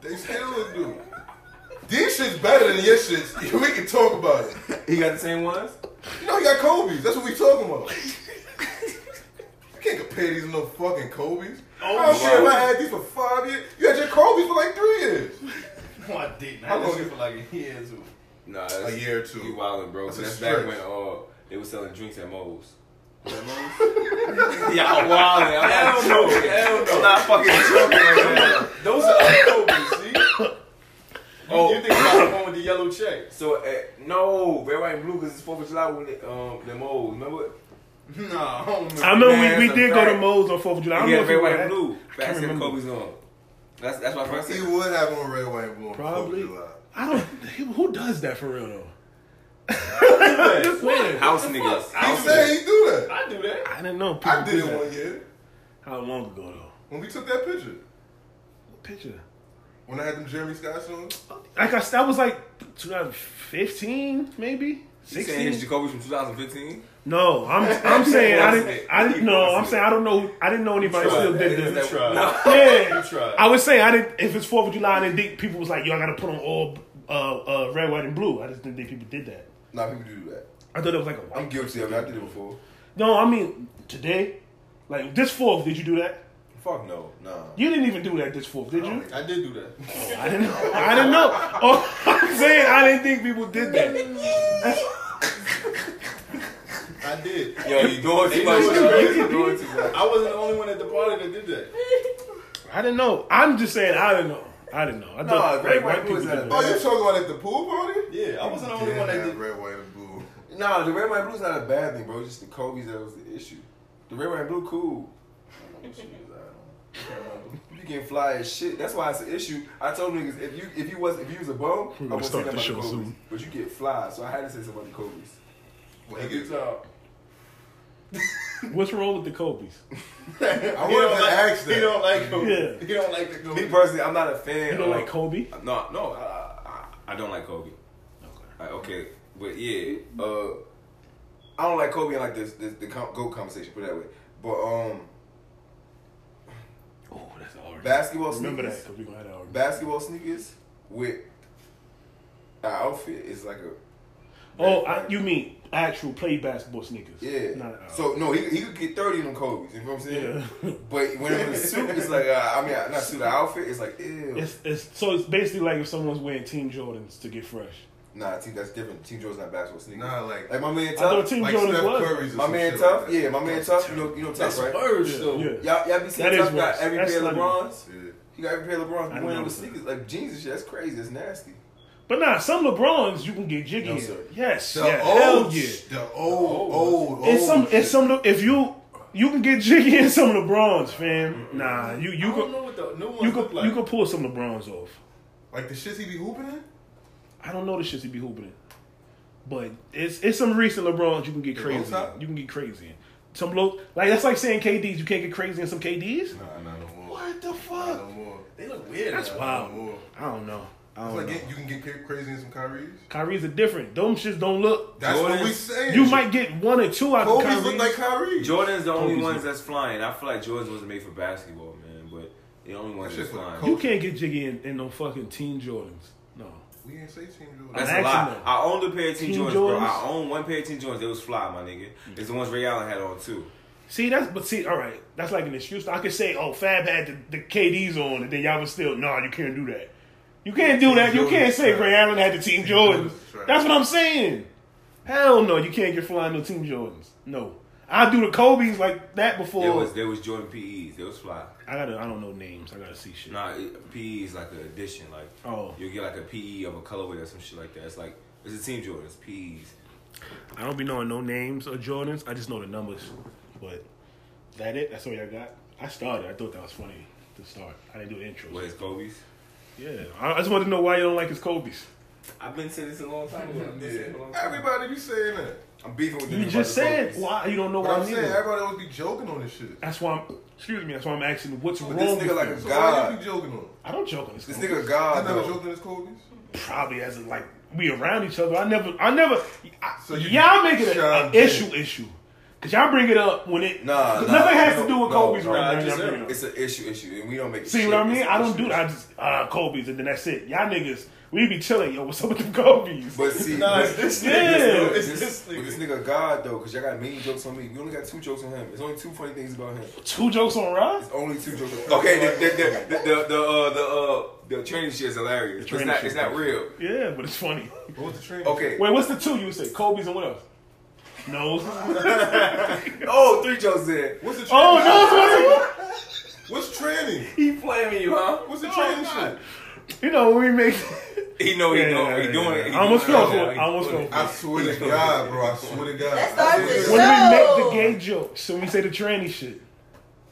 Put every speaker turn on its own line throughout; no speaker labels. They still would do. This shit's better than your shit's. We can talk about it.
He got the same ones?
No, you got Kobe's. That's what we talking about. you can't compare these to no fucking Kobe's.
Oh,
I don't care
wow.
if I had these for five years. You had your Kobe's for like three years.
No, Oh, I didn't.
How
I
long
looked
you-
for like a year or two.
Nah, that's,
A year or two.
You wildin', bro.
That's a
That's, back
stretch.
when uh, they was selling drinks at Moe's. yeah, I'm wildin'. I'm not
Hell no,
joking.
hell no.
I'm not fucking joking right now.
Those are other Kobe's, see? You-
Oh.
You think about the one with the yellow check?
So, uh, no, red, white, and blue, because it's 4th of July when they, um, the Moe's. Remember?
Nah, I don't know.
I remember
Man,
we, we
that's
did
a
go to
fact.
Moe's on 4th of July. I
He
don't know
had
if
red,
you
white,
had-
and blue.
I can't
Fast and
remember.
Kobe's on. That's, that's my first
He
thing.
would have on red, white, and blue. on
Probably.
4th of July.
I don't. Who does that for real though? Just saying.
House niggas.
He
House
said
niggas.
he do that.
I do that.
I didn't know. People
I did
that.
it one year
How long ago though?
when we took that picture.
What picture?
When I had them Jeremy Scott songs.
Like I, s- that was like 2015, maybe
He saying it's
16.
Jacoby from 2015.
No, I'm I'm saying I didn't. I didn't know. I'm
He
saying I don't know. I didn't know anybody
tried.
still
That
did
is
that.
that-
tried.
Nah.
Yeah,
You tried.
I was saying I didn't. If it's Fourth of July, I didn't think people was like, "Yo, I gotta put on all uh, uh, red, white, and blue." I just didn't think people did that.
Nah, people do that.
I thought it was like a
I'm guilty of it. I did it before.
No, I mean today, like this Fourth, did you do that?
Fuck no, nah.
You didn't even do that this Fourth, did you?
I did do that.
I didn't. Know. I didn't know. Oh, I'm saying I didn't think people did that.
I did.
Yo, you doing too much. You doing too much.
I wasn't the only one at the party that did that.
I didn't know. I'm just saying I didn't know. I didn't know. I thought
red, white,
like, white
blue
people
is
did
at a
Oh,
that.
you talking about at the pool party?
Yeah, I wasn't the only
Yeah,
one that
man,
did
red, white, and blue.
Nah, the red, white, and blue's not a bad thing, bro. It's just the Kobe's that was the issue. The red, white, and blue, cool. I don't know what she is, I don't know. You can fly as shit. That's why it's an issue. I told niggas if you if you was if you was a bum, I
gonna
would say
start
about the
this show
Kobe's.
soon.
But you get fly, so I had to say something about the Kobe's.
When he
Every
gets up.
time.
What's wrong with the Kobe's?
I
He
wouldn't
don't
have
like-
asked that.
He don't like Kobe.
Yeah.
He don't like the
Me
Kobe.
personally, I'm not a fan.
You
of
don't like Kobe?
No, no, I, I, I don't like Kobe. I- okay, but yeah, uh, I don't like Kobe in like this, this the com- go conversation. Put it that way, but um,
Oh, that's hard.
basketball
Remember that
sneakers,
because we gonna have that. argument.
basketball sneakers with the outfit is like a
Oh, I, you mean actual play basketball sneakers?
yeah.
Not, uh,
so no, he, he could get thirty in them Kobe's. You know what I'm saying?
Yeah.
But when it was a suit, it's like uh, I mean, not suit, the outfit is like ew.
It's, it's so it's basically like if someone's wearing Team Jordans to get fresh.
nah, team that's different. Team Joe's not basketball sneakers.
Nah, like,
Like my man
I thought
Tough,
Team
like
Jordans
Steph
was.
Curry's or
my
some
man
shit
Tough,
like that.
yeah, my man Tough. You know, you know Tough,
That's
right?
words, though.
Yeah.
Y'all, y'all be seeing
That is
Tough got
worse.
every
That's
pair of
like-
LeBrons.
Yeah.
He got every pair of LeBrons
I
wearing them with
noticed that.
sneakers like jeans and shit. That's crazy. That's nasty.
But nah, some LeBrons you can get jiggy.
No,
in.
sir.
Yes,
The
yeah, hell
old,
yeah.
sh- the old, old, old.
It's some,
Oh, shit.
it's some. If you you can get jiggy in some LeBrons, fam. Nah, you you
I don't
can
know what the new ones
you
look
can
like.
you can pull some LeBrons off.
like the shits he be hooping in.
I don't know the shit he be hooping, in. but it's it's some recent LeBrons you can get
The low
crazy.
top?
in. You can get crazy. in. Some low like that's like saying KDs. You can't get crazy in some KDs.
Nah, not no more.
What the
Not no
fuck?
more.
they look weird.
That's
now.
Not
wild.
no more.
I don't know. I
It's
don't
like
know.
it- you can get ca- crazy in some Kyrie's.
Kyrie's are different. Them shits don't look.
That's what
Jordans.
we saying.
You might get one or two out of
Kobe's
Kyrie's.
look like Kyrie.
Jordan's the only
Kobe's
ones
not-
that's flying. I feel like Jordan's wasn't made for basketball, man. But the only ones
That's
that's
just what
flying.
Kobe-
you can't get jiggy in, in no fucking Team Jordans. No.
We ain't say Team Jordan.
That's
I'm
a lie.
asking though.
I owned a pair of Team,
Team
Jordans, bro.
Jordans?
I own one pair of Team Jordans. They was fly, my nigga. It's the ones Ray Allen had on too.
See, that's but see, all right, that's like an excuse. I could say, oh, Fab had the, the KDs on, and then y'all was still, no, you can't do that. You can't do
Team
that. You
Jordans
can't say
trash.
Ray Allen had the Team
Team
Jordans.
Jordans trash.
That's what I'm saying. Hell no, you can't get flying no Team Jordans. No, I do the Kobe's like that
There
before.
was there was Jordan PEs. They was fly.
I gotta, I don't know names. I gotta see shit.
Nah, it, PE is like an addition. Like
Oh.
you get like a PE of a colorway or some shit like that. It's like it's a Team Jordans PEs.
I don't be knowing no names of Jordans. I just know the numbers. But that it? That's all y'all got. I started. I thought that was funny to start. I didn't do the intro.
What is Kobe's?
Yeah, I I just wanted to know why you don't like his Kobe's.
I've been saying this a long time. ago. I've been saying it a long time.
Everybody be saying that.
I'm beefing with the
You
nigga
just
about the
said
Kobe's.
why you don't know
But
why
I'm saying
neither.
everybody always be joking on this shit.
That's why I'm. Excuse me. That's why I'm asking. What's
But
wrong?
this
with
nigga like
you?
a
So why you
god.
be joking on?
I don't joke on this.
This
Kobe.
nigga a
I
god.
never
though.
joked on this Kobe's.
probably as in like we around each other. I never. I never. I,
So you-
y'all make it
Sean
an
did.
issue. Issue. Cause y'all bring it up when it
Nah,
Cause
nah,
nothing has
no,
to do with
no,
Kobe's
no,
right
I
now.
just
Y'all
said
bring it up.
It's an issue, issue, and we don't make.
See
shit.
what I mean?
It's an
I don't
issue.
do that. I just uh Kobe's and then that's it. Y'all niggas, we be chilling. Yo, what's up with them Kobe's?
But see,
Nah,
but-
it's this
Yeah.
nigga. though. It's
this,
this
but this
nigga.
nigga God though, cause y'all got mean jokes on me. We only got two jokes on him. There's only two funny things about him.
Two jokes on Ross.
It's only two jokes. On okay, the the the the the uh, the, uh, the training shit is hilarious.
The
It's
training
not
shit.
it's not real.
Yeah, but it's funny.
What was the trend?
Oh.
Okay.
Wait, what's the two you would say? Kobe's and what else? No.
Oh, three jokes in.
What's the trend?
oh
What's trending?
He flaming you, huh?
What's the
No,
training
I'm not.
shit?
no! You know when we make.
He know he
Yeah,
know
yeah,
he doing
yeah.
it. He
I almost
doing it
fell for
now.
it.
He
I almost
doing it.
fell for
I swear to God, bro. I swear to God.
Let's start
I swear
this
to
when
God.
No.
we make the gay jokes and we say the tranny shit.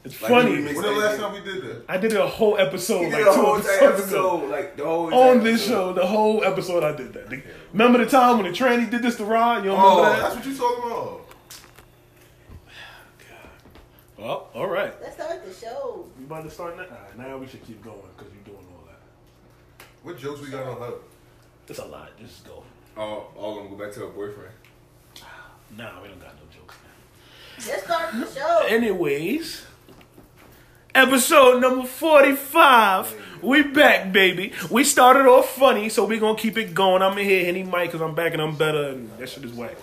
It's
Like,
funny.
you remix-
When the last time we did that?
I did a whole episode,
He did
like
a
two
whole entire
episodes ago.
episode, like the whole entire
On this
episode.
show, the whole episode I did that. The- Remember the time when the tranny did this to Rod? You don't
Oh,
remember
that's
that?
what you talking about.
Well, all right.
Let's start the show.
We about to start now. Alright, now we should keep going because you're doing all that.
What jokes we got on her?
It's a lot. Just go.
Oh, all of them go back to her boyfriend.
Nah, we don't got no jokes now.
Let's start the show.
Anyways, episode number 45. We back, baby. We started off funny, so we going to keep it going. I'm in here any mic because I'm back and I'm better, and that shit is whack.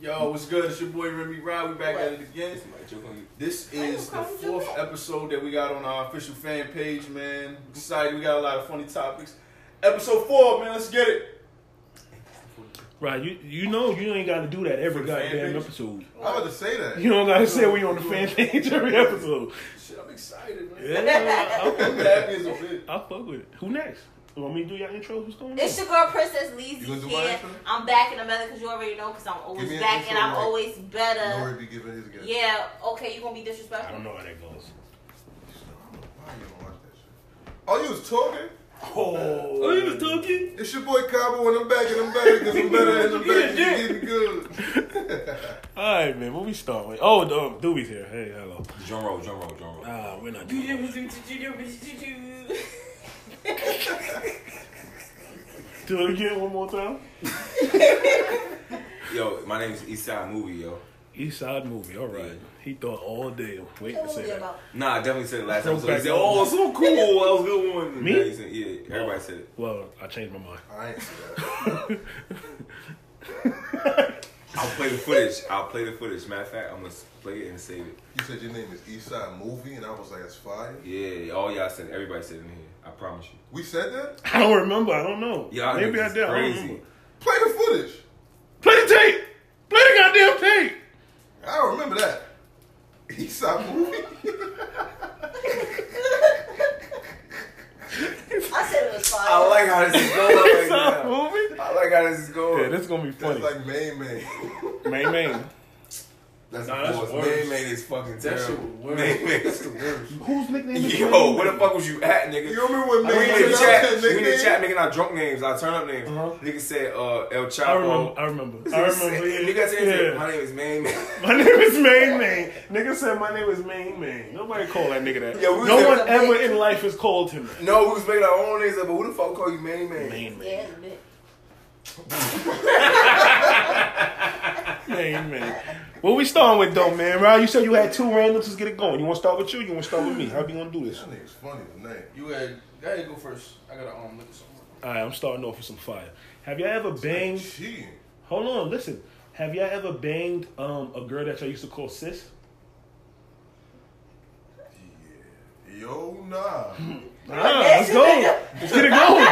Yo, what's good? It's your boy Remy Rod. We back at it again.
Somebody joke on you.
This
Why you
is the
call me
fourth
Jeanette?
episode that we got on our official fan page, man. Excited. We got a lot of funny topics. Episode four, man. Let's get it.
Right, you you know you ain't got to do that every
For the fan
goddamn
page?
episode.
I'm about to say that.
You don't got to say we on the fan page every episode.
Shit, I'm excited, man.
Yeah, I, I, fuck
I'm
with it.
happy as a bitch.
I fuck with it. Who next? You want me to do your intros? What's going on?
It's your girl Princess
You
Leezy
gonna do my
here.
intro?
I'm back in the mother because you already know because I'm always
Give me an
back
intro,
and I'm
like-
always better.
Nori be giving his guess.
Yeah, okay, you gonna be
I
disrespectful.
don't know how that goes.
Why you don't watch that shit? Oh, you was talking?
Oh,
you was talking?
It's your boy Cabo and I'm back and I'm better because I'm better and I'm
Yeah,
better.
yeah.
You're getting good.
All right, man. What we start with? Oh, um, Doobie's here. Hey, hello.
Drum roll, drum roll, drum roll.
Ah, we're not. Doing that. Do it again one more time.
Yo, my name is Eastside Movie, yo.
East Side movie. All right. He thought all day of waiting to say that.
Nah, I definitely said it last
Go
episode. He
back
said,
up.
"Oh, so cool, that was a good one."
Me?
Yeah, he said- yeah, everybody said it.
Well, I changed my mind.
I ain't see that.
I'll play the footage. I'll play the footage. Matter of fact, I'm gonna play it and save it.
You said your name is Eastside Movie and I was like, it's fire.
Yeah, all y'all said. it. Everybody said it in here. I promise you.
We said that?
I don't remember. I don't know.
Y'all
maybe I
niggas
did. I don't
Crazy.
remember.
Play the footage.
Play the tape. Play the goddamn tape.
I don't remember that. Eastside Movie?
I said it was fire.
I like how this is going right
East Side
now.
movie.
I like how this is
Yeah,
going.
this is gonna be funny.
That's like main main.
man, man.
that's
Nah, that's
worse.
worse.
Man, man is fucking
That shit
terrible.
was worse.
Man, man is the
Whose nickname is
Yo,
Main
where
Man?
the fuck was you at, nigga?
You remember when
We
main
in
main
the
got
chat.
that
We in the
nickname?
chat making our drunk names, our turn up names.
Uh-huh.
Nigga said uh, El Chapo.
I remember. I remember. I remember.
Nigga said,
yeah.
my name is Man. Man.
My name is Main Man. Nigga said my name is Main Man. Nobody call that nigga that.
Yeah, we was-
no one ever in life has called him that.
No, we was making our own names up, but who the fuck call you Main Man?
Main
Yeah,
Man.
admit.
Main Man. What we starting with though, man? Right? You said you had two randoms. Let's get it going. You want to start with you? You want to start with me? How we gonna do this?
That nigga's funny tonight.
You had, go ahead, go first. I gotta um look at something.
All right, I'm starting off with some fire. Have y'all ever banged?
Cheating.
Hold on, listen. Have y'all ever banged um, a girl that y'all used to call sis?
Yo, nah.
Nah, let's go. Let's get it going.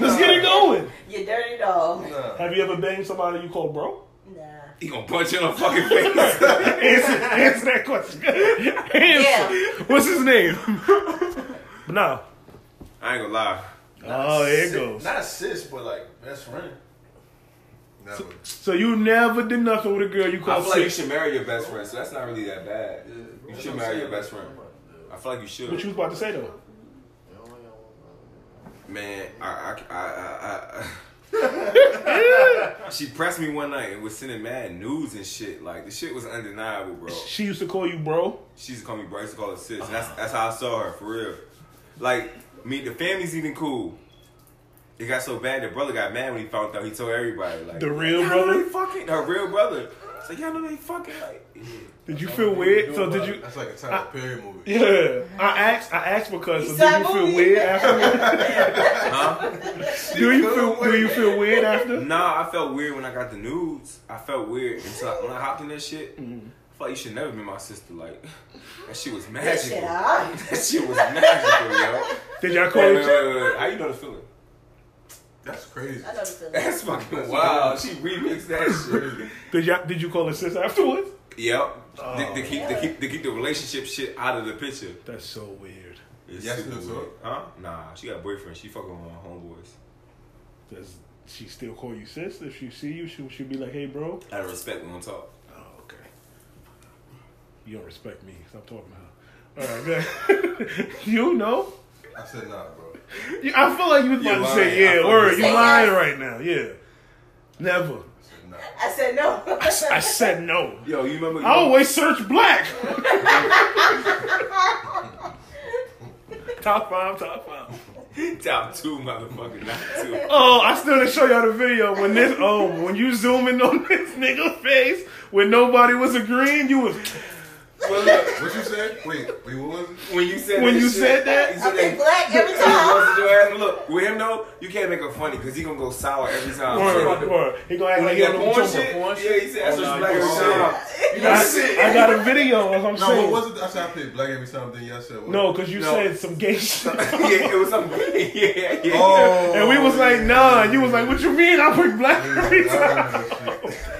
Let's get it going.
You dirty dog.
Nah.
Have you ever banged somebody you call bro?
Nah.
He gonna punch you in the fucking face.
answer, answer that question. answer.
Yeah.
What's his name? but nah.
I ain't gonna lie.
Oh, there it goes.
Not sis, but like best friend.
Never.
So you never did nothing with a girl you
I
called
feel like you
sis.
should marry your best friend, so that's not really that bad. You
That's
should
what I'm
marry your
saying.
best friend. I feel like you
What you
should.
was about to say though?
Man, I, I, I, I, I she pressed me one night and was sending mad news and shit. Like the shit was undeniable, bro.
She used to call you bro.
She used to call me Bryce to call her sis. And that's that's how I saw her for real. Like me, the family's even cool. It got so bad the brother got mad when he found out. He told everybody like
The real
"Y'all
brother?"
really fucking her real brother. It's like, y'all know they fucking like. Yeah.
Did you feel weird? So did you?
That's like a Tyler Perry movie.
Yeah, I asked. I asked because. So
East
did
Side
you feel
movie.
weird after?
Huh?
Do you feel? Do you feel weird after?
nah, I felt weird when I got the nudes. I felt weird. And so when I hopped in that shit, I felt like you should never be my sister. Like, that shit was
That shit,
magical.
huh?
That shit was magical, yo.
Did y'all call
Wait, wait,
each other?
wait, wait. How you know the feeling?
That's crazy.
I know the feeling.
That's fucking wild. She remixed that shit.
Did y'all? Did you call it sis afterwards?
Yep.
Oh,
To, to keep, to,
Yeah.
keep, to keep the relationship shit out of the picture.
That's so weird.
It's
Yes,
super
it is,
weird. Huh? Nah, she got a boyfriend. She fucking with my homeboys.
Does she still call you sis if she see you? She she be like, hey, bro.
Out of respect, we don't talk.
Oh, okay. You don't respect me. Stop talking about. All right, good. you know.
I said nah, bro.
You- I feel like you was
You're
about to
lying.
say,
I
yeah,
thought
word.
you
You
said
lying
yes.
right now. Yeah. Never.
I said nah.
I said no.
I, s- I said no.
Yo, you remember? You
I always search black. top five, top five.
remember- top two, motherfucker, not two.
Oh, I still didn't show y'all the video when this. Oh, when you zoom in on this nigga face when nobody was agreeing, you was
Well, look,
What you said? Wait, wait, what was it?
when you said
When
that
you
shit,
said that?
you
I
said
think
that.
black every
you
time.
busted your ass. But Look, with him though, you can't make it funny because he gonna go sour every time.
word, word. He gonna act
When
like
he
he
got
don't know what
porn
you're
shit,
talking about.
yeah, he said that's
Oh,
just
nah,
black
you
every
bullshit.
time. You know shit.
I, I got a video of him
No, what
saying.
was it? I said I played Black every time. Then y'all said what?
No, because you
No.
said some gay shit.
yeah, it was something. Yeah, yeah.
Oh.
And we was like, nah. You was like, what you mean? I put black every time.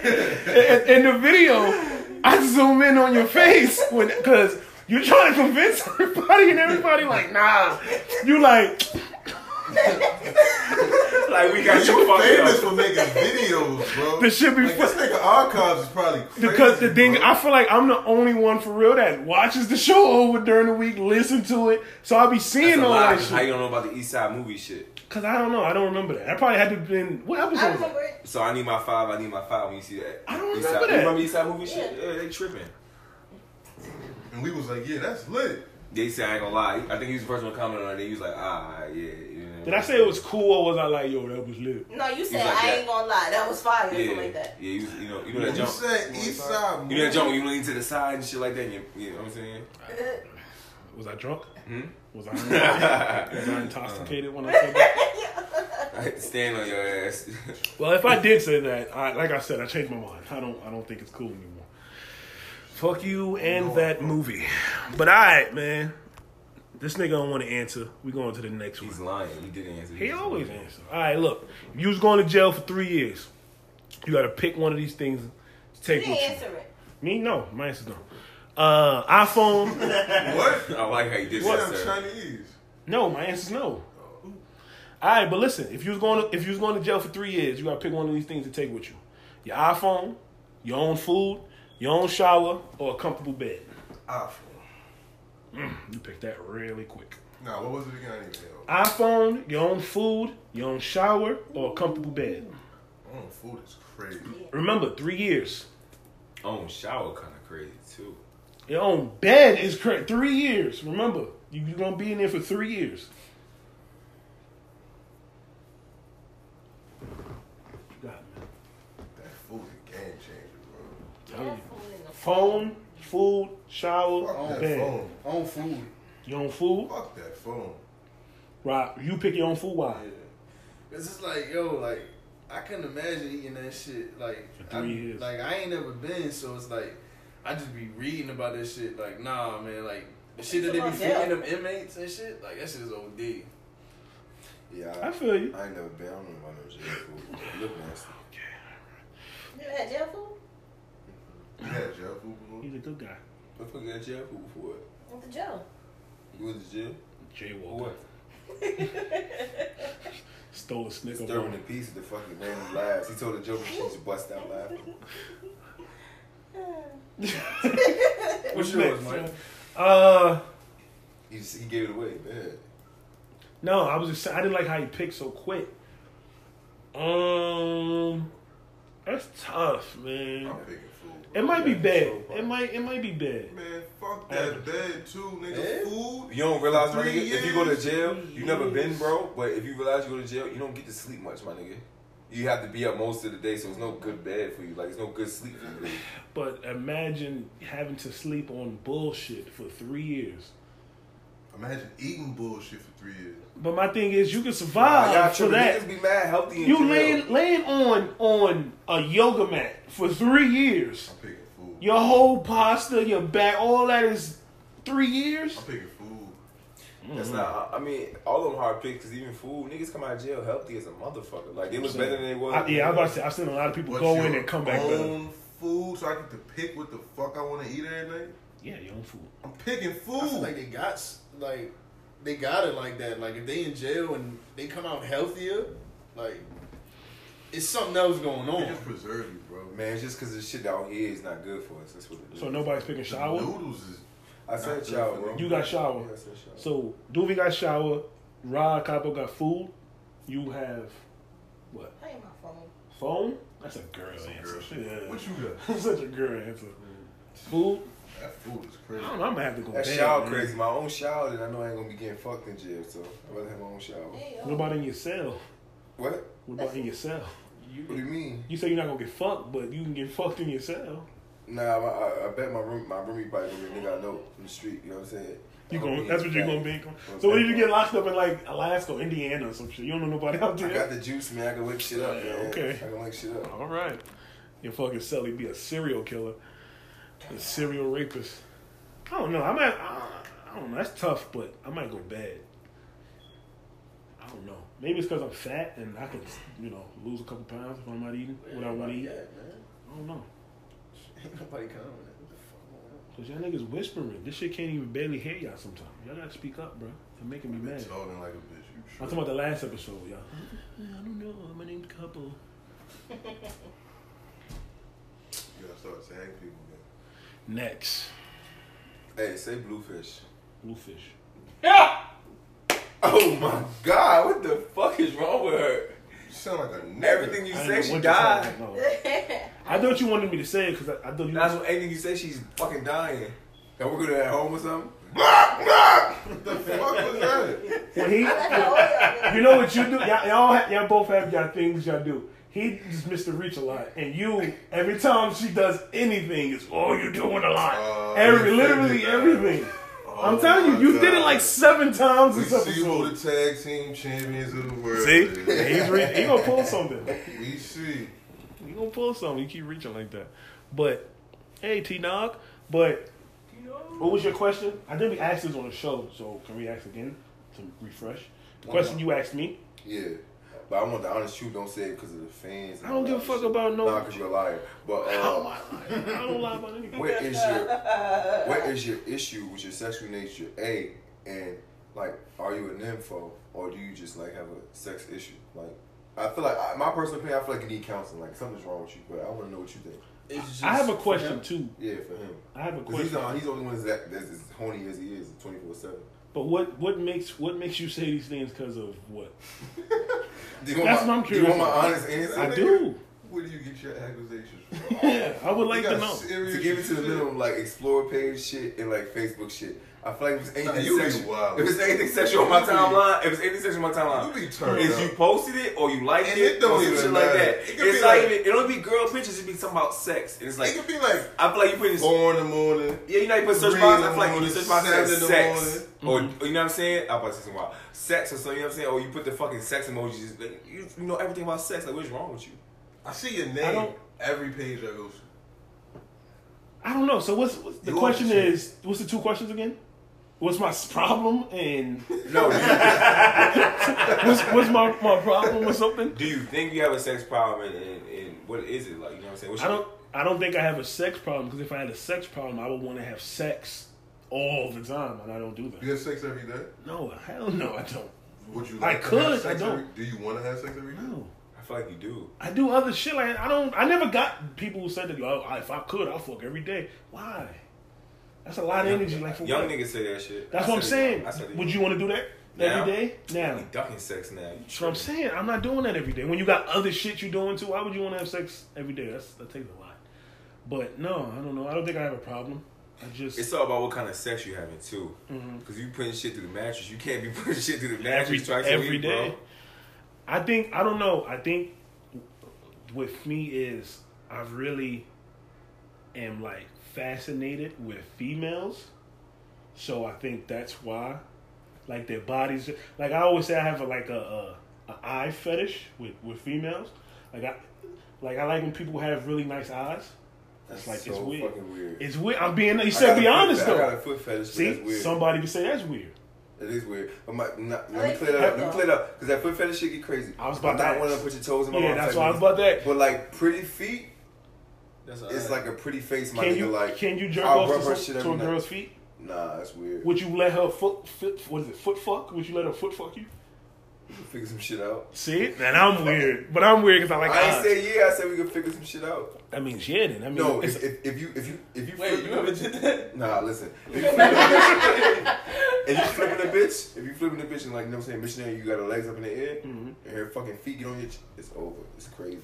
in, in the video, I zoom in on your face when because you're trying to convince everybody, and everybody like, nah. You like,
Like we got you
You're Oh, famous
fucked up.
for making videos, bro.
This shit be
like, this
fu-
nigga archives is probably crazy.
because the thing,
bro.
I feel like I'm the only one for real that watches the show over during the week, listen to it, so I'll be
That's
seeing
a
all
lie,
that
'cause How
shit.
you don't know about the East Side movie shit?
Cause I don't know, I don't remember that. I probably had to been what episode?
I
was
remember
that?
it.
So I need my five. I need my five. When you see that,
I don't
East Side-
remember
You
that.
remember East Side movie shit?
Yeah.
Yeah, they tripping.
and we was like, yeah, that's lit.
They said I ain't gonna lie. I think he was the first one to comment on it. He was like, ah, yeah. You know.
Did I say it was cool or was I like, yo, that was lit?
No, you said
like
I
that.
ain't gonna lie. That was fire. or
Yeah,
Something like that.
yeah. You, was- you know, you know
You
that jump.
said East Side.
You know that jump when you lean to the side and shit like that. You, you know what I'm saying?
Was I drunk?
Hmm?
Was I, was I intoxicated when I said that?
Uh, Stand on your ass.
Well, if I did say that, I, like I said, I changed my mind. I don't. I don't think it's cool anymore. Fuck you and that movie. But all right, man. This nigga don't want to answer. We going to the next
He's
one.
lying. He didn't answer.
He
just-
always answer. All right, look. If you was going to jail for three years, you got to pick one of these things to
You
take
didn't
with you.
answer it.
Me, no. My answer's no. Uh, iPhone.
What?
I like how you did
What?
that,
I'm
sir.
Chinese.
no, my answer's no. All right, but listen. If you was going, to, if you was going to jail for three years, you got to pick one of these things to take with you: your iPhone, your own food, your own shower, or a comfortable bed.
Awful.
You pick that really quick.
Nah, what was it again? I didn't even know.
iPhone, your own food, your own shower, or a comfortable bed.
Oh, food is crazy.
Remember, three years.
Own Oh, shower kind of crazy too.
Your own bed is cra Three years. Remember, you, you're gonna be in there for three years. You got it, man.
That food is a game changer,
That fool in the
Phone, food, shower,
Oh,
bro. Fuck that
bed.
phone.
Own food.
Your own food,
Fuck that phone.
Rob. You pick your own food. Why?
It's just like, yo, like, I couldn't imagine eating that shit. Like,
For three
I,
years.
like I ain't never been, so it's like, I just be reading about this shit. Like, nah, man, like, the shit that they be
It's a lot,
feeding them inmates and shit, like, that shit is OD.
I
Yeah,
feel you.
I ain't never been. I don't know about no jail food. Look nasty.
phone. You had jail food?
You had jail food before?
He's a good guy.
What fucking got jail food for? What?
Went to jail.
You was to jail? For
Jaywalker
what?
stole a Snicker bar.
Disturbing the peace of the fucking random laughs. He told a joke and she just bust out laughing.
What's
Next,
yours, Mike?
man. Uh,
He, just, he gave it away, man.
no, I was just I didn't like how you picked so quick. Um, that's tough, man.
I'm picking food. Bro.
It might be
Yeah,
bad.
so far.
It might it might be bad.
Man, fuck that bed too, nigga.
Bed?
Food.
You don't realize, my
Three
nigga, if you go to
years.
jail, you never been, bro. But if you realize you go to jail, you don't get to sleep much, my nigga. you have to be up most of the day, so it's no good bed for you. Like it's no good sleep for you.
But imagine having to sleep on bullshit for three years.
Imagine eating bullshit for three years.
But my thing is, you can
Like, y'all
survive for
tripping.
Ah, that.
Niggas be mad healthy. and
You
chill.
laying laying on on a yoga mat for three years.
I'm picking food.
Your whole posture, your back, all that is three years.
I'm picking food.
That's not. I I mean, all of them hard picks. Cause even fool niggas come out of jail healthy as a motherfucker. Like they look better than they was.
I, yeah, I was about to say I've seen a lot of people
But
go
your
in and come back better.
own food, so I get to pick what the fuck I want to eat every day.
Yeah, your own food.
I'm picking
I feel
food.
like they got s- like they got it like that. Like if they in jail and they come out healthier, like it's something else going
they
on.
just preserve you, bro.
Man, it's just because this shit out here is not good for us. That's what it is.
So nobody's picking
The
shower.
noodles is
I said shower. bro.
You got shower.
Yeah, I said shower.
So Doovy got shower. Rod Capo got food. You have what?
I ain't my phone.
Phone? That's a girl answer.
girl shit.
Yeah.
What you got?
That's such a girl answer. Food?
That food is
I
crazy.
don't know. I'm gonna have to go.
That
bed,
shower
man.
crazy. My own shower that I know I ain't gonna be getting fucked in jail. So I rather have my own shower.
There you go.
What about in your cell?
What?
What about in your cell?
What do you mean?
You say you're not gonna get fucked, but you can get fucked in your cell.
Nah, my, I, I bet my room, my roommate probably gonna be a nigga I know from the street. You know what I'm saying?
You
I'm
going
be
that's what you're gonna
back.
be.
I'm
So what if
back.
you get locked up in like Alaska or Indiana or some shit? You don't know nobody out
I got
there.
the juice, man. I can link shit up.
Yeah,
man.
okay.
I can link shit up.
All right, your fucking cellie be a serial killer, a serial rapist. I don't know. I might. I I don't know. That's tough, but I might go bad. I don't know. Maybe it's because I'm fat and I can, you know, lose a couple pounds if I'm not eating what I want to eat.
Yeah, man.
I don't know.
Ain't nobody coming. What the fuck going on?
Cause y'all niggas whispering. This shit can't even barely hear y'all sometimes. Y'all gotta speak up, bro. You're making me
Been
mad.
talking like a bitch. You
I'm
sure?
talking about the last episode, y'all. I don't know. My name's Couple.
You gotta start tagging people. Man.
Next,
Hey, say bluefish.
Bluefish.
Oh my god, what the fuck is wrong with her?
You sound like a nigga.
Everything you
I
say,
don't know
she
what you're
died.
talking
oh.
about. I thought you wanted me to say it because I, I thought you.
That's what anything you say, she's fucking dying. Now we're gonna at home or something.
What the fuck was that?
when he,
That's all y'all do.
you know what you do? Y'all, y'all, ha- y'all both have y'all things y'all do. He just missed the reach a lot, and you every time she does anything, it's oh you doing a lot.
Oh,
Every
you
literally
said that.
everything.
Oh
I'm telling
my
you, you did it
God.
like seven times
We
this
see who
episode.
the tag team champions of the world.
See,
is.
he's re- he gonna pull something.
we see.
You gonna pull something? You keep reaching like that. But hey, T Nog. But what was your question? I think we asked this on the show, so can we ask again to refresh? The question you asked me.
Yeah. But I want the honest truth. Don't say it because of the fans. and
I don't
all
give a
that
fuck
shit.
about no- Oh
Nah, because you're a liar. But
Oh,
uh,
I don't lie about anything.
where is your where is your issue with your sexual nature? A and like, are you an nympho or do you just like have a sex issue? Like, I feel like I, my personal opinion. I feel like you need counseling. Like something's wrong with you. But I want to know what you think.
It's just
I have a
for
question
him.
too.
Yeah, for him.
I have a
'Cause He's
question.
the, he's the only one that's, that, that's as horny as he is, twenty four seven.
But what what makes what makes you say these things because of what?
Do you want
That's
my,
what I'm
do you want my
curious
honest answer?
I
nigga?
do.
Where do you get your accusations from?
Yeah, I would like
You
to
got
know.
serious
To give it to the
shit.
minimum, like explore page shit and like Facebook shit. I feel like if it's anything
Nah, you be
sexual,
wild.
if it's anything sexual on my
You be-
timeline, if it's anything sexual on my timeline,
You be turned
is
up.
you posted it or you liked
And
it,
it don't
or some
even
shit like
matter.
that.
It could
it's
be
not
like-
even. It don't be girl pictures. It be something about sex, and it's
It
like
could be like
I feel like you put in.
four in the morning.
Yeah, you know, you put search
Three
box.
in
I
the
feel like you
morning,
search box
seven
says
in the
sex, or or you know what I'm saying. I'm about to say something wild. Sex or something. You know what I'm saying. Or you put the fucking sex emojis. Like, you, you know everything about sex. Like what's wrong with you?
I see your
I
name
don't-
every page I go to.
I don't know. So what's, what's the
You
question
always-
is? What's the two questions again? What's my s- problem and
No, do you,
what's, what's my, my problem or something?
do you think you have a sex problem? And, and, and what is it like? You know what I'm saying. What's
I
your-
don't I don't think I have a sex problem because if I had a sex problem, I would want to have sex all the time, and I don't do
You
that.
have sex every day?
No, hell no, I don't.
Would you
I
like to
could,
have
I
sex
don't.
every- do you want to have sex every day?
No.
I feel like you do.
I do other shit. Like I don't. I never got people who said that. Oh, if I could, I'll fuck every day. Why? That's a lot of energy. Like for
Young
what?
niggas say that shit.
That's
I
what I'm
said it.
saying.
I said it.
Would you want to do that
Now?
every day? Now.
We ducking sex now. You
That's what I'm saying. I'm not doing that every day. When you got other shit you doing too, why would you want to have sex every day? That's that takes a lot. But no, I don't know. I don't think I have a problem. I just
It's all about what kind of sex you having too.
Mm-hmm.
Cause you putting shit through the mattress. You can't be putting shit through the mattress
every
twice a
every
week,
day.
bro.
I think I don't know. I think with me is I really am like fascinated with females. So I think that's why, like their bodies. Like I always say, I have a, like a, a, a eye fetish with with females. Like I, like I like when people have really nice eyes.
That's
like,
so
it's weird.
fucking weird.
It's weird. I'm being. You
I
said
got
be
a foot
honest
fe- I got
though.
a foot fetish. but that's
See,
weird.
somebody would say that's weird.
It is weird. But my, not, let
I
me
like
clear that up. Let me
football.
clear that up. Because that foot fetish shit get crazy.
I was about
I'm
to
not
ask.
one of them put your toes in my
Yeah,
mouth
that's
type
why I was
niggas.
about that.
But like pretty feet
That's all
is
right.
like a pretty face, my
Can
nigga.
you
like
can you jerk
I'll
off
rub her
to,
shit
some, to
every
a
night.
girl's feet?
Nah, that's weird.
Would you let her foot foot? What is it? Foot fuck? Would you let her foot fuck you?
figure some shit out.
See, and I'm weird, but I'm weird because I like.
I ain't
eyes.
say yeah. I said we could figure some shit out.
that means yeah. Then I mean,
No,
it's-
if, if, if you if you if you
Wait,
flip-
you ever did that?
Nah, listen. If you flipping a bitch, if you flipping a bitch, if you flipping a bitch and like you know what I'm saying, missionary, you got her legs up in the air
Mhm.
and her fucking feet get on your. Ch- it's over. It's crazy.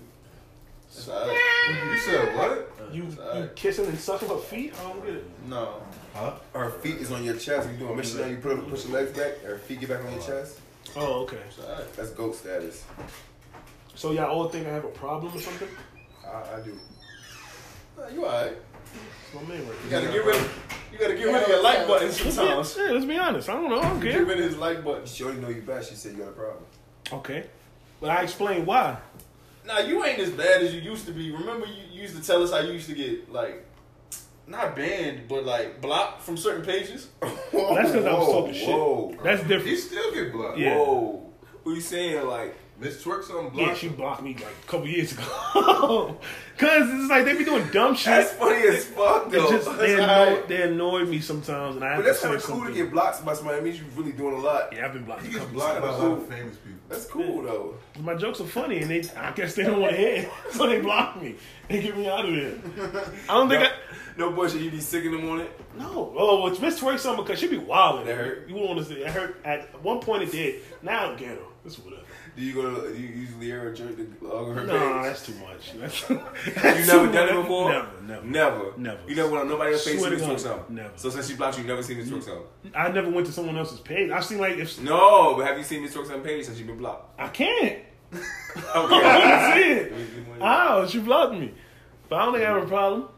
That's all right.
You said what?
you, you
alright.
kissing and sucking her feet. I don't get it.
No.
Her feet is on your chest. When you doing missionary, you put her, push your legs back. Her feet get back on your chest.
Oh, okay.
It's all right.
That's goat status.
So y'all all think I have a problem or something?
I, I do.
Nah, You all right.
It's my man right
You
there.
gotta get rid of, you gotta get rid of your like button sometimes.
Yeah, let's be honest. I don't know. I don't
Get
care.
rid of his like button.
She already know you bad. She said you got a problem.
Okay, but I explained why.
Now you ain't as bad as you used to be. Remember, you you used to tell us how you used to get like not banned, but like blocked from certain pages.
Whoa,
that's 'cause I was
whoa,
talking shit.
Whoa,
That's
He
different.
still get blocked.
Yeah.
whoa. What you saying? Like
Miss Twerk's on block.
Yeah, she blocked me like a couple years ago. Cause it's like they be doing dumb shit.
that's funny as fuck
They
though.
just
That's
they
alright.
annoy, they annoy me sometimes, and I have
But that's
to say
kind of cool
something.
to get blocked by somebody. It means you're really doing a lot.
yeah, I've been blocked.
He
A
gets
couple
blocked by a
times.
lot of famous people.
That's cool though.
My jokes are funny, and they I guess they don't want to hear, it, so they block me. They get me out of there. I don't think I.
No bullshit. You be sick in the morning.
No. Oh, well, it's Miss Twerk something because she be wilding.
That hurt?
You want to see? It hurt. At one point it did. Now I'm ghetto. It's whatever.
Do you go? To, do you usually ever jerk the log on her
Nah,
face?
that's too much. That's,
You
that's
never
too
done it
much.
before.
Never, never.
never,
Never.
You never went on nobody else's face
Swear
seen
to
me
God,
twerk something.
never.
So since she blocked you, you never seen me twerk something.
I never went to someone else's page. I've seen like if
No, but have you seen me twerk something page since you've been blocked?
I can't.
Okay.
I see it. Oh, she blocked me. But I don't think I have a problem.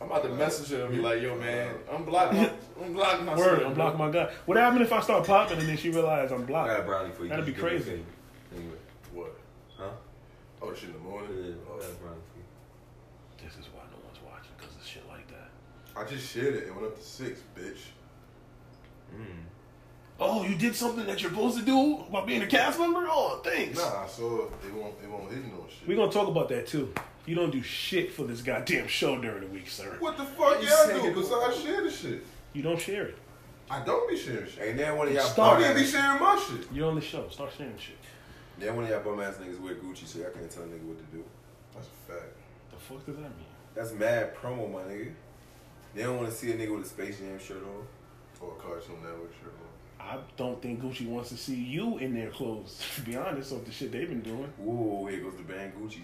I'm about to message her and be like, "Yo, man, I'm blocked. My, I'm blocked my.
Word,
shit, bro."
I'm blocking my guy. What happened if I start popping and then she realized I'm
I got a
blocked?
brownie for you.
That'd be
Give me a
crazy.
favor. Anyway,
What?
Huh?
Oh, shit in the morning.
I
Oh,
got a brownie for you.
This is why no one's watching because of shit like that.
I just shared it. It went up to six, bitch.
Oh, you did something that you're supposed to do about being a cast member? Oh, thanks.
Nah, I saw it. It won't. It won't. It's no shit.
We're gonna talk about that too. You don't do shit for this goddamn show during the week, sir.
What the fuck
You
y'all
saying
do?
it-
Cause I share the shit.
You don't share it.
I don't be sharing shit.
Ain't there one of y'all?
Stop.
I
bum
didn't be
ass-
sharing my shit.
You're on the show. Start sharing shit.
There one of y'all bum ass niggas wear Gucci, so y'all can't tell a nigga what to do.
That's a fact.
The fuck does that mean?
That's mad promo, my nigga. They don't want to see a nigga with a Space Jam shirt on.
Or a Cartoon Network shirt. on.
I don't think Gucci wants to see you in their clothes. To be honest, of the shit they've been doing.
Whoa, here goes the band Gucci.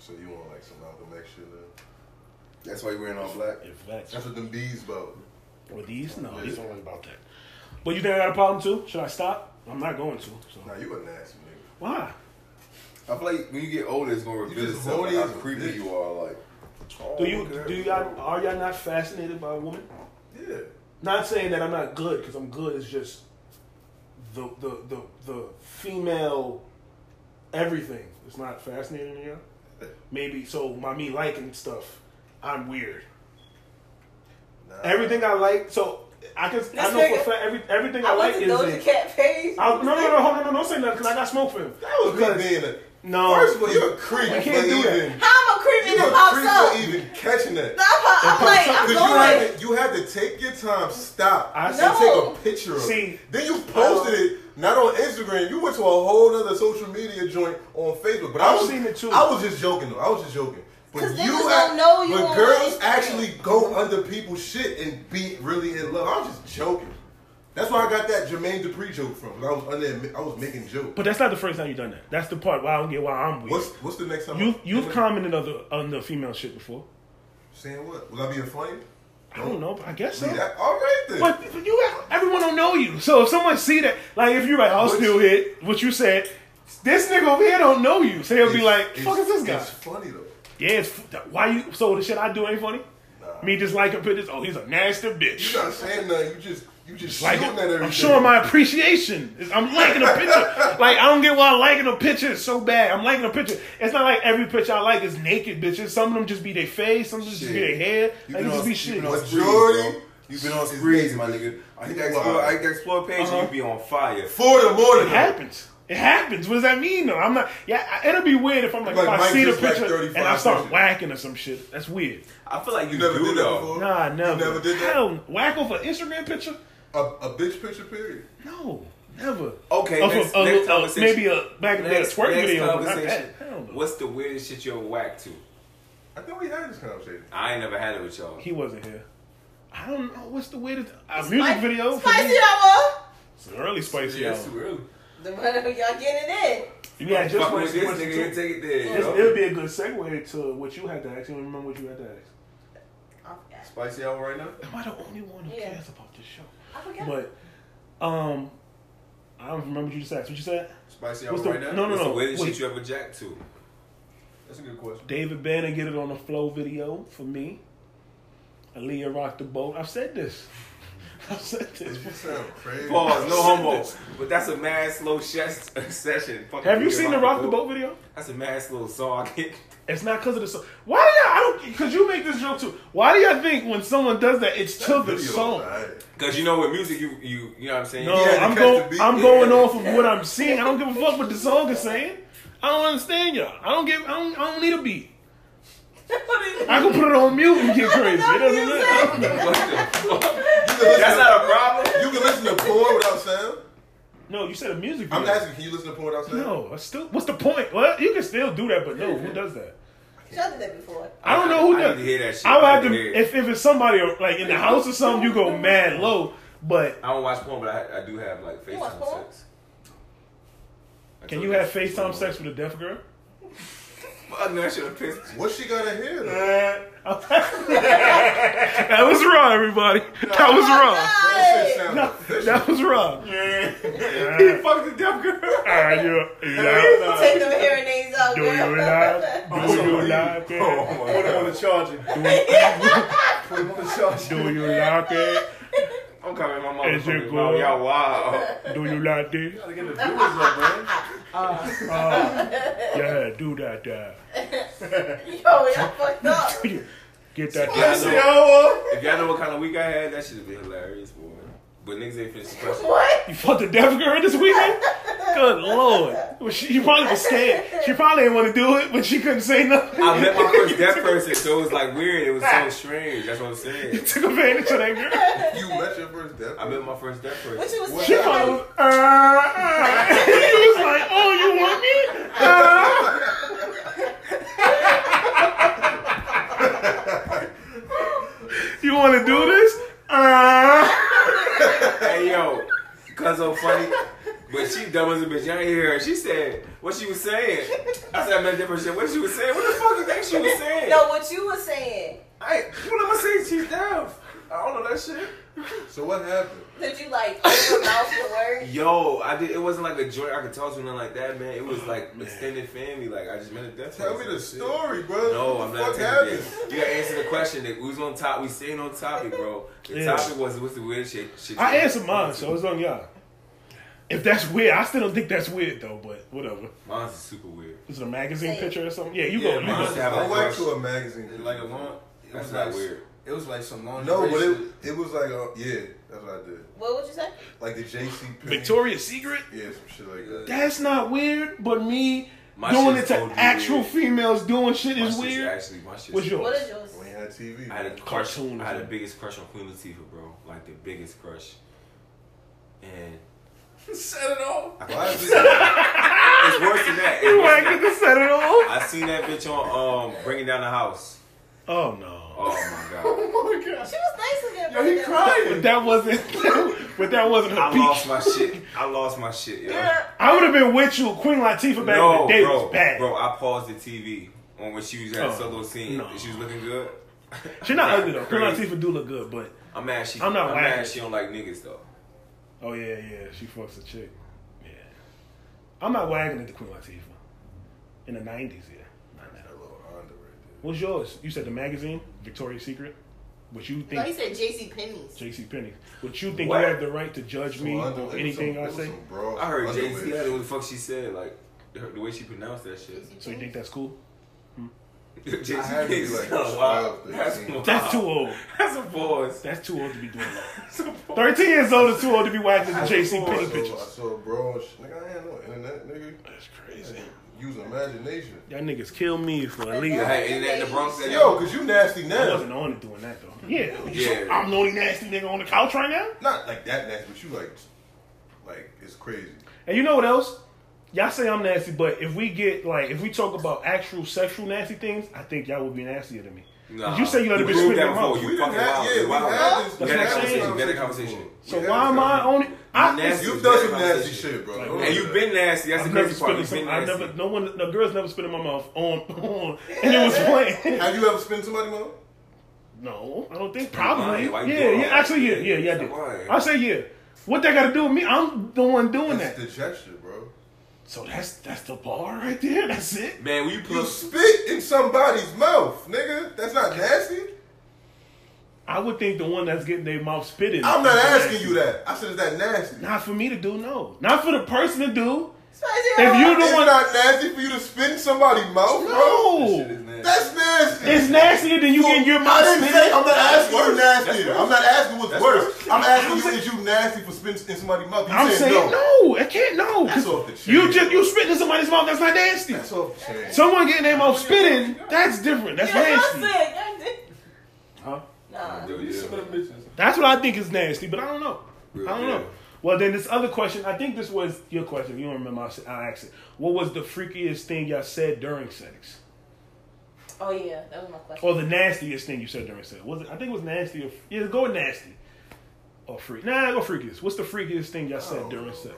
So you want like some Malcolm X shit? Then?
That's why you wearing all black.
If that's
That's what them bees about.
or these, no, these don't worry about that. But you think I got a problem too? Should I stop? I'm not going to. So.
Now you a nasty nigga.
Why?
I feel like when you get older, it's gonna reveal
just
itself like
horny
how
as a
creepy
bitch.
you are. Like, oh,
Do you
okay.
do y'all are y'all not fascinated by women?
Yeah.
Not saying that I'm not good because I'm good. It's just the the the the female everything. It's not fascinating to you. Maybe so. My me liking stuff. I'm weird.
Nah.
Everything I like. So I can. I
This
know for
nigga-
a fact every, everything I,
I
like
went
is.
to Doja
in-
Cat page.
I, no, no, no, hold on, no, don't say nothing because I got smoke for him.
That was
Because-
me being a.
No,
First of all, you're a creep.
I
for
can't do that.
even-
How am a creep
You're
nigga
a
pops
creep
up?
for even catching that.
No, I'm, I'm like, I'm
Because you had,
going.
to, you had to take your time, stop,
I
and
see.
No.
take a picture of
See,
it. Then you posted
uh,
it, not on Instagram. You went to a whole other social media joint on Facebook. But I
I've
was,
seen it too.
I was just joking, though. I was just joking. But
'Cause niggas
you
don't
act-
know you
But
on
girls
Instagram.
actually go under people's shit and be really in love. I was just joking. That's where I got that Jermaine Dupri joke from. 'cause I was under, I was making jokes.
But that's not the first time you've done that. That's the part why I don't get why I'm weird.
what's what's the next time?
You've
I'm-
you've commented on the on the female shit before.
saying what? Will I be a flame?
I don't know, but I guess so.
See that? All right then.
But you, everyone don't know you. So if someone see that, like if you're like, I'll still hit what you said. This nigga over here don't know you, so he'll
It's-
be like,
it's-
"Fuck is this guy?"
It's funny though.
Yeah, it's, why you? So the shit I do ain't funny.
Nah.
Me just liking pictures. Oh, he's a nasty bitch.
You not saying nothing. You just you just
Like,
shooting at everything.
I'm showing my appreciation. It's- I'm liking a picture. like I don't get why liking a picture is so bad. I'm liking a picture. It's not like every picture I like is naked bitches. Some of them just be their face. Some of them just be
Shit.
their hair.
You
Like
been
it just
on-
be
you
shit.
been on sprees,
Majority
bro. You've been on
is
sprees, my nigga. I think I explore, I think I explore page
Uh-huh.
and you be on fire.
Four to more
It
than that.
happens. It happens. What does that mean though? I'm not. Yeah, I- it'll be weird if I'm like,
Like,
if I
Mike
see the
just like
picture
35
and I start
pictures.
whacking or some shit. That's weird.
I feel like
You
you,
never
do
did that
though.
before.
Nah, never.
never did that?
Hell, whack off an Instagram picture?
A, a bitch picture period.
No, never.
Okay,
Of
next,
a- a-
next
a-
conversation.
maybe a back in the day a
next,
twerk
next
video. but not
conversation.
that. Hell no.
What's the weirdest shit you're whacked to?
I think we had this conversation.
I ain't never had it with y'all.
He wasn't here. I don't know what's the weirdest a
Spice-
music video. for
Spicy
me-
hour.
It's an early spicy
Yeah, it's
album.
too early.
The one who y'all getting it in.
Yeah, just
Fuck
what-
with this
what-
nigga, you take it there.
It's-
yo.
it would be a good segue to what you had to ask. You don't remember what you had to ask.
I forgot.
Spicy out right now.
Am I the only one who
Yeah.
cares about this show?
I forgot.
But um, I don't remember what you just asked. What you said?
Spicy out
What's the
right now.
no no
What's
no?
the weirdest
Wait.
shit you ever jacked to?
That's a good question.
David Banner get it on the flow video for me. Aaliyah rocked the boat. I've said this. I've said this.
You sound crazy.
Pause, no homo. But that's a mad slow shes- session. Fuck
Have
it,
you
nigga,
seen the rock the boat video?
That's a mad slow song.
It's not because of the song. Why do y'all? I don't. Because you make this joke too. Why do y'all think when someone does that, it's to the
Video,
song?
alright.
Cause you know with music, you you you know what I'm saying.
No,
You had to
I'm
catch the
going.
beat.
I'm
Yeah.
going off of what I'm seeing. I don't give a fuck what the song is saying. I don't understand y'all. I don't give. I don't. I don't need a beat. I can put it on mute and get crazy. It doesn't matter.
What
You can
the fuck?
listen
That's
to-
not a problem.
You can listen to porn without sound.
No, you said a music video.
I'm asking, can you listen to porn without sound?
No, I still. What's the point? Well, you can still do that, but no, who does that?
Y'all did that before.
I don't know who
I
does.
need to hear that shit.
I would have
I need to
to.
hear it.
If if it's somebody like in the house or something, you go mad low. But
I don't watch porn, but I, I do have like
You watch
FaceTime
porn?
sex. I
can
told
you have
that's
FaceTime
what
sex with a deaf girl?
I'm on. Fuck no, I should have pissed.
What she gotta hear? though?
That was wrong, everybody. That
Oh
was wrong.
That shit
Hey!
sound
No,
official.
that was wrong.
he fucked the deaf girl.
Are Ah, you alive?
Take them hearing aids out,
Do
girl.
you alive? Do you like
Oh
it?
my
Put him on
god.
the charger. Put him on the charger.
Do you like it?
I'm coming, my
Is it
mother.
good?
Mom, y'all wow.
Do you like this? Ah.
Gotta get the viewers up, man.
Yeah, do that. Uh,
Yo, y'all fucked up.
get that.
Yes,
down.
yo.
If y'all know what kind of week I had, that should have been hilarious, boy. But niggas ain't finished the question.
What?
You fucked a deaf girl this weekend? Good lord. Well, she, she probably was scared. She probably didn't want to do it, but she couldn't say nothing.
I met my first deaf person, so it was like weird. It was so strange. That's what I'm saying.
Took advantage of that girl.
You met your first death.
I met my first deaf
What
person.
you was
What
She
saying?
probably was, uh, uh. She was like, oh, you want me? Uh. you want to do this? Uh.
Hey yo, cuz so funny. But she dumb as a bitch. Y'all ain't hear her. She said what she was saying. I said I met a deaf person. What she was saying? What the fuck you think she was saying?
No, what you was saying.
I what am I saying? She's deaf. I don't know that shit.
So what happened?
Did you like open your mouth for words?
Yo, I did. It wasn't like a joint I could talk to nothing like that, man. It was like extended family. Like I just met a deaf
Tell me
person.
the
Shit.
story, bro.
No,
what
I'm
the
not
fuck
taking
happened?
this. You gotta answer the question. That who's on top? We staying on topic, bro. The
Yeah.
topic was what's the weird shit. shit
I
you-
answered mine, so it's on y'all. If that's weird, I still don't think that's weird though. But whatever.
Mine's is super weird.
Is it a magazine picture or something? Yeah, you go.
Yeah,
You
mine-
go.
Mine's have a
I went
crush.
to a magazine.
Like a long. It
That's
was
not
like
weird.
It was like some long.
No, but it it was like uh, yeah, that's what I did.
What would you say?
Like the JC Penney.
Victoria's Secret.
Yeah, some shit like that.
That's not weird, but me
My
doing it
shit's
to
OD
actual
weird.
females doing shit
My
is
shit's
weird.
Actually, my shit's
What's yours?
What is yours?
We ain't had TV.
I had a
man.
crush.
Cartoon or
I had the
something.
biggest crush on Queen Latifah, bro. Like the biggest crush. And
Set it off.
Why is it?
it's worse than that. It's
You
worse
ain't
than
get
that.
to set it off.
I seen that bitch on um bringing down the house.
Oh no.
Oh my god.
Oh my god.
She was nice again.
Yo, he crying.
But that wasn't. but that wasn't her
I lost
peak.
my shit. I lost my shit, yo.
I would have been with you, Queen Latifah back in
No,
the day
bro,
was bad.
bro. I paused the TV on when she was at
Oh,
solo scene.
no.
She was looking good.
She not
Yeah,
ugly though. Queen
crazy.
Latifah do look good, but
I'm mad she.
I'm
I'm
not
not. I'm mad
whacking.
she don't like niggas though.
oh yeah, yeah, she fucks a chick. Yeah. I'm not wagging at the Queen Latifah. In the 90s, yeah. Not now.
That little Honda right
What's yours? You said the magazine, Victoria's Secret. What you
No, he
think,
said J.C. Penney's.
J.C. Penney? What you think
What?
you have the right to judge
there.
me
Some under-
on
it was
anything
some- it
I
was
say?
some broad
I heard Jay Z.
underwear.
What the fuck she said? Like her- the way she pronounced that shit.
So you think that's cool?
Jay Z.
I had to be like
Wow,
12,
that's
13.
That's too old.
That's a pause.
That's too old to be doing that.
That's a pause.
13 years old is too old to be wagging at the J.C.
I
Penney
saw- I
pictures.
saw a bro and shit. Nigga, I ain't no internet, nigga.
That's crazy.
Use imagination.
Y'all niggas kill me for a leader.
Hey, and that in the Bronx. that-
Yo, cause you nasty
I
now.
wasn't on it doing that though. Yeah.
Yeah.
So I'm the only nasty nigga on the couch right now.
Not like that nasty, but you like, like it's crazy.
And you know what else? Y'all say I'm nasty, but if we get like if we talk about actual sexual nasty things, I think y'all would be nastier than me.
Nah.
You say you let a bitch
proved
spit in
that
your
before.
mouth.
You
We
fucking
done had-
wild.
yeah, we
wild.
had this-
We had
That's what I'm
that conversation.
saying.
We had that conversation.
So
Yeah,
why am I
exactly.
only? I
Nasty.
You've done some nasty shit, bro.
Like,
Don't
And you've been nasty. That's
I've
the
never
crazy
spit
part.
in
You've been
some. I never.
nasty.
No one. No girls never spit in my mouth on on, and it was playing.
Have you ever spent somebody money?
No, I don't think.
lying.
Probably.
Why you
Yeah,
doing
yeah.
all
Actually, yeah,
that?
yeah, yeah. I
Stop
did.
lying.
I say yeah. What that got to do with me? I'm the one doing
It's
that.
the gesture, bro.
So that's that's the bar right there. That's it.
Man, when you
You
pull up.
spit in somebody's mouth, nigga. That's not nasty.
I would think the one that's getting their mouth spit in.
I'm not asking you that. I said, is that nasty?
Not for me to do, no. Not for the person to do.
If
you don't-
It's not nasty for you to spit in somebody's mouth, bro.
No.
That's nasty.
It's nastier than you getting your
I
mouth
didn't
spit
say
in.
I'm not asking you nasty. I'm not asking what's
That's
worse.
worse.
I'm asking you, is you nasty for spitting in somebody's mouth? You
I'm
said
saying no. I can't, no.
That's off the chain.
You just, you spit in somebody's mouth, that's not nasty.
That's off the chain.
Someone getting their mouth spitting, that's different. That's nasty. Huh?
Nah.
That's what I think is nasty, but I don't know.
Real
I don't
deal.
know. Well, then this other question, I think this was your question. You don't remember, I said- I asked it. What was the freakiest thing y'all said during sex?
Oh yeah, that was my question.
Or the nastiest thing you said during sex? Was it? I think it was nasty. Or, yeah, go with nasty. Or freak. Nah, go freakiest. What's the freakiest thing y'all said
don't
during
know,
sex?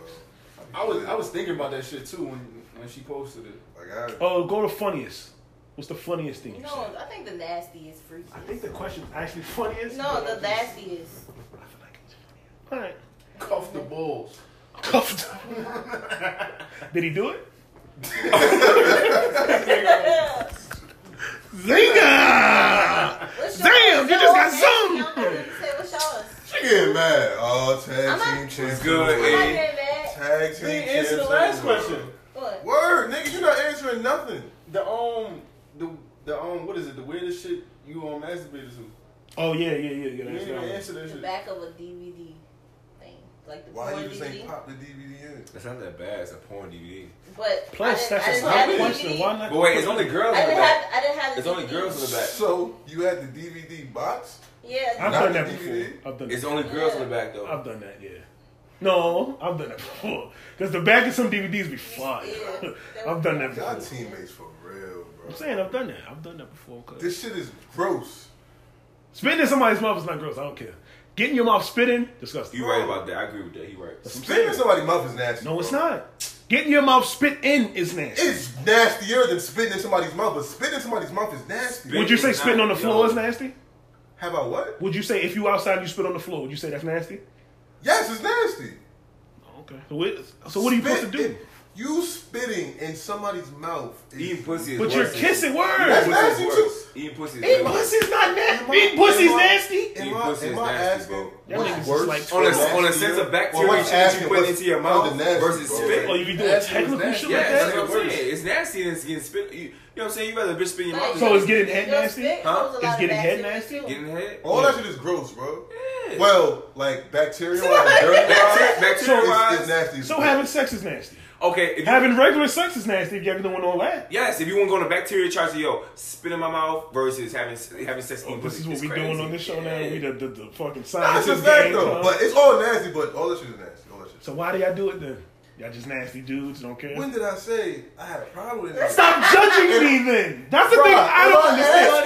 I was I was thinking about that shit too when when she posted it.
Like, I,
Oh, go to funniest. What's the funniest thing you
No,
said?
I think the nastiest freaky.
I think the question's actually funniest.
No,
but I
the
just-
nastiest.
I feel like it's funny. All right.
Cuff the balls.
Cuffed. Did he do it? Zinga!
What's
Damn,
yours?
you just got
Y'all
some.
don't know what to say, what's yours?
she getting mad. Oh, tag
I'm not-
team champions.
It's good,
I'm not
eh?
getting mad.
Tag team
They answer the
champs.
last question.
What?
Word, nigga, you're not answering nothing.
The um the the um what is it? The weirdest shit you um masturbated to.
Oh, yeah, yeah, yeah. yeah
You
that's
didn't even
right.
answer that
The
shit.
back of a DVD thing, like the
Why
porn
you just
DVD.
ain't pop the DVD in?
That's not that bad. It's a porn DVD.
But
Plus,
I didn't, I
that's a
didn't
not
have
a
the
question.
DVD.
Why not?
But wait, it's only girls
I
in the
didn't
back.
have. I didn't have. The
It's only
DVD.
girls in the back.
So you had the DVD box.
Yeah.
I've
Not
done
the
that
DVD.
before. I've done
It's
that.
only girls in the back though.
I've done that, yeah. No, I've done that before. Because the back of some DVDs be fire.
Yeah.
I've done that before.
Y'all teammates for real, bro.
I'm saying I've done that. I've done that before. Cause
this shit is gross.
spitting in somebody's mouth is not gross. I don't care. Getting your mouth spitting, disgusting.
You right about that. I agree with that. He right.
That's what I'm
Spitting in
saying.
somebody's mouth is nasty.
No, it's
bro.
not. Getting your mouth spit in is nasty.
It's nastier than spitting in somebody's mouth, but spitting in somebody's mouth is nasty.
Spit-
Would you say
It's
spitting on the
not,
floor
yo.
is nasty?
How about what?
Would you say if you outside and you spit on the floor, would you say that's nasty?
Yes, it's nasty.
Okay. So what, so what are you supposed to do?
you spitting in somebody's mouth. Is
Eating pussy is
But
worse
you're
than-
kissing
That's
words.
Eating
nasty
pussy is
too.
worse. Eating pussy is
Eating
way worse.
pussy's not nasty. Eating
Am
pussy's
I-
nasty.
Am
Eating
I,
pussy
am
is
I
nasty,
asking
bro.
Y'all niggas
what's
is
worse?
like-
On a,
Nasty.
on a sense of
Well,
bacteria
what's
shit that
nasty?
you put
What's
into your
under
mouth
nasty,
versus
bro?
spit.
Oh, you be doing
Nasty was
technical
nasty.
shit
Yeah,
like
that's
that?
what I'm saying. It's nasty and it's getting spit. You, you know what I'm saying? You rather bitch spit in your mouth.
So
than
it's getting head
Your
nasty?
spit
Huh?
holds a
It's
lot of
getting head
bacteria,
nasty?
getting head.
Oh,
All that shit is gross, bro.
Yeah.
Well, like bacteria, like
Bacteria-
dirt,
bacteria-wise,
is, is nasty.
So having sex is nasty.
Okay. If you,
Having regular sex is nasty if you're doing all that.
yes, if you want to go on a bacteria charge, yo, spit in my mouth versus having having sex.
Oh,
eating
this
pussy.
is what
It's
we
crazy.
doing on this show now.
Yeah.
We the, the, the fucking
That's a
scientists
fact
gang.
though.
huh?
But it's all nasty. But all that shit is nasty. All that shit.
so why do y'all do it then? Y'all just nasty dudes. Don't care.
When did I say I had a problem with this?
Stop judging me then. That's the thing I don't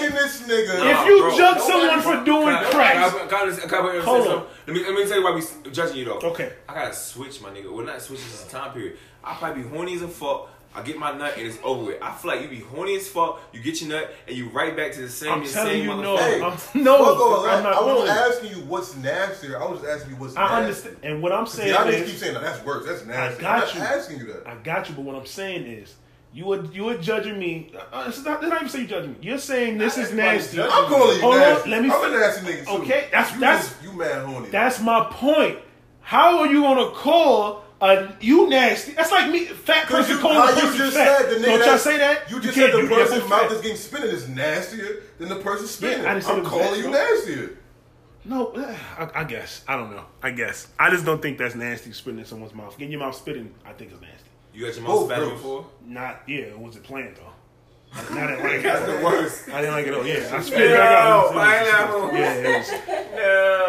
understand.
Asking this nigga.
If you
bro,
judge
nobody-
someone for doing
Can I-
crack,
can I- can I- can I- can I say
Hold on.
something? Let me let me tell you why we s- judging you though.
Okay.
I gotta switch my nigga. Well, not switch. This is a time period. I probably be horny as a fuck. I get my nut and it's over with. I feel like you be horny as fuck. You get your nut and you right back to the same
I'm
the
telling
same
you, no.
motherfucker.
I'm, Um, no,
Fuck all that.
I'm not.
I wasn't
no.
asking you what's nastier. I was just asking you what's
I
nasty.
understand. And what I'm saying
Y'all
is,
just keep saying, no, that's worse. That's nasty.
got
I'm not
you.
asking you that.
I got you, but what I'm saying is, you are you are judging me. Uh, it's not, it's not even saying judging me. You're saying this is nasty.
judging.
I'm calling you
Hold on,
nasty.
let me
I'm
see.
a nasty nigga too.
Okay, that's-
you
that's-
just- you mad horny.
That's my point. How are you gonna call a you nasty? That's like me, fat
Cause
person
you,
calling a
how you
person
just
fat.
said the nigga
Don't y'all
that-
say that?
You just
can't
said the
do that.
person's
Both
mouth
fat.
that's getting spinning is nastier than the person spinning.
I didn't say
I'm
the
calling
best,
you
though.
nastier.
No, I, I guess I don't know. I guess I just don't think that's nasty. Spitting in someone's mouth, getting your mouth spitting, I think is nasty.
You got your
Both
Oh,
mouth fatter
groups.
before?
Not yeah, it wasn't planned though. Not at like
That's the worst.
I didn't like it. Oh yeah, I spit it back out. It was- it was-
No,
Yeah, it was, it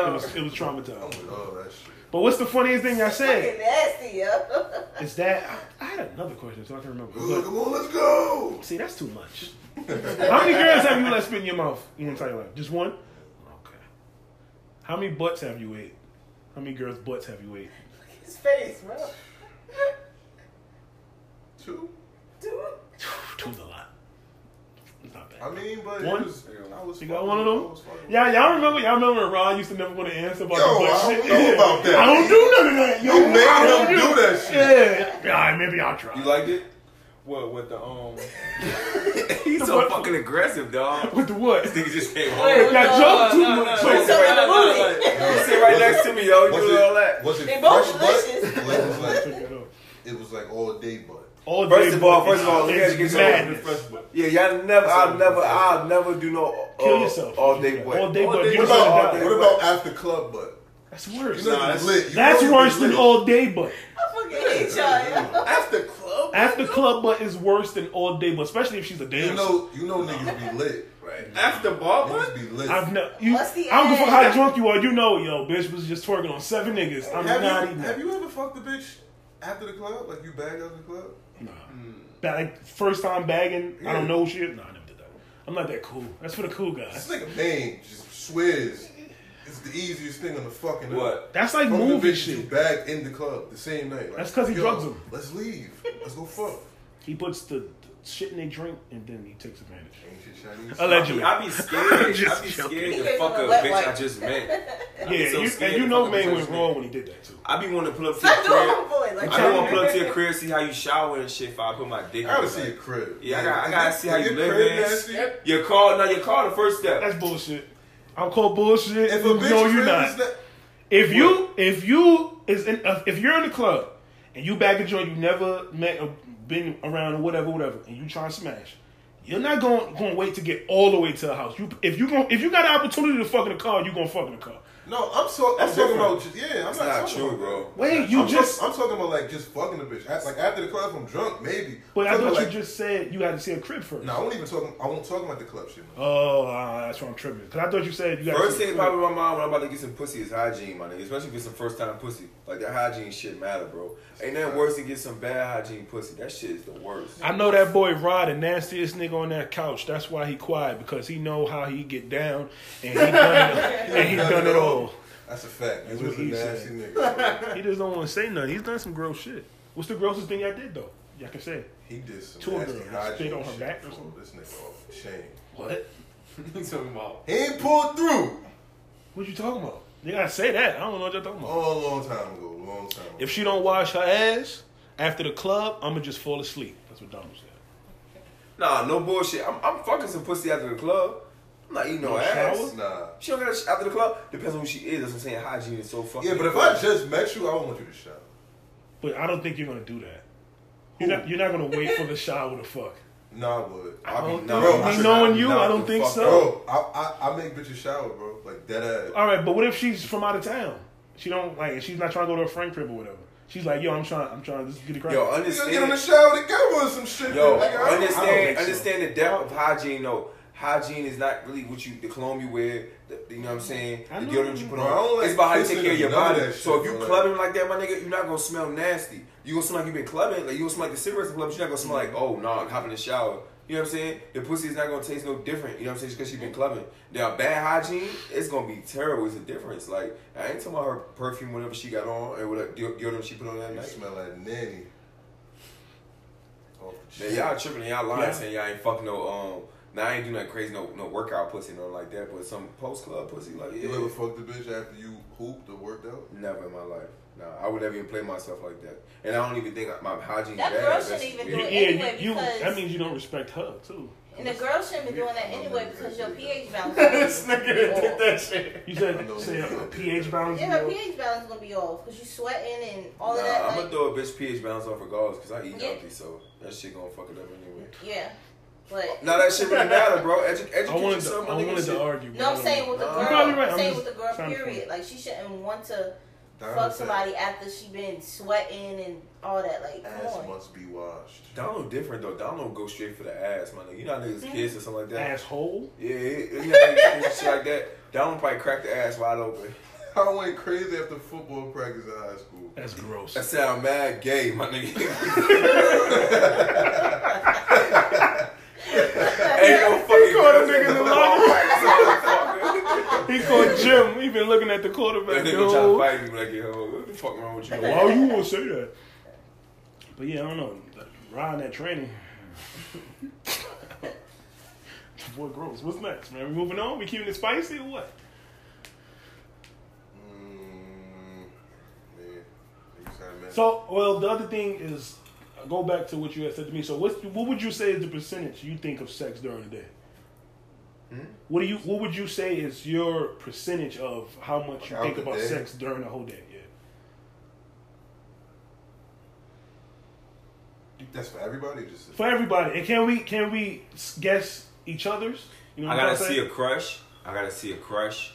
No.
was, it was traumatizing.
Oh, that shit.
But what's the funniest thing I
Fucking
said?
nasty, yo.
Is that I, I had another question, so I can remember.
Ooh,
But,
come on, let's go.
see, that's too much. How many girls have you let spit in your mouth your entire life? Just one. Okay. How many butts have you ate? How many girls' butts have you ate?
His face, bro.
Two.
Dude.
Two's a lot. It's not bad.
I mean, but
One?
it was, I was
You got
fucking-
one of
I was
them?
fucking-
Yeah, y'all remember? Y'all remember when Ron used to never want to answer about
Yo,
the butt
I don't
shit?
know about that.
I don't do none of that. Yo,
You made
I don't
him do that shit.
Yeah. All right, maybe I'll try.
You liked it?
What with the um?
He's so fucking aggressive, dog.
With the what?
Nigga just came
Y'all
home.
joke too much.
no, no, no, no, no.
You sit right next to me, yo. You
Was
do
it-
all that.
Was it
They both
fresh butt?
delicious.
Or it was like it was like all day butt.
All
First
day,
of all-
but
first of all, you
it's
gotta get your-
madness.
Yeah, y'all never. I'll never. I'll never do no. uh,
Kill yourself.
All day boy.
All day,
All
but
day
you
What
butt.
just gotta
about
die.
what about after club butt?
That's worse.
You know
Nah,
you
that's-
lit. You
That's
know you
worse than
lit.
all day, but
I fucking hate y'all, yo.
After club,
after club, but is worse than all day, but especially if she's a
You
dancer.
know, you know, niggas be lit. Right.
After bar
Niggas
what?
be lit.
I've no, you, I
What's
don't
the
give a fuck
ad?
how drunk you are. You know, yo, bitch was just twerking on seven niggas. I'm
have,
not
you,
even.
have you ever fucked a bitch after the club? Like you bagged after the club?
Nah. Ba- like first time bagging, I don't
Yeah.
know shit. Nah, I never did that. I'm not that cool. That's for the cool
This
guys.
nigga name just swears. It's the easiest thing on the fucking earth.
What?
That's like
Fuck the
movie
bitch you
shit.
bagged in the club the same night. Like,
That's 'cause he
yo,
drugs 'em.
Let's leave. Let's go fuck.
He puts the, the shit in their drink and then he takes advantage.
Ancient Chinese.
Allegedly.
I be scared.
Just
I be
joking.
scared
He
to fuck
gave
a
him a wet
bitch I
wipe.
just met.
Yeah,
be so
you,
scared
and you
to
know
fuck a bitch
May
I
went
just
wrong
met.
when he did that too.
I be wanting to pull up to your
Stop doing
crib.
my boy. Like,
I be want to pull up to your crib, see how you shower and shit. If I put my dick.
I gotta
in,
see
like-
your crib.
Yeah, I gotta- I gotta see how
If
you
your
live,
crib
man.
nasty,
Your call, no, your call, the first step.
That's bullshit. I'll call bullshit.
If a bitch
no, you're
crib
not.
is na-
if you if you is in uh, if you're in the club and you back a joint you never met or been around or whatever whatever and you try to smash, you're not going going to wait to get all the way to the house. You if you going if you got an opportunity to fuck in the car, you gonna fuck in the car.
no, I'm, so, I'm
That's
talking
different.
about. just- Yeah, I'm
That's
not,
not
talking
true,
about that.
bro.
Wait, you
I'm
just
talk- I'm talking about like just fucking the bitch. At- Like after the club, if I'm drunk, maybe.
but I
I'm
thought
talking about,
you
like-
just said you had to see a crib first.
No, I won't even talk. I won't talk about the club shit. man.
Oh, uh, that's why I'm tripping. Cause I thought you said you got
First
see a
thing that
crib.
popped in my mind when I'm about to get some pussy is hygiene, my nigga. Especially if it's a first time pussy. Like that hygiene shit matter, bro. Ain't nothing worse than get some bad hygiene pussy. That shit is the worst.
I know that boy Rod, the nastiest nigga on that couch. That's why he quiet because he know how he get down, and he done, and he done it all.
That's a fact. That's
what
what a
he
nasty
said.
nigga.
He just don't want to say nothing. He's done some gross shit. What's the grossest thing y'all did though? Y'all can say.
He did some
To a
nasty
girl. Spit
hygiene
on her
shit
back or
before
something?
This nigga off the chain.
What?
You talking about?
He ain't pulled through.
What you talking about? You gotta say that. I don't know what y'all talking about.
Oh, a long time ago. Long time. Ago.
If she don't wash her ass after the club, I'ma just fall asleep. That's what Donald said.
Nah, no bullshit. I'm, I'm fucking some pussy after the club. I'm not eating no,
No
ass.
shower?
nah.
She don't got a sh- after the club. Depends on who she is. That's what I'm saying. Hygiene is so fucking.
Yeah, but if I just met you, I don't want you to shout.
But I don't think you're gonna do that. You're not. You're not gonna wait for the shower to fuck.
Nah, I would.
I be
don't
knocked-
think-
I
me
should
knowing
not
you,
knock
I don't
the
think
fuck
so.
out.
Bro, I, I I make bitches shower, bro. Like dead ass.
All right, but what if she's from out of town? She don't like. She's not trying to go to a friend crib or whatever. She's like, yo, I'm trying. I'm trying to just get a crack.
Yo,
You gonna get in the
understand.
shower together or some shit? nigga.
Yo,
I don't- I don't
understand.
think so.
Understand the depth of hygiene though. Hygiene is not really what you the cologne you wear. The, you know what I'm saying?
I
The
know.
deodorant you put
Bro, I don't
on.
like
it's about how you
kissing
take care
and
of your
none of
body.
that
so if
shit,
you
bro.
clubbing like that, my nigga, you're not gonna smell nasty. You gonna smell like you've been clubbing. Like you gonna smell like the cigarettes in the club. But you're not gonna
Mm.
smell like oh nah, hop in the shower. You know what I'm saying? The pussy is not gonna taste no different. You know what I'm saying? Because she been clubbing. Now bad hygiene, it's gonna be terrible. It's a difference. Like I ain't talking about her perfume, whatever she got on, or whatever deodorant she put on that
You
night.
smell like nanny. Off
Now, y'all tripping and y'all lying saying y'all ain't fucking no um. Now I ain't do nothing crazy, no no workout pussy, nothing like that. But some post club pussy, like yeah,
You ever fucked a bitch after you hooped or worked out?
never in my life. No, I would never even play myself like that. And I don't even think my hygiene.
That
bad.
girl
That's-
shouldn't even
yeah.
do it.
yeah,
anyway,
you, you
because-
that means you don't respect her too.
And the girl shouldn't be doing that anyway because your pH balance is gonna be off.
You
I
said
know.
say a pH balance.
Yeah,
you know?
her pH balance is gonna be off because you sweating and
Nah,
all of that.
I'm
like,
gonna throw a bitch pH balance off regardless because I eat
Yeah.
healthy, so that shit gonna fuck it up anyway.
yeah, but
Now that shit really matter, bro. Edu-
I
educate
wanted to,
yourself.
I wanted to argue. but
no, I'm
I
saying with the
Nah.
girl,
You're probably
right.
I'm
I'm
saying
just
with the girl.
trying to
Period.
point.
Like she shouldn't want to
Diamond
fuck
said,
somebody after she been sweating and all that. Like, come
Ass
on.
must be washed.
Donald different though. Donald go straight for the ass, my nigga. You know how niggas kiss or something like that.
asshole.
Yeah, he- you know how niggas kiss and shit like that. Donald probably cracked the ass wide open.
I went crazy after football practice in high school.
That's gross.
That sound mad gay, my nigga. Ain't no fucking.
caught a nigga in the
locker
He called Jim. He been looking at the quarterback.
That nigga
dude.
try to fight me when I get home. What the fuck wrong with you?
Why you want to say that? But yeah, I don't know. Riding that training. Boy, gross. What's next, man? We moving on? We keeping it spicy or what?
Mm, yeah. You sound mad.
So, well, the other thing is, go back to what you had said to me. So, what's, what would you say is the percentage you think of sex during the day?
Hmm?
What do you? What would you say is your percentage of how much you
Throughout
think
the
about
day?
sex during the whole day? Yeah.
That's for everybody. or Just
For everybody, and can we can we s- guess each other's? You know
I
what
gotta
I'm
see
saying?
a crush. I gotta see a crush.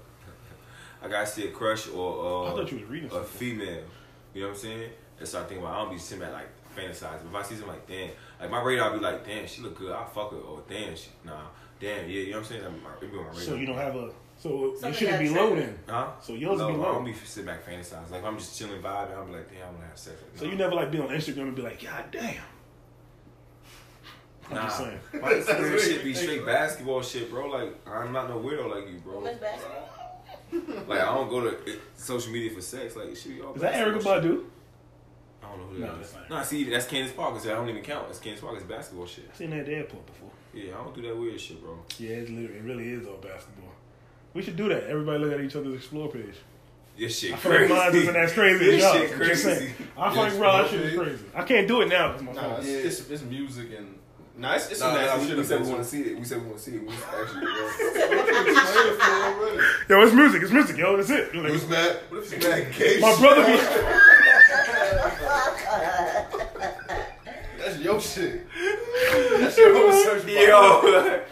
I gotta see a crush or uh,
I thought you was reading
a
something.
female. You know what I'm saying? And so I think about I don't be sitting there like fantasizing. If I see something like damn, like my radar be like damn, she look good. I fuck her. Or damn, she nah, damn, yeah. You know what I'm saying? Like, my, it be on my radar.
So you don't have a. So
Something
you shouldn't
got
be
triggered.
low then.
Huh?
So yours
no,
be
I
low.
don't be sitting back fantasizing. Like if I'm just chilling, vibing. I'm like, damn, I wanna have sex.
So you never like be on Instagram and be like, God damn. I'm
Nah,
just saying.
my Instagram shit be straight basketball shit, bro. Like I'm not no weirdo like you, bro.
How much basketball?
Like I don't go to uh, social media for sex. Like shoot, y'all.
Is that
basketball
Erica
shit.
Badu?
I don't know who
No,
that
that's
is.
not
No, I see that's Candace Parker. So I don't even count. That's Candace Parker's basketball shit.
I've seen that at the airport before.
Yeah, I don't do that weird shit, bro.
Yeah, it's literally, it really is all basketball. We should do that. Everybody look at each other's explore page.
This shit
I feel like
crazy.
mine isn't as crazy as
This
y'all.
shit
I'm just saying.
crazy.
I feel like Rod's shit is crazy. I can't do it now. 'cause my
Nah,
phone.
it's, it's, it's music and nah, it's, it's
Nah,
some
nah,
nasty
we,
shit.
we said we
up
want
there,
to
too.
see it. We said we want to see it. We actually, bro.
Yo, it's music. It's music, yo. That's it. You're like,
Who's mad? What if she's mad gay?
my brother be.
That's your shit.
Yo,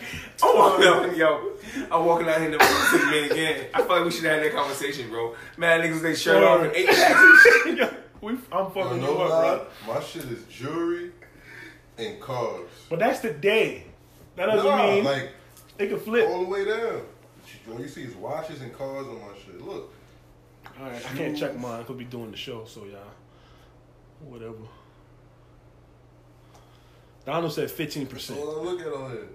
Oh,
I'm walking out, yo, I'm walking out here in the to the man again. I feel like we should have had that conversation, bro. Mad niggas, with they shirt off and eight packs.
Yo, we, I'm
Yo,
fucking
no
you up,
lie,
bro.
My shit is jewelry and cars.
But that's the day. That doesn't
Nah,
mean
like
it could flip.
all the way down. All you see is watches and cars on my shit. Look,
All right, I can't check mine. Could be doing the show, so y'all, whatever. Donald said fifteen percent.
well, look at all here.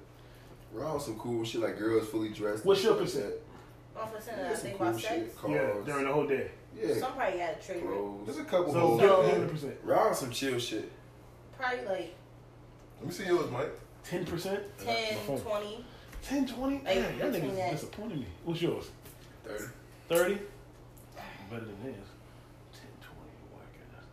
Around some cool shit like girls fully dressed.
What's your
and shit
percent?
One percent
like that.
of that
Some
think
cool
about
shit.
sex.
Yeah,
Cars.
during the whole day.
Yeah.
Some probably got a trigger.
There's
Bros.
a couple
So
holes.
hundred
Let
percent,
Around some chill shit.
Probably like
me see yours, Mike.
ten percent,
10, 20.
10, 20?
Like,
Damn, y'all
between
niggas
that.
disappointed me. What's yours?
Thirty.
Thirty. Better than his. 10, 20, whack ass.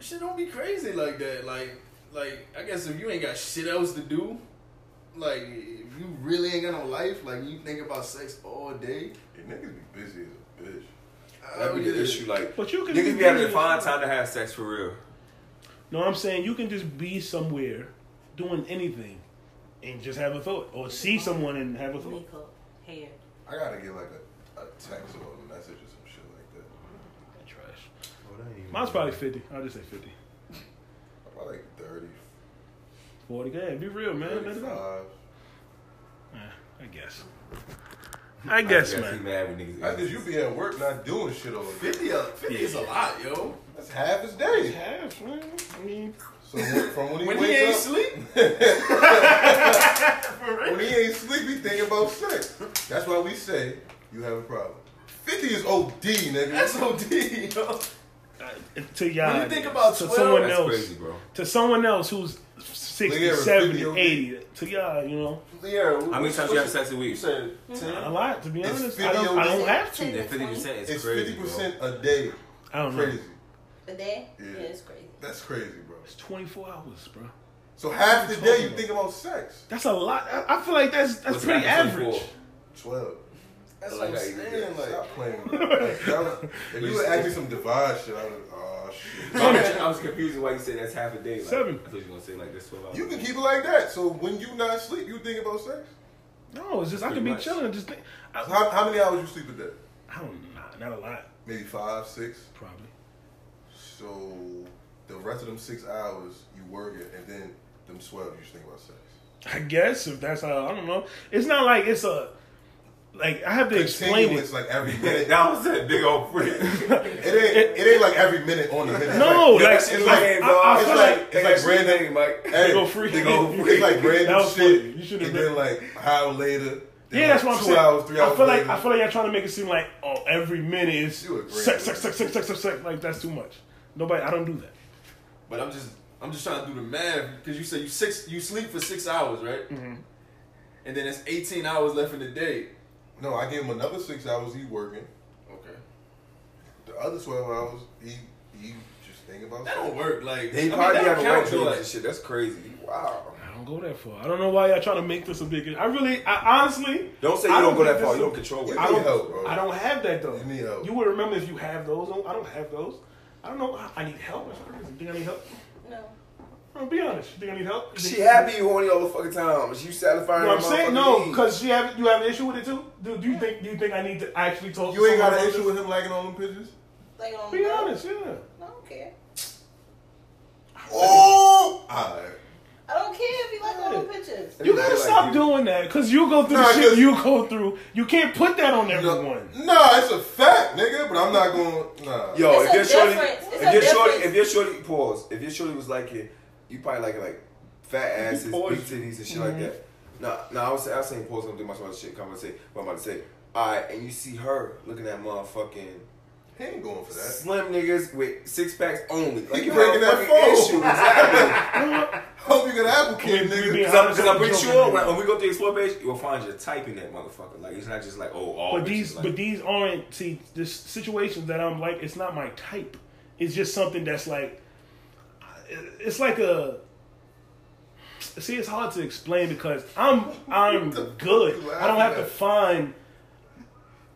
Shit don't be crazy like that. Like, like I guess if you ain't got shit else to do, like if you really ain't got no life, like you think about sex all day.
Hey, niggas be busy as a bitch.
That be the issue. Like,
But you can
niggas
be
be having
doing
to find
this-
time to have sex for real.
No, I'm saying you can just be somewhere, doing anything, and just have a thought, or see someone and have a thought.
Makeup, hair.
I gotta get like a, a text or a message or some shit like that.
Trash. Mine's probably fifty. I'll just say fifty.
Probably like 30,
Forty. Yeah, be real, man. Let it out.
35.
I guess. I
I
guess,
think I
man.
be mad when niggas.
That's because you be at work not doing shit all day.
50, a- 50 is a lot, yo.
That's half his day.
Half, man. I mean,
So when- from when he
When he
wakes
ain't
up,
sleep,
when he ain't sleep, he thinking about sex. That's why we say you have a problem. 50 is OD, nigga.
that's OD, yo.
I to y'all.
When you think about
to
12,
someone
That's
else,
crazy, bro.
to someone else who's 60,
Lear was
70,
video
80, to y'all, you know,
Yeah.
How many times you have sex a week?
said?
a
Ten.
lot. To be
It's
honest, I
video
don't, I don't
games.
have to.
That fifty percent is
It's
crazy,
fifty
bro.
percent a day.
I don't know.
Crazy.
A day?
Yeah.
Yeah, it's crazy.
That's crazy, bro.
It's 24 hours, bro.
So half the day you think about sex.
That's a lot. I, I feel like that's that's
What's
pretty
that,
average.
24?
Twelve.
That's
I
what
like how
I'm
you did
saying.
that.
Like,
Stop playing. with me. Like, that was- if you would ask me some divine shit, I would. Oh shit.
I was confused why you said that's half a day. Like,
Seven.
I thought you were gonna say like this twelve hours.
You can keep it like that. So when you not sleep, you think about sex.
No, it's just I could be
much.
chilling. and Just think, I,
How, how many hours you sleep a day?
I don't know, not a lot,
Maybe five, six.
probably.
So the rest of them six hours you working, and then them twelve you just think about sex.
I guess if that's how I don't know. It's not like it's a like I have to explain it.
Continuous, like every
Yeah,
minute.
that was a big old freak.
It ain't. It ain't like every minute on the minute. It's
No,
like,
Oh, like,
it's
it's
like,
like, I, I
it's
feel
like,
like,
it's like random.
Mike.
Hey,
go free.
They go
You-
free. It's like
that
random
was funny.
shit.
You should've
and
been-
then like an hour later. then,
yeah, that's what
like,
I'm
two
saying.
hours, three hours
I feel like
later.
I feel like y'all trying to make it seem like oh every minute is
You a great
sex, sex,
man.
sex, sex, sex, sex, sex. Like that's too much. Nobody, I don't do that.
but I'm just, I'm just trying to do the math because you said you six, you sleep for six hours, right?
Mm-hmm.
And then it's 18 hours left in the day.
no, I gave him another six hours. He working.
Okay.
The other twelve hours, he he just think about
That
sex.
don't work. Like
They
I mean,
probably
that
have
count,
white
though,
dreams
like-
and shit. That's crazy. Wow.
I don't go that far. I don't know why y'all trying to make this a big. I really, I honestly,
Don't say you
I
don't, go
think
that far.
this
You don't
is-
control it.
I
I
need
don't,
help, bro.
I don't have that though.
You need help.
You would remember if you have those. I don't have those. I don't know. I- I need help. Think I need help?
No.
No, be honest. You think I need help?
She happy you horny all the fucking time. She satisfying.
You know what I'm
her
saying?
motherfucking
No,
needs.
because she have you have an issue with it too. Do, do you think do you think I need to actually talk?
You
to
ain't got
someone
an
about
issue
this?
with him liking all them pictures.
Like on
Be honest, yeah.
I don't care.
Oh, alright.
I don't care if you like all the pictures.
You gotta
like
stop
you-
doing that because you go through
Nah,
the shit
'cause-
you go through. You can't put that on
No,
everyone.
nah, it's a fact, nigga. But I'm not going. Nah.
Yo,
It's
if
a
you're shorty,
difference. It's
if
a
you're shorty,
difference.
if you're shorty, pause. If your shorty was like it, you probably like it like fat asses, big titties, and shit
Mm-hmm.
like that. No, no, I was I was saying pause. Don't do much about shit. Come and say what I'm about to say. All right, and you see her looking at motherfucking
He ain't going for that.
slim niggas with six packs only. Like, you
breaking
breaking
that
that
phone.
issue. Exactly.
Hope you got apple kid,
We- we
nigga.
being honest,
Because I'm pretty
joking,
sure
man.
when, when we go through the explore page, you'll find your type in that motherfucker. Like it's not just like oh all.
But these,
bitches, like,
but these aren't see the s- situations that I'm like. It's not my type. It's just something that's like, it- it's like a. See, it's hard to explain because I'm I'm good. I don't have to find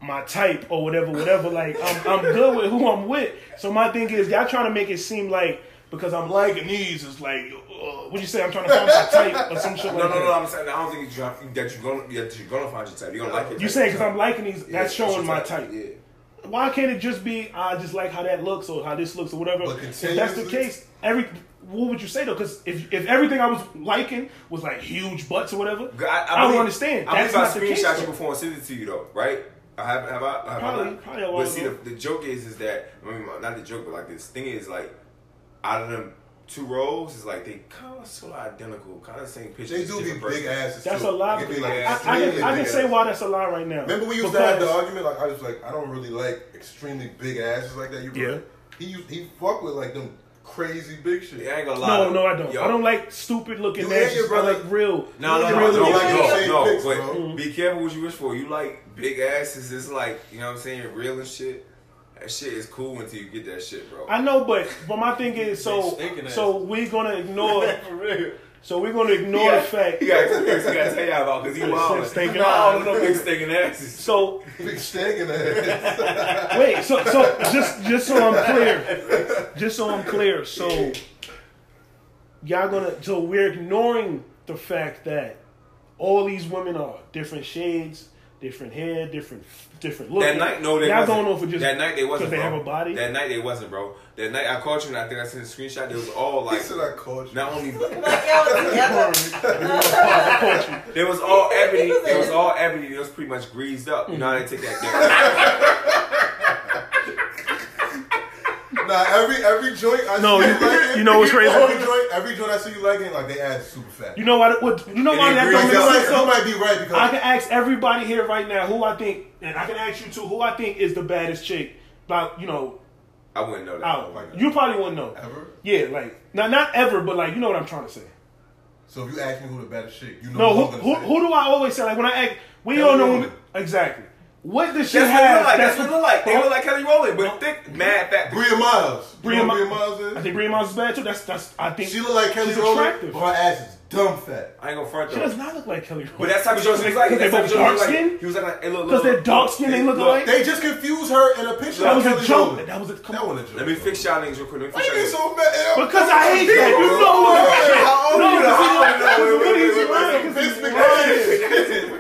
my type or whatever, whatever. Like I'm I'm good with who I'm with. So my thing is, y'all trying to make it seem like because I'm liking these is like, uh, what you say? I'm trying to find my type or some shit
No,
like
no,
that.
no! I'm saying I don't think you drop, that you're gonna that you're gonna find your type. You're gonna like it.
You saying because I'm liking these? that's showing my type.
Yeah.
why can't it just be I just like how that looks or how this looks or whatever?
But
If that's the
continuously-
case, every what would you say though? Because if if everything I was liking was like huge butts or whatever,
I, I,
don't
believe-
understand.
I
That's
believe
not
I
the case,
screenshot
though.
you before and sent it to you though, right? I have, have I? Have I
Probably-
not?
probably a while
But see, the,
ago.
the joke is, is that I mean, not the joke, but like this thing is like, out of them two roles, is like they kind of sort of identical, kind of same picture.
They
just
do be
different person.
big asses.
that's
too.
a lie.
They be
because
like
I, I,
extremely
can, I can
big
say
asses.
why that's a lie right now.
Remember we used to have the argument. Like I was like, I don't really like extremely big asses like that. You
Yeah.
He used, he fuck with like them crazy big shit.
Yeah, I ain't gonna lie.
No, no, I don't.
Yo.
I don't like stupid looking
You
nasty.
and your
I
brother-
like real.
No, no,
You
no,
really
no,
don't like the
no,
same
no,
picks,
but
bro.
be careful what you wish for. You like big asses, it's like, you know what I'm saying, real and shit. That shit is cool until you get that shit, bro.
I know, but but my thing is so
stinking ass.
so we're gonna ignore
For real.
so we're gonna ignore the fact.
You got experience, you gotta tell y'all about, because he wild.
Stinking
I don't know big stinking asses.
So
Big stank in the ass.
Wait, so so just just so I'm clear, just so I'm clear, so y'all gonna so we're ignoring the fact that all these women are different shades, different hair, different different look.
That night, no, they
y'all
wasn't.
going over just
that night they wasn't.
they
bro.
have a body.
That night they wasn't, bro. That night I called you and I think I sent a screenshot. It was all
He
like,
said I called you.
not only
Like y'all together.
It was all ebony.
He was
It was
like-
all ebony. It was pretty much greased up. You know how they take that down.
Nah, every every joint I
No,
see
you-
liking,
you know what's crazy?
Every joint, every joint I see you liking, like they ass super fat.
you know why? What, you know why
It
that
agrees
don't
Like,
make
you might, you might be
sense? though?
right because
I can ask everybody here right now who I think, and I can ask you too, who I think is the baddest chick. About you know,
I wouldn't know that.
out.
Oh, Like-
you probably wouldn't know.
Ever?
Yeah, like not not ever, but like you know what I'm trying to say.
So if you ask me who the baddest chick, you know
No,
what
who,
I'm
who,
gonna say.
who do I always say? Like when I act, we
Kelly
all know when we,
Rowland.
exactly what does she
That's what it
have.
look like. That's what it look like. They
Hold
look
on.
like Kelly Rowland, but thick, mad, fat.
Bria Miles. You
Bria
know
Mi-
who Bria
I
Miles
think Bria Miles is bad too. That's that's I think
is? She look like Kelly
She's
Rowland,
attractive.
but her ass is dumb fat.
I ain't gonna front
she does
though.
not look like Kelly Rowland.
But that's how he was like.
because they
That's how
both
he
dark
was like.
skin.
He was like, hey, look, look,
Because they're
look.
dark skin, they look alike.
They just confuse her in a picture.
That
of
was a
Kelly
joke.
Rowland.
That was a- come
that
on.
wasn't a joke.
Let me fix y'all niggas real quick.
Why
Let me
you
fix y'all
get
niggas.
so mad?
Because I hate that. You know what?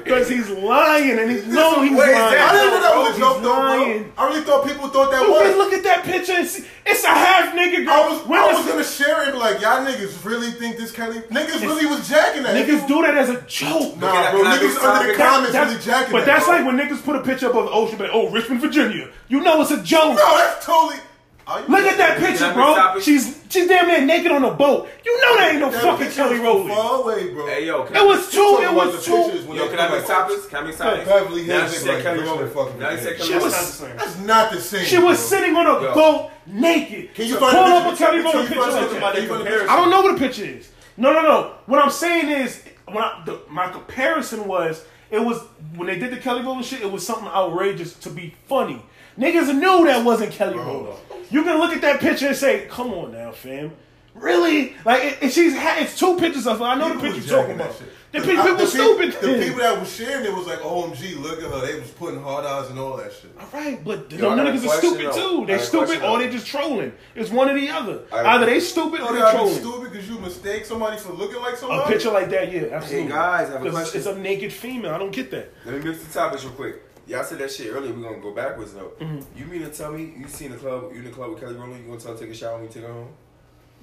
Because he's lying and he's no, he's
Wait, is
lying.
I
that-
didn't know that was a
He's
joke, though,
lying.
bro. I really thought people thought that
You can
was.
look at that picture and see it's a half nigga girl.
I was,
When
I
is-
was gonna share it and be like, y'all niggas really think this Kelly niggas really was jacking that.
niggas do that as a joke.
Nah,
Can I-
bro,
can I be
niggas under the
sorry?
comments
That's-
really jacking
but
that.
that's
bro.
like when niggas put a picture up of Ocean Bay. Oh, Richmond, Virginia. You know it's a joke.
no, that's totally. Are you-
Look at that
Can I
picture,
be
bro.
topic?
She's she's damn near naked on a boat. You know that ain't no
That
fucking
picture
Kelly
was
Rowland.
Far away, bro.
Hey, yo. can I-
It was two.
Talking
It
about
was
the pictures
two.
when
Yo,
they
can I
come
make
out.
topics? Can I make topics?
Beverly
Now
Hills
she
is
said
like
Kelly
Richmond
Rowland.
fucking
Now you said
Virginia.
Kelly
She was-
Rowland.
That's not the same.
She was
bro.
sitting on a
Yo.
boat naked.
Can you
So
find
pull
a
up a
picture-
Kelly
can you find
Rowland
a
picture. like
picture
that.
about that comparison?
I don't know what the picture is. No, no, no. What I'm saying is, when I, the, my comparison was, it was when they did the Kelly Rowland shit. It was something outrageous to be funny. Niggas knew that wasn't Kelly Rowland. You can look at that picture and say, "Come on now, fam." Really? Like, it, it- she's ha- it's two pictures of her. I know
People
the
was
picture you're talking
jacking that
about.
shit.
The,
The-
pe-
I-
people
the pe-
stupid.
The people that was sharing it was like, OMG, look at her. They was putting hard eyes and all that shit.
Right, but the
Yo, I got a
niggas are
question,
stupid
though.
too.
I
They
got a
stupid
question,
or
though.
they just trolling. It's one or the other.
I-
Either they stupid
You
or they
know, that'd be
trolling.
stupid because you mistake somebody for looking like
A
somebody.
picture like that, yeah, absolutely.
guys, I have a
'Cause
question.
It's a naked female. I don't get that.
Let me mix the topics real quick. Y'all said that shit earlier. We're gonna go backwards though. You mean to tell me you seen the club? You in the club with Kelly Rowland? You gonna tell her to take a shower when you take her home?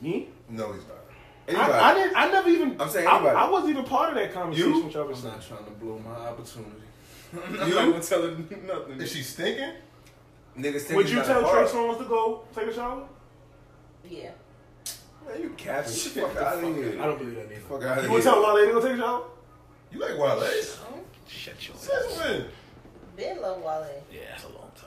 Me?
No, he's not.
Anybody?
I, I didn't. I never even.
I'm saying
I,
anybody.
I wasn't even part of that conversation.
You?
With y'all was
I'm
saying.
not trying to blow my opportunity. I'm not gonna tell her nothing.
Is she stinking?
Niggas take
Would you tell Trey Songz to go take a shower?
Yeah.
Man, you capping. Shit, fuck out of here.
I don't believe that either.
Fuck out of
You
here.
would tell Lale to go take a shower?
You like Wale?
Oh,
Shut your.
Since when?
been love Wale.
Yeah, that's a long time.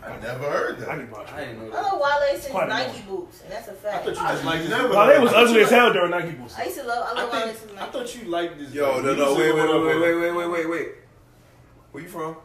I never heard
I
that.
can watch.
I didn't know that.
I love Wale since
Quite a
Nike
moment.
boots, and that's a fact.
I
I,
like never.
Lale was ugly as hell during Nike Boots.
used to love. I love
I,
Wale since
think, I
Nike.
thought you liked this.
Yo, no, no, wait, wait, wait, wait, wait, wait, wait, wait. Where you from?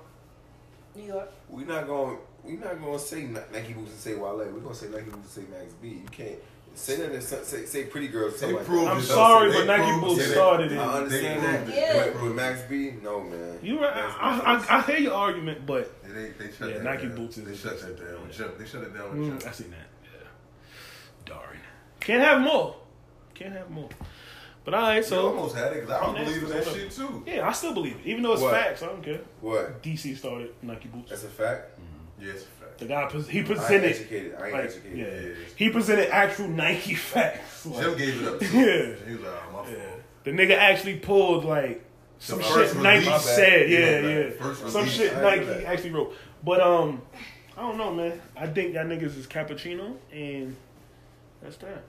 New York.
We not going. We not going to say Ni- Nike boots and say Wale. We gonna say Nike boots and say Max B. You can't say that. And say, say, say pretty girls. or
They
something like
proved
that.
I'm
it, though.
sorry,
They
but Nike
proved
Bulls
it.
started it.
I
They
understand
proved
that.
it. Yeah.
But with Max B, no man.
You right.
Max B
I,
first.
I, I hear your argument, but
They, they, they shut
Yeah,
that
Nike
down.
boots is-
They shut that down. with Jump. They shut it down. With
Mm, I
Jump.
seen that. Yeah. Darn. Can't have more. Can't have more. But all right,
So
so
almost had it because I don't
Next
believe in that
one.
shit too.
yeah, I still believe it, even though it's
What?
facts. I don't care.
What?
DC started Nike boots.
That's a fact.
Yeah, it's a fact.
The guy pres-
I
he
ain't
presented
educated. I ain't
like
educated.
yeah,
Yeah, yeah.
he presented actual Nike facts. Like,
Jim gave it up. Too.
Yeah.
he was like, oh, my fault.
yeah. The nigga actually pulled like some
first
shit Nike
release.
said.
You
Yeah,
know
yeah.
that. First
some
release.
shit
I
Nike
know that.
actually wrote. But um, I don't know, man. I think y'all niggas is cappuccino, and that's that.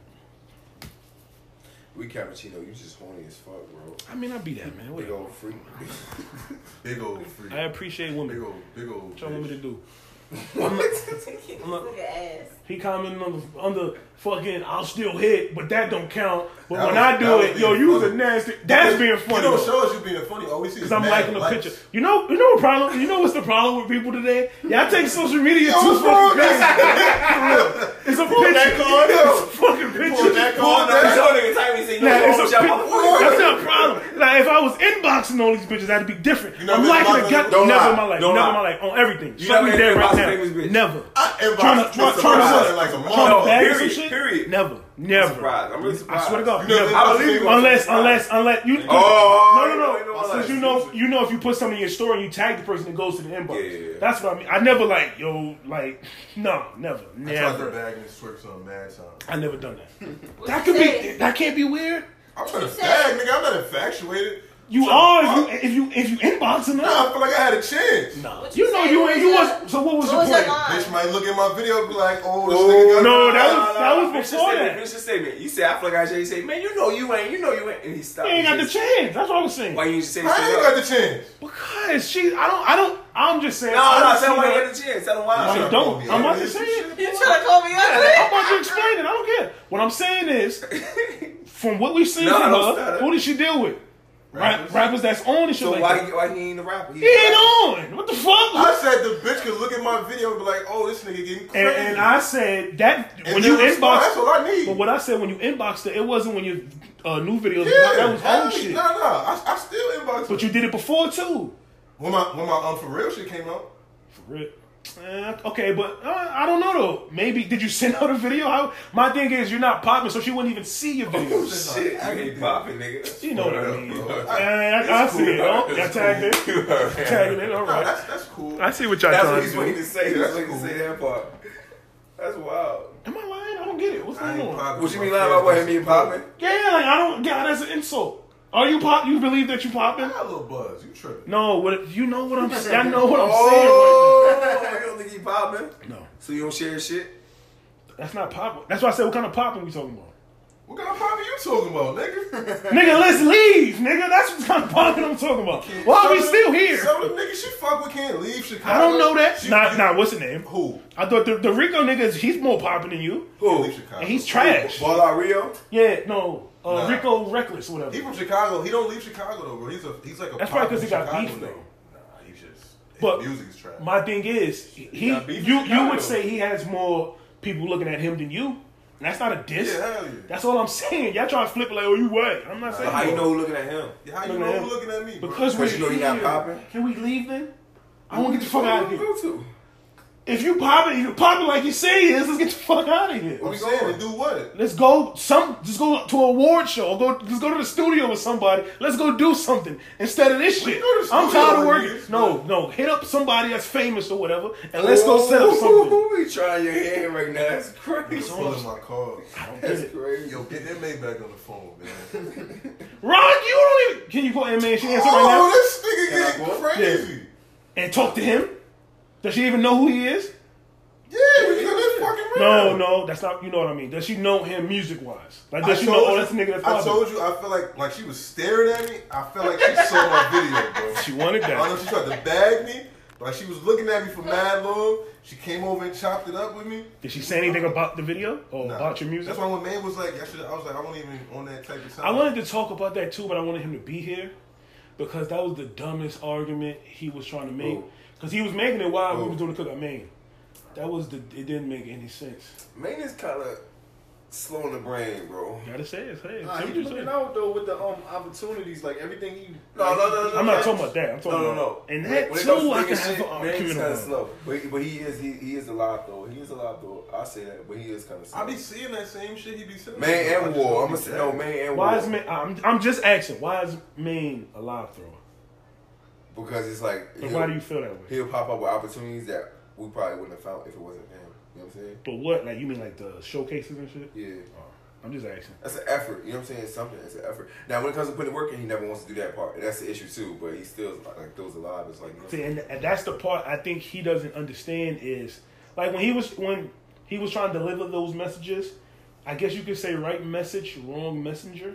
We cappuccino. You just horny as fuck, bro.
I mean, I be that man.
Big
Whatever.
old freak.
Big old free.
I appreciate
Big
women.
old, big old.
What y'all want me to
bitch.
do?
Look at ass.
He commented on the, on the fucking I'll still hit, but that don't count. But
That
when
was-
I do
that was
it, yo,
being
you was a
funny.
nasty. That's being funny.
You don't show us you being funny. All we see is
Cause I'm
mad
liking the
likes.
picture. You know, you know what problem? You know what's the problem with people today? Y'all take social media
Yo, what's
too
wrong
fucking
with that?
serious. It's a picture. It's a fucking picture.
that
Pull
card
that-
up.
Nah, it's a pic- That's not a problem. Like if I was inboxing all these bitches, that'd be different.
You never
I'm liking a
inboxing
gun.
them?
Don't
Never
lie.
in my life.
Don't
never
lie.
in my life. On everything.
You
Shut me
never
dead right
inboxing
now.
famous bitches?
Never.
I am
Trying to- trying to-
trying like a
Trying to
mom.
bag
period,
some shit?
period.
Never. Never.
Surprised. I'm really surprised.
I swear to God.
You know,
never.
I believe you.
Unless, unless, unless you.
Oh, I
no, no,
know,
no.
I know, I
Because
know.
you know, you know, if you put something in your story and you tag the person, it goes to the inbox.
Yeah, yeah, yeah.
That's what I mean. I never like yo, like no, never,
I tried to
never.
bag and swerve on mad time.
I never done that.
What
That
you
could be.
say?
That can't be weird.
I'm trying to
said-
bag, nigga. I'm not infatuated.
You
uh,
are if you if you if you inboxing
Nah,
them.
I feel like I had a chance.
Nah.
What you
You know
say?
you ain't.
What was
You
your-
was. So what was
what
your
was your
point?
line?
Bitch might look at my video and be like, oh, this nigga got
No, that was that was
finish your
before
statement.
that.
Finish your statement. You say, I feel like I should say, man, you know you ain't, you know you ain't. And he stopped.
He ain't got the
just-
chance. That's what I was saying.
Why you just say
I ain't
straight
got
up?
the chance.
Because she, I don't, I don't, I'm just saying.
No,
I
no,
don't
tell
see
him why you
no-
got the chance. Tell
I'm
him
I
not
why.
don't.
gonna be
I'm about to
honest.
say it.
You trying to call me
I'm
ugly?
about to explain it. I don't care. What I'm saying is, from what we've seen
No,
from
no,
her,
stop it.
who did she deal with? Rappers, rappers that's on and shit
So
like
why,
that.
why he ain't a rapper?
He ain't on. What the fuck?
I said the bitch could look at my video and be like, "Oh, this nigga getting
and,
crazy."
and I said that
And
when
then
you
respond, that's
inbox.
all I need.
But what I said when you inboxed her, it wasn't when your uh, new videos.
yeah,
that was
hell,
old shit.
Nah, nah, I, I still inbox.
But you did it before too.
when my when my um for real shit came out,
For real. Eh, okay, but uh, I don't know though. Maybe did you send out a video? How, my thing is, you're not popping, so she wouldn't even see your videos.
Shit, I ain't popping, nigga.
You know what I mean.
Bro.
Eh, I, I see it. Oh, y'all tagged it. Tagging it. All
nah,
right.
that's that's cool.
I see what y'all
That's what
trying
he's
to do.
waiting to say.
That's
That's waiting to
cool.
say that part. That's wild.
Am I lying? I don't get it. What's
I
going
ain't
on?
popping.
What you
My
mean lying
friends
about what him
don't
and
see
popping?
Yeah, like I don't. God, that's an insult. Are you pop? You believe that you
it. I
popping?
got a little buzz. You tripping?
No, what you know what I'm saying. I know what I'm
Oh, you don't think he popping?
Oh.
saying. Right now. No,
So you don't share his shit?
that's not popping. That's why I said what kind of popping we talking about.
What kind of pop are you talking about, nigga?
Nigga, let's leave, nigga. That's what kind of popping I'm talking about. Why are we
Some of
still
the-
here?
Some of the niggas she fuck with can't leave Chicago.
I don't know that.
She-
Nah,
you-
nah. What's the name?
Who?
I thought the, the Rico nigga is he's more popping than you,
Who? Leave Chicago.
and he's trash.
Ball out Rio?
Yeah, no, uh,
Nah.
Rico reckless, whatever.
He from Chicago. He don't leave Chicago though, bro. He's a he's like a.
That's probably 'cause
because
he got beef, though.
Nah, he just.
But-
But music's trash.
My thing is, he
Nah, beef
you
is
you
Chicago.
would say he has more people looking at him than you, and that's not a diss.
yeah, hell yeah.
That's all I'm saying. Y'all trying to flip it like, oh, you what? I'm not saying.
How you
that.
know who looking at him?
Yeah, How you
Looking
know
at
who
him.
looking at me? Bro?
because we're
Because you know he not
here,
popping?
Can we leave then? I want to get the fuck out of here.
Go to.
If you popping, you popping like you say it is. Let's get the fuck out of here.
I'm saying to do what?
Let's go some. Just go to a award show. Or go. Just go to the studio with somebody. Let's go do something instead of this shit.
go to the
I'm
studio
tired of
with
working.
niggas,
No, no. Hit up somebody that's famous or whatever, and let's go set up something.
Ooh, he trying your hand right now. That's
He's
crazy.
pulling my car.
That's crazy.
Yo, get that Maybach on the phone, man.
Ron, you don't even. Can you call Emma and she answer
oh,
right
this nigga getting crazy.
now and talk to him? Does she even know who he is?
Yeah, we got that fucking
No,
real.
no, that's not. You know what I mean? Does she know him music wise? Like,
I
does she know? Oh,
told
that's a
you-
nigga that's
I
popping.
told you, I feel like like she was staring at me. I felt like she saw my video, bro.
She wanted
I don't
that.
know if she tried to bag me, but like she was looking at me for mad long. She came over and chopped it up with me.
Did she say anything about the video or
Nah.
about your music?
That's why when man was like, I, should, I was like, I wasn't even on that type of time.
I wanted to talk about that too, but I wanted him to be here because that was the dumbest argument he was trying to
Oh.
make. Because he was making it while we was doing the cookout main. That was the. It didn't make any sense.
Man is kind of slow in the brain, bro.
Gotta say it. Say it.
Nah,
Say
he
what you
looking
say.
out though with the um opportunities, like everything he.
No, no, no, no.
I'm not talking about that. I'm talking
No, no,
about
no.
and that
When it comes
too.
to
I
nigga
can have
shit,
an
man, he's
argument
kind of
about.
slow, but but he is he, he is alive though. He is alive though. I say that, but he is kind of slow.
I be seeing that same shit he be saying.
man and war. I'm gonna
just
say
don't be
no
mad.
man and war.
Why is Maine? I'm, I'm just asking. Why is Maine a live thrower?
Because it's like
Like,
he'll-
why do you feel that way?
He'll pop up with opportunities that we probably wouldn't have found if it wasn't for him. You know what I'm saying?
But what? Like you mean like the showcases and shit?
Yeah.
I'm just asking.
That's an effort. You know what I'm saying? It's something. It's an effort. Now, when it comes to putting work in, he never wants to do that part. And that's the issue, too. But he still, like, throws alive. It's like, you know,
See, and, and that's the part I think he doesn't understand is like when he was when he was trying to deliver those messages. I guess you could say right message, wrong messenger,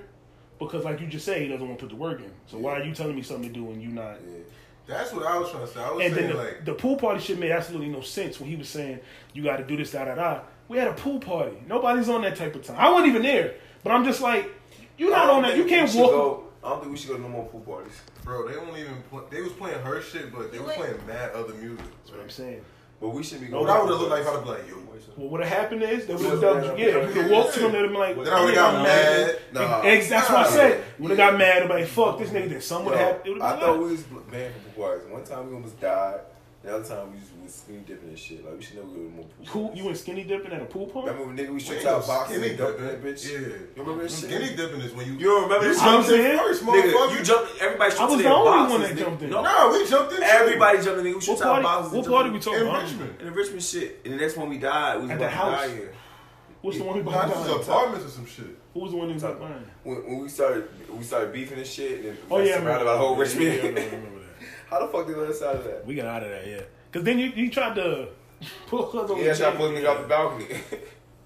because like you just say, he doesn't want to put the work in. So why are you telling me something to do and you not?
yeah.
That's what I was trying to say. I was
And then
saying
the,
like,
the pool party shit made absolutely no sense when he was saying you got to do this, da da da. We had a pool party. Nobody's on that type of time. I wasn't even there, but I'm just like, you're
I
not
don't
on that.
think
You can't
we should
walk.
Go, I don't think we should go to no more pool parties.
bro, they don't even. Play, they was playing her shit, but they were
Wait.
playing mad other music.
That's what I'm saying.
But we should be
What
going
I would have Oh, looked like, if I'd have been like, yo.
Well, what happened is they would
wasn't
have dubbed you.
there.
Yeah, you could walk to them. They'd have been like,
Then I would
"Yeah,
have
I'm
got
mad."
mad.
Nah.
Ex- that's what I
Nah.
said. When they
Yeah.
got mad, everybody fuck this nigga. Then someone
Yo,
had. It would've
I
been
thought
like-
we was bl- banned from pool parties. One time we almost died. The other time we just was skinny dipping and shit. Like, we should never go to no more pool
Who
parties.
you and skinny dipping at a pool party?
Remember when nigga we
We
stripped
ain't
out
no
boxing
skinny
and dumping that
dipping.
bitch?
Yeah.
You remember that shit?
Skinny dipping is when you.
You don't remember
You
that
jumped
shit?
in first,
Nigga, you
motherfucker.
jumped. Everybody
I
jumped
was
in
the only
boxes,
one that
nigga.
jumped in.
No,
Nah, we jumped in.
everybody jumped in. Nigga, we
What
should out
party?
boxes.
What
and
party we
jumped
talking
in
about?
Richmond.
in. In the Richmond shit. And the next one we died. We was
At the
about to
house.
die here.
What's the one who was
Nah, this is
behind?
apartments or some shit.
Who was the one who was behind?
When, when we started, we started beefing and shit. And then
Oh yeah, I
surrounded by
remember.
the whole Richmond.
Yeah, yeah, I remember- I remember that.
How the fuck did the other side of that?
We got out of that, yeah. Cause then you you tried to pull us over.
Yeah, I tried
the
pulling nigga off the balcony.
gate.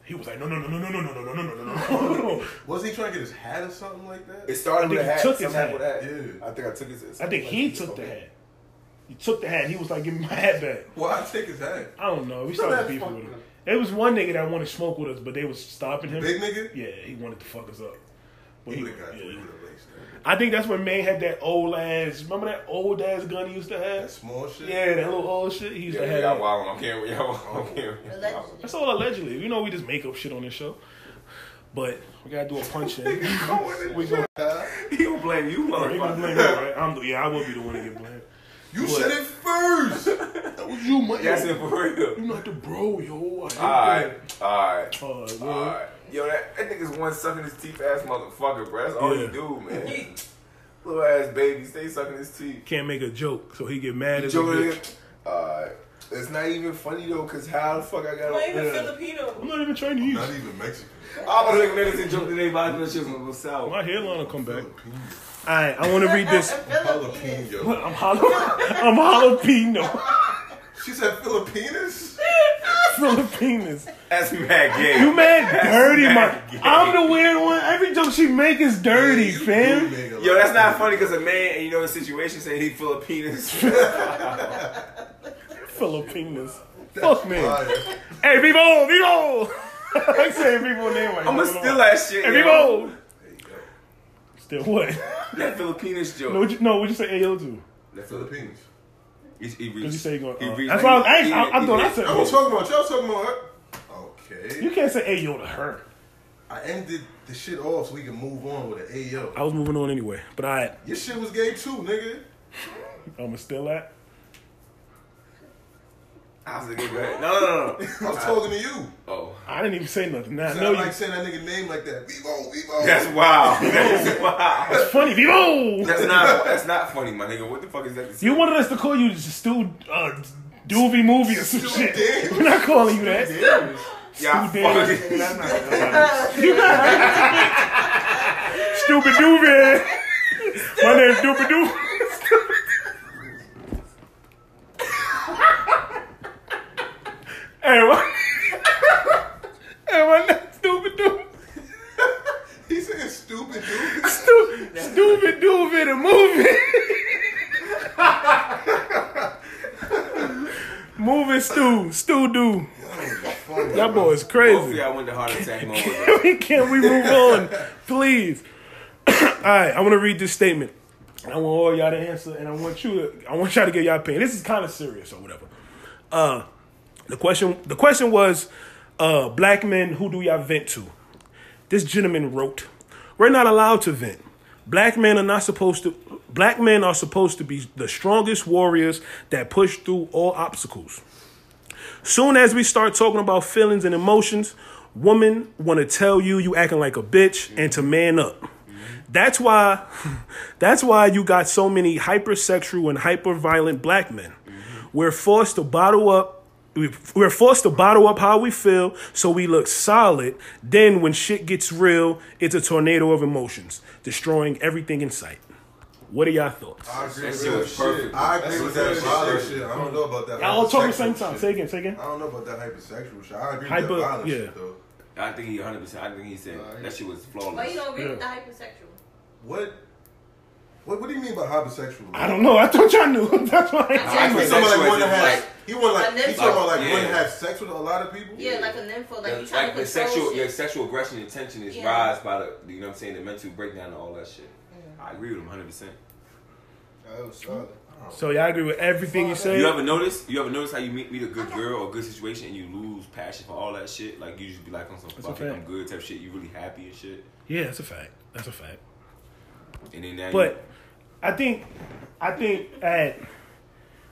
He was like, no, no, no, no, no, no, no, no, no, no, no, no, no.
Was he trying to get his hat or something like that?
It started
I think
with a
he
hat.
took his
Some hat
hat.
with a hat.
Yeah.
I think I took his.
I think he took the hat. He took the hat. and He was like, give me my hat back.
Why take his hat?
I don't know. We started beefing with him. There was one nigga that wanted to smoke with us, but they was stopping him.
Big nigga?
Yeah, he wanted to fuck us up. But
He
he-
would have got you. He
yeah.
would have laced that.
I think that's when May had that old ass. Remember that old ass gun he used to have?
Small shit?
Yeah, that little old shit. He used
Yeah,
to have.
y'all
that.
wildin'. I'm carrying. Y'all wildin'. I'm carrying.
Allegedly.
That's all allegedly. You know, we just make up shit on this show. But we gotta do a punch in. we gonna,
He gonna blame you,
we gonna blame me, right? I'm, the- yeah, I will be the one to get blamed.
You said it first! that was you, my
That's it for real.
You not the bro, yo. I
Alright,
hate
alright,
that. Uh, yeah.
alright. Yo, that, that nigga's one sucking his teeth ass motherfucker, bro. That's all
Yeah.
he do, man. Little ass baby, stay sucking his teeth.
Can't make a joke, so he get mad as a
Joe,
bitch.
alright. It's not even funny though, cause how the fuck I got
Not even
on.
Filipino.
I'm not even Chinese.
Not even Mexican.
I'm gonna look at this and jump to their body, but she was gonna go south.
My hairline will come back.
Jalapeno.
All right, I want to read this.
Jalapeno.
I'm hollow. I'm jalapeno.
She said Filipinas?
Filipinas.
That's mad gay.
You mad dirty,
mad
my. I'm the weird one. Every joke she make is dirty,
You
fam.
do make a lot
Yo, that's
of
not funny because a man, and you know the situation, saying he Filipinos.
Filipinas. Fuck man.
fire.
Hey, vivo, vivo. I say vivo name like
I'ma
that.
steal that shit.
Hey,
yo.
vivo. Still what?
That Filipinos joke.
No, what you, no, what you say? Ayo to?
That Filipino.
Filipinos.
He, he
Because you
reached.
say you going.
He
Uh,
reached
that's
like
why I was
he-
asking. I, I
he
thought I
reached.
said.
I was
Ayo.
talking about y'all talking about her. Okay.
You can't say ayo to her.
I ended the shit off so we can move on with an Ayo.
I was moving on anyway, but I right,
Your shit was gay too, nigga.
I'ma steal that.
I was like, go ahead. No, no, no.
I was talking to you.
Oh,
I didn't even say nothing. Now I
I
know
don't
you.
like saying that nigga name like that. Vivo, Vivo.
that's wow. That's wow.
It's funny, vivo.
That's not. That's not funny, my nigga. What the fuck is that?
You wanted us to call you Stu uh, Doovy Movie or some
Stu
shit.
Davis.
We're not calling you that.
Y'all
Stu Davis.
fucking-
That's not- that's not- You not right. Stupid Doovy. My name's Stupid Doovy. Hey, what? Hey, my name's Stupid Doovy.
He said stupid dude.
Stu- Stupid Doovy the movie. Moving Stu, Stu do. That boy is
Both of
crazy.
y'all went to heart attack mode. bro.
Can we move on, please? all right, I want to read this statement. I want all y'all to answer, and I want you. To, I want y'all to get y'all opinion. This is kind of serious or whatever. Uh, the question. The question was, uh, black men, who do y'all vent to? This gentleman wrote, "We're not allowed to vent. Black men are not supposed to. Black men are supposed to be the strongest warriors that push through all obstacles." Soon as we start talking about feelings and emotions, women want to tell you you acting like a bitch and to man up. That's why that's why you got so many hypersexual and hyperviolent black men. We're forced to bottle up we- we're forced to bottle up how we feel so we look solid. Then when shit gets real, it's a tornado of emotions, destroying everything in sight. What are y'all thoughts?
I agree
That
with
shit
that
was
shit.
perfect.
I agree with that
That's
violent
perfect.
shit. I don't know about that.
Y'all all talk at the same
hypersexual
time.
shit.
Say again, say again.
I don't know about that hypersexual shit. I agree
Hyper-
with that violent
yeah.
shit though.
I think he 100. percent I think he said that shit was
Why you
flawless.
don't read
Yeah.
the hypersexual?
What? What? What do you mean by hypersexual?
I don't know. I thought y'all knew. That's why. I-
He was talking about like one that has. He want like
Like
he talking about like
nympho.
one that
Yeah.
has sex with a lot of people.
Yeah, like a nympho, like you
Like,
trying to
the
control
sexual,
shit.
your sexual aggression and tension is
Yeah.
rise by the, you know what I'm saying, the mental breakdown and all that shit. I agree with him 100. percent
That was solid.
So y'all agree with everything you say?
You ever notice? You ever notice how you meet, meet a good girl or a good situation and you lose passion for all that shit? Like you just be like on some
a
fuck it,
fact.
I'm good type shit. You really happy and shit,
Yeah, that's a fact. That's a fact.
and then now
But I think, I think at,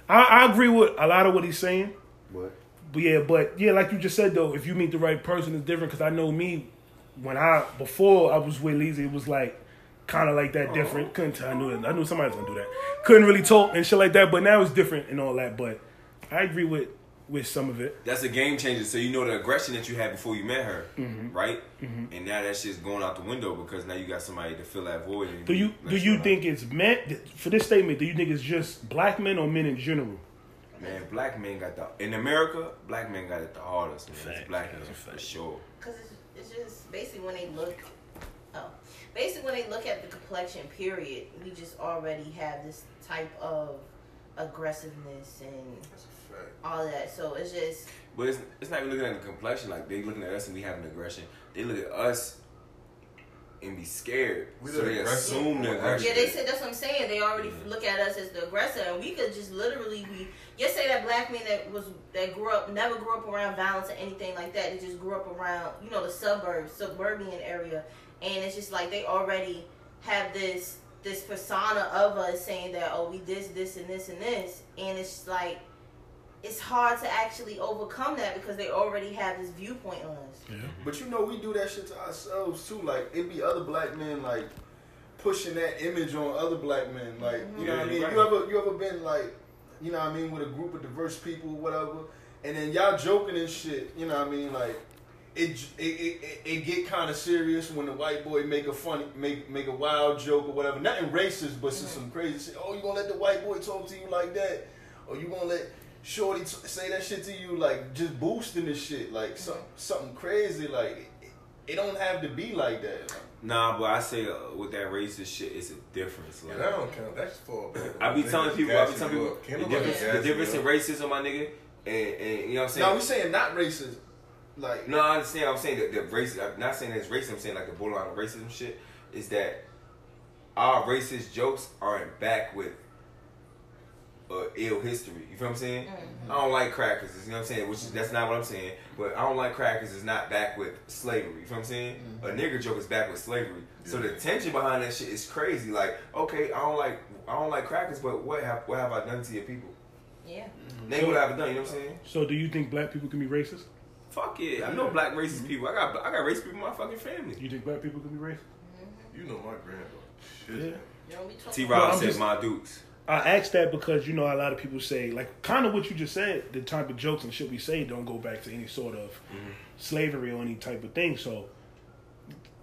I, I agree with a lot of what he's saying.
What?
But yeah, but yeah, like you just said though, if you meet the right person, it's different. Because I know me, when I before I was with Lizzie, it was like kind of like that
Oh.
different. Couldn't tell. I knew I knew somebody was gonna do that. Couldn't really talk and shit like that. But now it's different and all that. But I agree with with some of it.
that's a game changer. So you know the aggression that you had before you met her,
Mm-hmm.
right? And now that shit's going out the window because now you got somebody to fill that void. And
Do you
let
do you
out.
think it's meant for this statement? Do you think it's just black men or men in general?
Man, black men got the in America, black men got it the hardest, man.
Fact.
It's black
That's
men
a
for
fact.
sure.
Because it's, it's just basically when they look, oh, basically when they look at the complexion, period, we just already have this type of aggressiveness and
That's a fact.
all that. So it's just,
But it's, it's not even looking at the complexion like they looking at us and we having aggression. They look at us and be scared.
We
so
the
they
aggressor.
assume the aggression.
yeah, they said that's what I'm saying. They already look at us as the aggressor, and we could just literally be. Just say that black men that was that grew up never grew up around violence or anything like that. They just grew up around you know the suburbs, suburban area, and it's just like they already have this this persona of us saying that oh we this this and this and this, and it's just like it's hard to actually overcome that because they already have this viewpoint on us.
But you know, we do that shit to ourselves too. Like it be other black men like pushing that image on other black men. Like you know what I mean. You ever you ever been like you know what I mean with a group of diverse people, whatever, and then y'all joking and shit. You know what I mean like. It, j- it, it, it- it get kind of serious when the white boy make a funny make make a wild joke or whatever. Nothing racist, but just some crazy shit. Oh, you gonna let the white boy talk to you like that? Or you gonna let Shorty t- say that shit to you, like just boosting this shit, like some, something crazy. Like it, it don't have to be like that.
Nah, but I say uh, with that racist shit, it's a difference. Like,
Yeah, that don't count. That's for.
I be telling people, I be telling people, the difference, the difference in
in
racism, my nigga, and, and you know what I'm saying.
Now we saying not racist, like
No, I understand. I'm saying that the race. I'm not saying that it's racist. I'm saying like the borderline of racism shit is that our racist jokes aren't back with uh, ill history. You feel what I'm saying? I don't like crackers. You know what I'm saying? Which is that's not what I'm saying. But I don't like crackers is not back with slavery. You feel what I'm saying? A nigger joke is back with slavery. So the tension behind that shit is crazy. Like, okay, I don't like I don't like crackers, but what have what have I done to your people?
Yeah.
Name what I've done. You know what I'm saying?
So do you think black people can be racist?
Fuck it. I know black racist people. I got I got racist people in my fucking family.
You think black people can be racist?
You know my grandpa. Shit.
Yeah.
You know, we talk
T
Well,
Rob
I'm
said,
just-
"My dudes."
I asked that because you know a lot of people say like kind of what you just said. The type of jokes and shit we say don't go back to any sort of
Mm-hmm.
slavery or any type of thing. So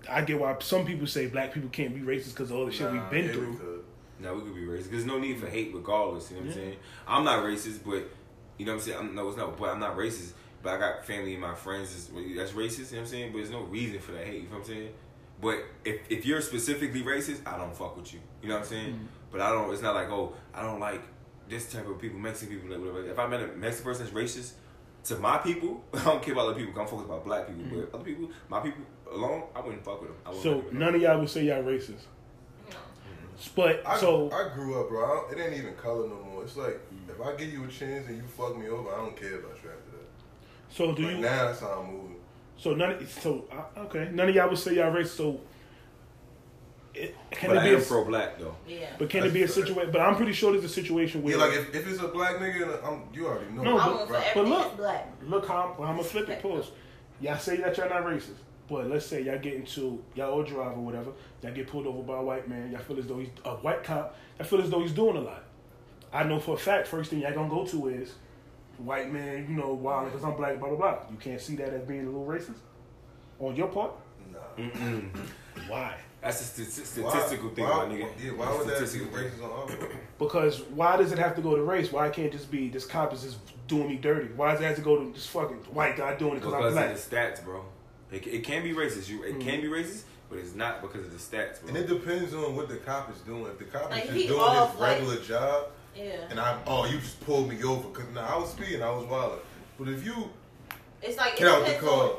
I get why some people say black people can't be racist because of all the shit we've been
Yeah, we
through.
could.
Now we could be racist. There's no need for hate, regardless. You know what I'm saying? I'm not racist, but you know what I'm saying. I'm, no, it's not. But I'm not racist. But I got family and my friends is, that's racist. You know what I'm saying? But there's no reason for that hate. You know what I'm saying? But if, if you're specifically racist, I don't fuck with you. You know what I'm saying?
Mm.
But I don't. It's not like oh, I don't like this type of people, Mexican people, like, whatever. If I met a Mexican person that's racist to my people, I don't care about other people. 'cause I'm focused about black people, but other people, my people alone, I wouldn't fuck with them. I wouldn't
Mm. So
fuck with Mm-hmm. them.
none of y'all would say y'all racist. But
I,
so
I grew up, bro. I don't- it ain't even color no more. It's like if I give you a chance and you fuck me over, I don't care about you after that.
so do
like
you?
now that's how I'm moving.
So none. Of, so uh, okay, none of y'all would say y'all racist. So it, can
But
it
I
be? A,
am
s-
pro black though.
Yeah.
but can it be a situation? But I'm pretty sure there's a situation where
Yeah, like if, if it's a black nigga, and I'm, you already know.
No,
I'm
but-
going for
Right.
everything
look-
that's black.
Look how I'm, gonna flip it. Pause. Y'all say that y'all not racist, but let's say y'all get into y'all all drive or whatever. Y'all get pulled over by a white man. Y'all feel as though he's a white cop. Y'all feel as though he's doing a lot. I know for a fact. First thing y'all gonna go to is white man. You know, why? Because I'm black. Blah blah blah. You can't see that as being a little racist on your part.
Nah.
Why?
Mm. That's a st-
Why-
Mm, statistical thing,
why-
my nigga.
Yeah, why would that be
Statistical thing.
racist on our part?
Because why does it have to go to race? Why can't it just be this cop is just doing me dirty? Why does it have to go to this fucking white guy doing it because I'm
Because
black? Mm.
of the stats, bro. It, it can be racist. You, it can be racist, but it's not because of the stats, bro.
And it depends on what the cop is doing. If the cop
Like,
is
he
just doing
off,
his
like-
regular job,
Yeah.
and I'm, oh, you just pulled me over because now I was speeding, I was wilding. But if you
It's like it
get out the
depends
car,
on.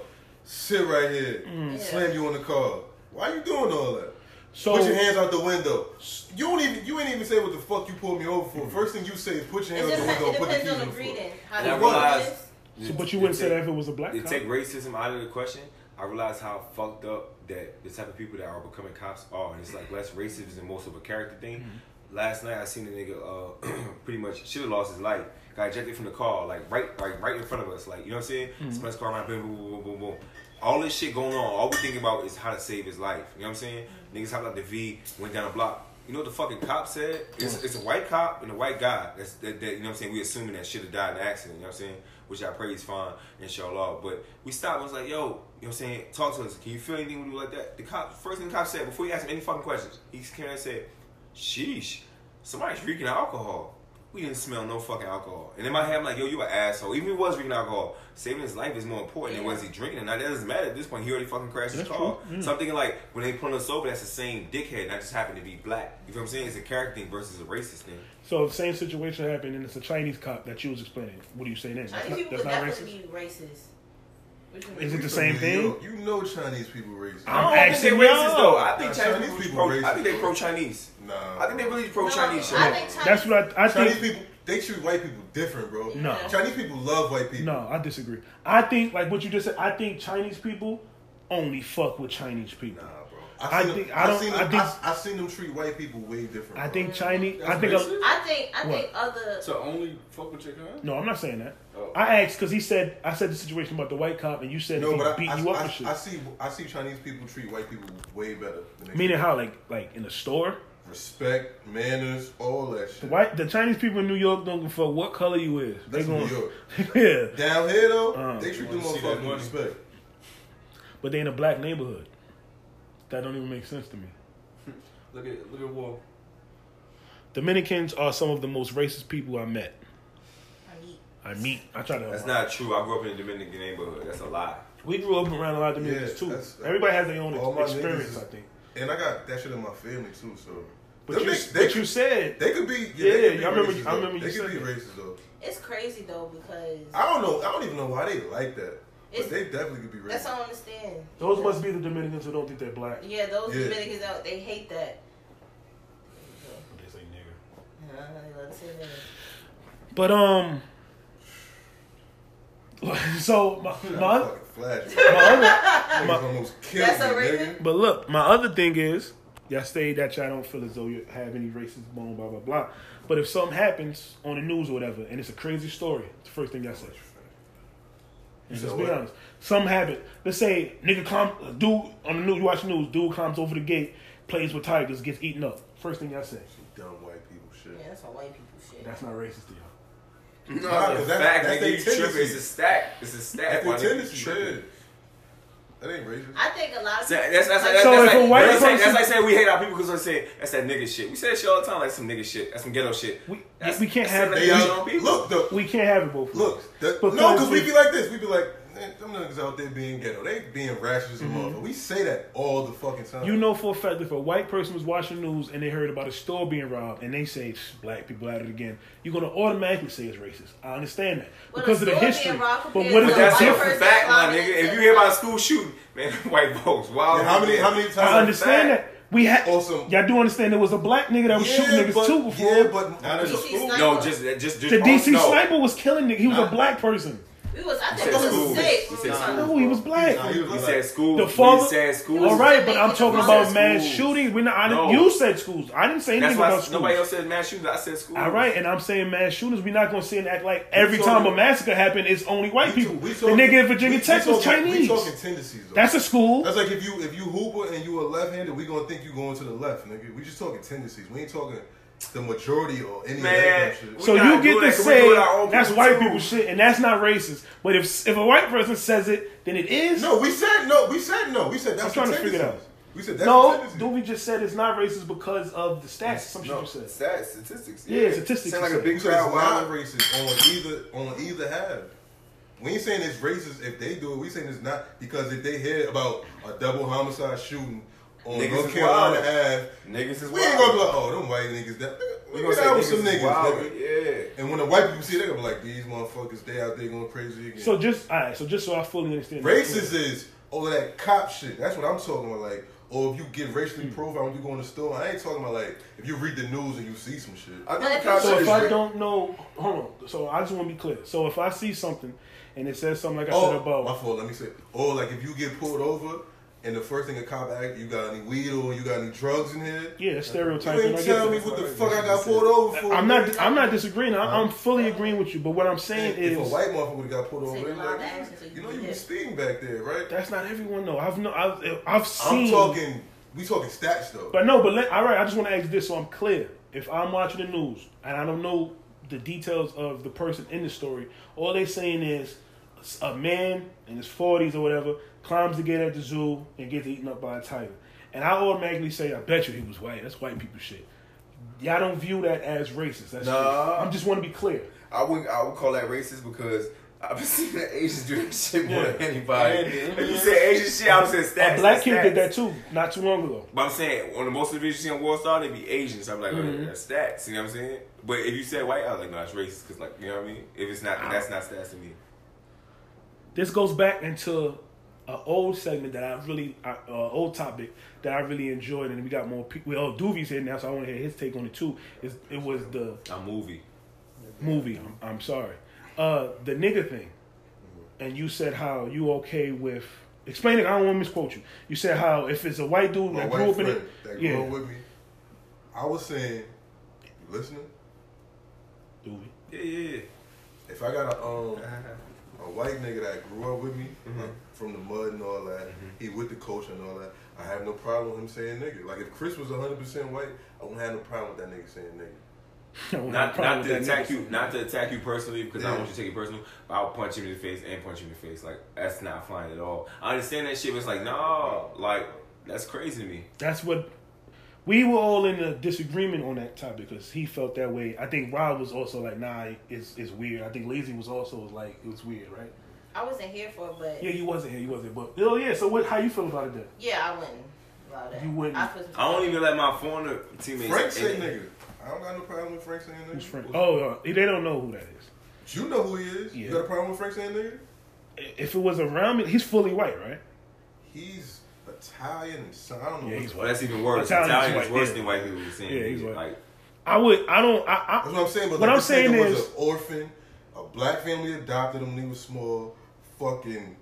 sit right here,
Mm.
slam you on the car, why you doing all that?
so
put your hands out the window. You don't even you ain't even say what the fuck you pulled me over
Mm.
for. First thing you say is put your
It,
hands out the
depends,
window.
it
and Put the
depends
keys in
on the
the floor.
breeding. How
And I
the breeding
realized-
is.
So, but you wouldn't
They
say that
take-
if it was a black
They
cop.
take racism out of the question. I realize how fucked up that the type of people that are becoming cops are. And it's like less racism and most of a character thing.
Mm-hmm.
Last night I seen a nigga uh, pretty much should have lost his life. Got ejected from the car, like right, like right in front of us. Like you know what I'm saying?
Mm-hmm.
Somebody's car around, boom, boom, boom, boom, boom. All this shit going on. All we thinking about is how to save his life. You know what I'm saying? Niggas hopped out the V, went down the block. You know what the fucking cop said? It's, it's a white cop and a white guy. That's that, that you know what I'm saying. We assuming that should have died in an accident. You know what I'm saying? Which I praise fine, inshallah. But we stopped. I was like, yo, you know what I'm saying? Talk to us. Can you feel anything when you like that? The cop, first thing the cop said before he asked him any fucking questions, he came and said, "Sheesh, somebody's drinking alcohol. We We didn't smell no fucking alcohol. And in my head, I'm like, yo, you an asshole. Even if he was drinking alcohol, saving his life is more important than was he drinking. And that doesn't matter at this point. He already fucking crashed his car. So I'm thinking, like, when they pulling us over, that's the same dickhead. And I just happen to be black. You feel what I'm saying? It's a character thing versus a racist thing.
So same situation happened, and it's a Chinese cop that you was explaining. What do you say then? That's
Chinese
not,
people
that's not
would definitely
racist.
be racist. What you mean?
Is it the same
New
thing?
York, You know Chinese people racist.
I don't
I don't think
Actually,
they're racist
no.
though. I think
Nah,
Chinese,
Chinese
people.
people
Pro, I think
racist.
they pro Chinese.
Nah.
I think they really pro
No,
Chinese.
I think Chinese,
That's what I, I
Chinese
think.
people, they treat white people different, bro.
No.
Chinese people love white people.
No, I disagree. I think like what you just said. I think Chinese people only fuck with Chinese people. I
I, seen
think-
them,
I
I
don't-
seen
I
them, I,
think-
I seen them treat white people way different.
I
bro.
think Chinese. I
That's
think.
racist?
A,
I think I think other
To only fuck with your kind?
no, I'm not saying that.
Oh.
I asked because he said I said the situation about the white cop, and you said
no,
he
but I,
beat
I,
you up
I,
and shit.
I see I see Chinese people treat white people way better. Than they
Meaning
treat-
how like like in a store.
respect, manners, all that shit.
White, the Chinese people in New York don't give a fuck what color you is. They
That's
going
New York.
yeah,
Down here though,
Uh,
they treat them
wanna see that
motherfuckers
money.
with respect.
but they in a black neighborhood. That don't even make sense to me.
Look at look at Wolf.
Dominicans are some of the most racist people I met.
I mean,
I meet. I try to.
That's not true. I grew up in a Dominican neighborhood. That's a lie.
we grew up around a lot of Dominicans
Yeah,
too.
that's- that's-
Everybody has their own
all my
ex- experience,
niggas is-
I think.
And I got that shit in my family too, so.
But
Them
you,
niggas-
but you said
They could be,
Yeah,
yeah, they could be
I remember-
Racist,
I
though.
remember
They
you
could be
said that.
racist though.
it's crazy though because
I don't know. I don't even know why they like that,
It's-
but they definitely could be
that's
racist.
all I understand.
those must be the Dominicans who don't think they're black.
Yeah, those
Yeah.
Dominicans out they hate that.
They say nigger.
Uh, I love to say that.
But um, so my,
I'm
my,
fucking flash.
my other,
Niggas
my-
almost killed
That's
me,
a
nigga.
racist.
but look, my other thing is y'all say that y'all don't feel as though you have any racist bone, blah blah blah. But if something happens on the news or whatever, and it's a crazy story, it's the first thing y'all say. And
So
just be
what?
honest. Some habit. Let's say nigga climb, dude on the news. You watch the news. Dude climbs over the gate, plays with tigers, gets eaten up. First thing y'all say.
Dumb white people shit.
Yeah, that's some white people shit.
That's not racist to y'all.
No,
Nah,
it's a
'cause that-
fact,
that's
nigga,
their
you tripping. It's
tendency.
a stack. It's a stack.
That's
my
their
nigga, you
tendency.
tripping.
yeah. That ain't racist.
I think a lot
That-
of people
That's, that's, that's,
So
that's,
if a
like,
white
that's, like,
person-
that's like saying we hate our people because we're saying that's that nigga shit. We say that shit all the time, like some nigga shit, that's some ghetto shit.
We-
that's,
we can't
that's
have
like
They
that.
shit on
out,
people.
look, the,
We can't have it both. ways.
look. The,
Because
no, because we
we-
be like this. We be like, man, them niggas out there being ghetto. They being racist as a motherfucker. We say that all the fucking time.
Mm-hmm. You know for a fact if a white person was watching news and they heard about a store being robbed and they say "Shh, black people at it again, you're gonna automatically say it's racist. I understand that
Well,
because of
the
the
store
history.
being robbed
But what
compared
is
But
to
the
a
that's
white
a
difference?
person
fact, my
climbing
nigga.
into-
If you hear about a school shooting, man, white folks, wow.
And how many? How many times?
I understand that we had.
Also-
y'all do understand there was a black nigga that was shooting niggas
but,
too before.
Yeah, but
Not in the
DC
school.
sniper.
No, just that- just just
the DC
Oh, no.
sniper was killing niggas. He was a
Nah.
black person.
We was I
said
think we
school.
was
You
sick. when
said
we was
school.
on-
No, he was black.
Nah, he was
He
like-
said school.
The
The
father-
said school.
All right, but I'm talking about
Schools.
mass shootings. We're not. I
No.
didn't- You said schools. I didn't say
That's
anything
why
about
I, nobody
schools.
else said mass shootings. I said school.
All right, and I'm saying mass shootings. We're not gonna sit and act like every
We
time a
talking-
massacre happened, it's only
We
white people.
talk- we
the
talking-
nigga in Virginia
we- we
Tech was
talking-
Chinese.
We talking tendencies. Though.
That's a school.
That's like if you if you Hooper and you a left handed, we gonna think you going to the left, nigga. We just talking tendencies. We ain't talking the majority or any of
Man.
that kind of shit.
so
We gotta
you get
do
to
that 'cause we do
say
it our own
that's
people
white
too.
people shit, and that's not racist. But if if a white person says it, then it is.
No, we said no. We said no. We said that's
I'm
the
trying to figure it
tendencies. We said that's the
no.
tendencies.
Doobie just said it's not racist because of the stats. Some shit
No,
you said.
stats, statistics.
Yeah, statistics
Sound like
you
a
said.
big
So it's
crowd.
not
Wow.
racist on either on either half. We ain't saying it's racist if they do it. We saying it's not because if they hear about a double homicide shooting on
Niggas
North
is
Carolina
wild.
Ave,
Niggas is
we ain't gonna be like, oh, them white niggas. That, we gonna say with some niggas. nigga.
Yeah.
And when the white people see, it, they gonna be like, these motherfuckers, they out there going crazy again.
So just all right. So just so I fully understand.
Racist is all of that cop shit. That's what I'm talking about. Like, or if you get racially profiled when you go in the store, I ain't talking about like if you read the news and you see some shit.
I
But
think
if
the crowd
So
shit
if
is
I
ra-
don't know, hold on. So I just want to be clear. So if I see something and it says something like I said
Oh, my
about,
fault. Let me say. Oh, like if you get pulled over and the first thing a cop asks, you got any weed or you got any drugs in here?
yeah, that's
You
stereotyping.
ain't
I get
tell me
that.
what the fuck I got pulled over for.
I'm
nigga.
not. I'm not disagreeing. I, I'm fully agreeing with you. But what I'm saying
If a
is,
white motherfucker would have got pulled over,
Take a
they'd be
lot of
like,
action so you
you know
can
you
get-
were speeding back there, right?
that's not everyone though. I've no. I've, I've seen.
I'm talking. We talking stats though.
But no, but let, all right, I just want to ask this so I'm clear. If I'm watching the news and I don't know the details of the person in the story, all they saying is a man in his 40s or whatever climbs the gate at the zoo and gets eaten up by a tiger. And I automatically say, I bet you he was white. That's white people shit. y'all don't view that as racist. That's
Nah.
just, I'm just want to be clear.
I would I would call that racist because I've been seeing that Asians do that shit more than anybody.
Yeah.
If you say Asian shit, I would say
A
stats.
black
stats,
kid did
stats.
that too not too long ago.
But I'm saying on the most of the videos you see on World Star, they be Asian. So I'm like, oh,
Mm-hmm.
that's stats. You know what I'm saying? But if you say white, I was like, no, that's racist. Cause like, you know what I mean? If it's not, that's not stats to me.
This goes back into an old segment that I really, uh, uh, old topic that I really enjoyed, and we got more. people. Well, Doovie's here now, so I want to hear his take on it too. Is it was the
A movie.
movie. I'm, I'm sorry. Uh, the nigga thing. And you said how you okay with. Explain it. I don't want to misquote you. You said how if it's a white dude
my
that
white
grew up in
friend
it,
that grew
yeah,
up with me. I was saying, you listening?
Doobie.
Yeah, yeah, yeah.
If I got a um
Uh-huh.
a white nigga that grew up with me like, from the mud and all that, he with the culture and all that, I have no problem with him saying nigga. Like if Chris was 100 percent white, I wouldn't have no problem with that nigga saying nigga.
I don't have a
Not,
problem
not
with
to
that
attack
nigga.
you, not to attack you personally, because I
Yeah.
don't want you to take it personal. But I'll punch him in the face and punch him in the face. Like that's not fine at all. I understand that shit, but it's like, no, like that's crazy to me.
That's what we were all in a disagreement on that topic because he felt that way. I think Rob was also like, nah, it's it's weird. I think Lazy was also like, it was weird, right?
I wasn't here for it, but
Yeah,
yeah,
you wasn't here. You wasn't. But oh yeah. So what? How you feel about it then?
I wouldn't allow that.
You wouldn't.
I, feel-
I don't even let my foreigner teammates.
Frank say
and-
nigga. I don't got no problem with Frank saying nigga.
Who's Frank? Oh, uh, they don't know who that is.
You know who he is.
Yeah.
You got a problem with Frank saying nigga?
If it was around me, he's fully white, right?
He's Italian and so I don't know.
Yeah,
what
he's
the-
Well, that's even worse.
Italians
Italians,
white,
worse
yeah.
than white people saying.
Yeah, he's white.
Like,
I would. I don't. I. I
That's what I'm saying. But
What
like,
I'm
this
saying
nigga
is-
was an orphan. A black family adopted him when he was small. Fucking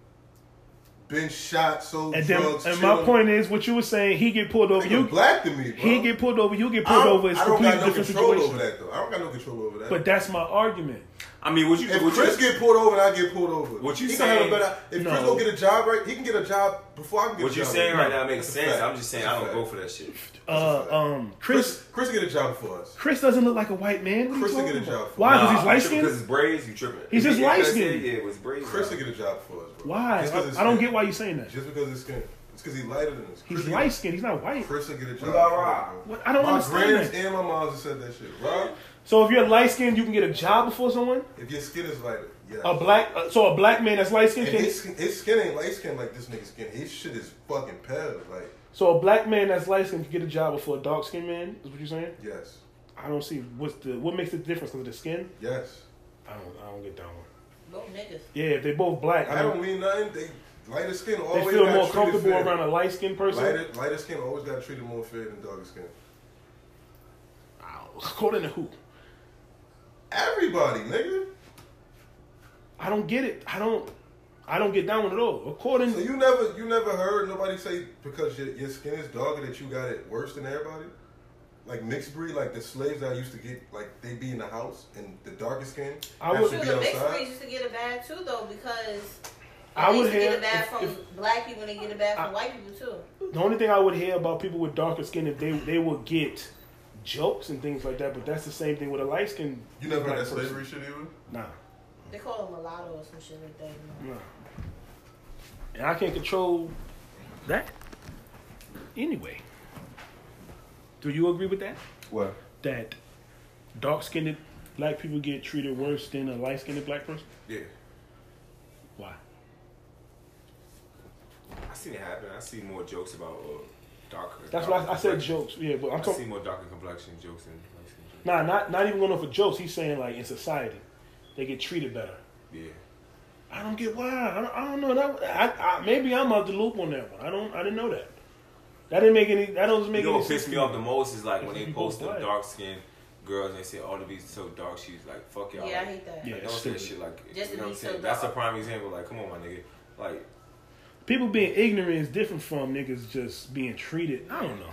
been shot, sold
And then,
drugs.
and my
chilling.
point is, what you were saying, he get pulled over.
Nigga
You
black to me, bro.
he get pulled over. You get
I
pulled
don't-
over. It's
I don't
completely
got no
different
control
situation.
over that though. I don't got no control over that.
But that's my argument.
I mean, would you?
if
would
Chris
you,
get pulled over, and I get pulled over.
What you
he gonna have
saying-
a better, if
No.
Chris gonna get a job right, he can get a job before I can get a
what
job.
you're saying right now
That's
makes
a
sense.
fact.
I'm just saying I
That's a
don't go
fact.
for that shit.
Uh, um, Chris.
Chris, Chris get a job for us.
Chris doesn't look like a white man. What are you
Chris will
talking
get a
about?
job for
Why?
Nah,
Because he's
you
light
tripping
skinned.
Because it's braids. You tripping?
He's just
Yeah, I said,
light-skinned.
Yeah, it was braids.
Chris
though.
will get a job for us, bro.
Why?
Just 'cause his
I, I don't
skin.
get why you're saying that.
Just because his skin. It's because he's lighter than us. Chris
He's
will get-
light skinned. He's not white.
Chris will get a job.
all
for
right.
us, bro.
What? I don't
My
understand
grams
that.
and my moms have said that shit, Rob.
So if you're light skinned, you can get a job before someone.
If your skin is lighter, yeah.
A black. Uh, so a black man that's light skinned
and
can.
his, skin- his skin ain't light skin like this nigga's skin. His shit is fucking pale. Like,
So a black man that's light skinned can get a job before a dark skinned man. Is what you're saying?
yes,
I don't see what's the what makes the difference because of the skin.
yes.
I don't. I don't get that one.
both niggas.
Yeah, if they're both black, I
I don't
don't.
mean nothing. They lighter skin
They
always
feel
got
more
treated
comfortable
fair.
around a light skinned person.
Lighter, lighter skin always got treated more fair than darker skin.
Ow. According to who?
Everybody, nigga.
I don't get it. I don't. I don't get that one at all. According.
So you never, you never heard nobody say because your, your skin is darker that you got it worse than everybody. Like mixed breed, like the slaves that I used to get, like they be in the house and the darker skin
I
have
would-
to
Sure,
be
the mixed breeds
outside.
used to get a bad too though because
I
they
would
used to
hear
get a bad
if-
from
if-
black people and they get a bad from
I-
white people too.
The only thing I would hear about people with darker skin if they they would get jokes and things like that, but that's the same thing with a light skin.
You never heard
black
that
person.
slavery shit either.
Nah,
They call them mulatto or some shit like that. You know?
nah. And I can't control that. Anyway, do you agree with that?
What?
That dark skinned black people get treated worse than a light skinned black person?
Yeah,
Why?
I seen it happen. I see more jokes about uh, darker.
That's
darker
why I, I said
complexion.
jokes. Yeah, but I'm
I see
talking.
more darker complexion jokes than light skin jokes.
Nah, not not even going off of jokes. He's saying like in society, they get treated better.
Yeah.
I don't get why. I don't, I don't know. That I, I, maybe I'm out the loop on that one. I don't. I didn't know that. That didn't make any. That doesn't
You
make
know
any
what
sense.
pissed me off the most is like when
If
they
you
post
go
them
black.
dark skinned girls and they say, "Oh, to be so dark." She's like, "Fuck y'all."
Yeah, I
Like,
hate that.
Yeah,
Like,
it's
don't say that
stupid.
shit like
Just
you
to
know what
be
I'm saying.
so
That's a
dark.
prime example. Like, come on, my nigga. Like,
People being ignorant is different from niggas just being treated. I don't know.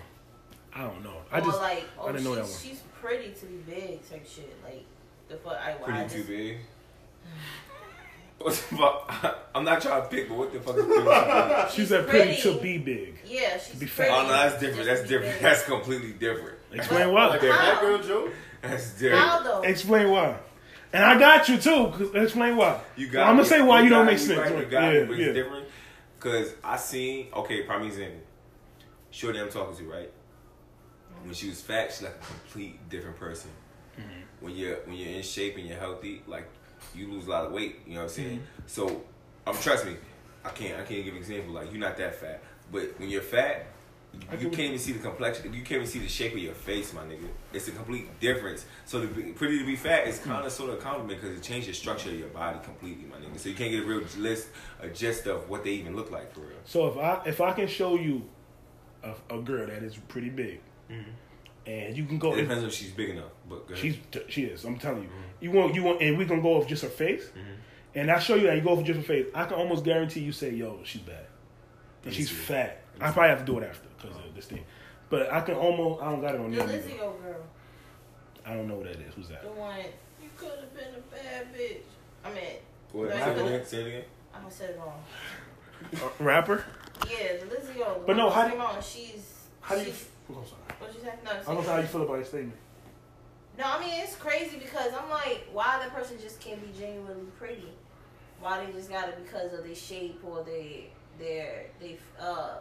I don't know. I
or
just.
like, oh,
didn't know
she-
that one.
She's pretty to be big type shit. Like the fuck, I why I
pretty too
just,
big. What the fuck? I'm not trying to pick, but what the fuck is pretty too big? Oh
She said pretty
pretty.
to be big.
Yeah, she's
be fat.
pretty.
no, that's
just
different.
to
That's
be
different.
big.
That's completely different.
Explain why.
Like that black girl joke.
That's
How
different.
though?
Explain why. And I got you too. 'cause- Explain why.
You got.
I'm gonna
it.
say why you,
got
don't
it.
make sense.
Right, you
Right.
got it, but
yeah,
it's
yeah.
different. Cause I seen okay, prime example. Sure, I'm talking to right. When she was fat, she's like a complete different person. When you're when you're in shape and you're healthy, like you lose a lot of weight. You know what I'm saying? So, um, trust me, I can't I can't give an example. Like you're not that fat, but when you're fat, you can't even see the complexion. You can't even see the shape of your face, my nigga. It's a complete difference. So to be pretty to be fat is kind of sort of a compliment because it changes the structure of your body completely, my nigga. So you can't get a real list, a gist of what they even look like for real.
So if I if I can show you a, a girl that is pretty big, and you can go,
It depends Mm-hmm. if she's big enough, but go ahead.
she's she is. I'm telling you, you want you want, and we can go off just her face, and I show you that you go off just her face. I can almost guarantee you say, "Yo, she's bad, and she's fat." I probably have to do it after because of this thing, but I can almost I don't got it on
The
there.
Lizzie old girl.
I don't know who that is. Who's that?
The one, you could have been a bad bitch. I mean,
What?
Right.
Say it again. Say it again.
I am gonna say it wrong.
Rapper?
Yeah, the Lizzie old
But no, how do-
Simone, she's.
How do you?
she's-
Oh, I'm sorry.
What'd you say? No,
I don't know how you feel about his statement.
No, I mean it's crazy because I'm like, why that person just can't be genuinely pretty? Why they just got it because of their shape or their their they uh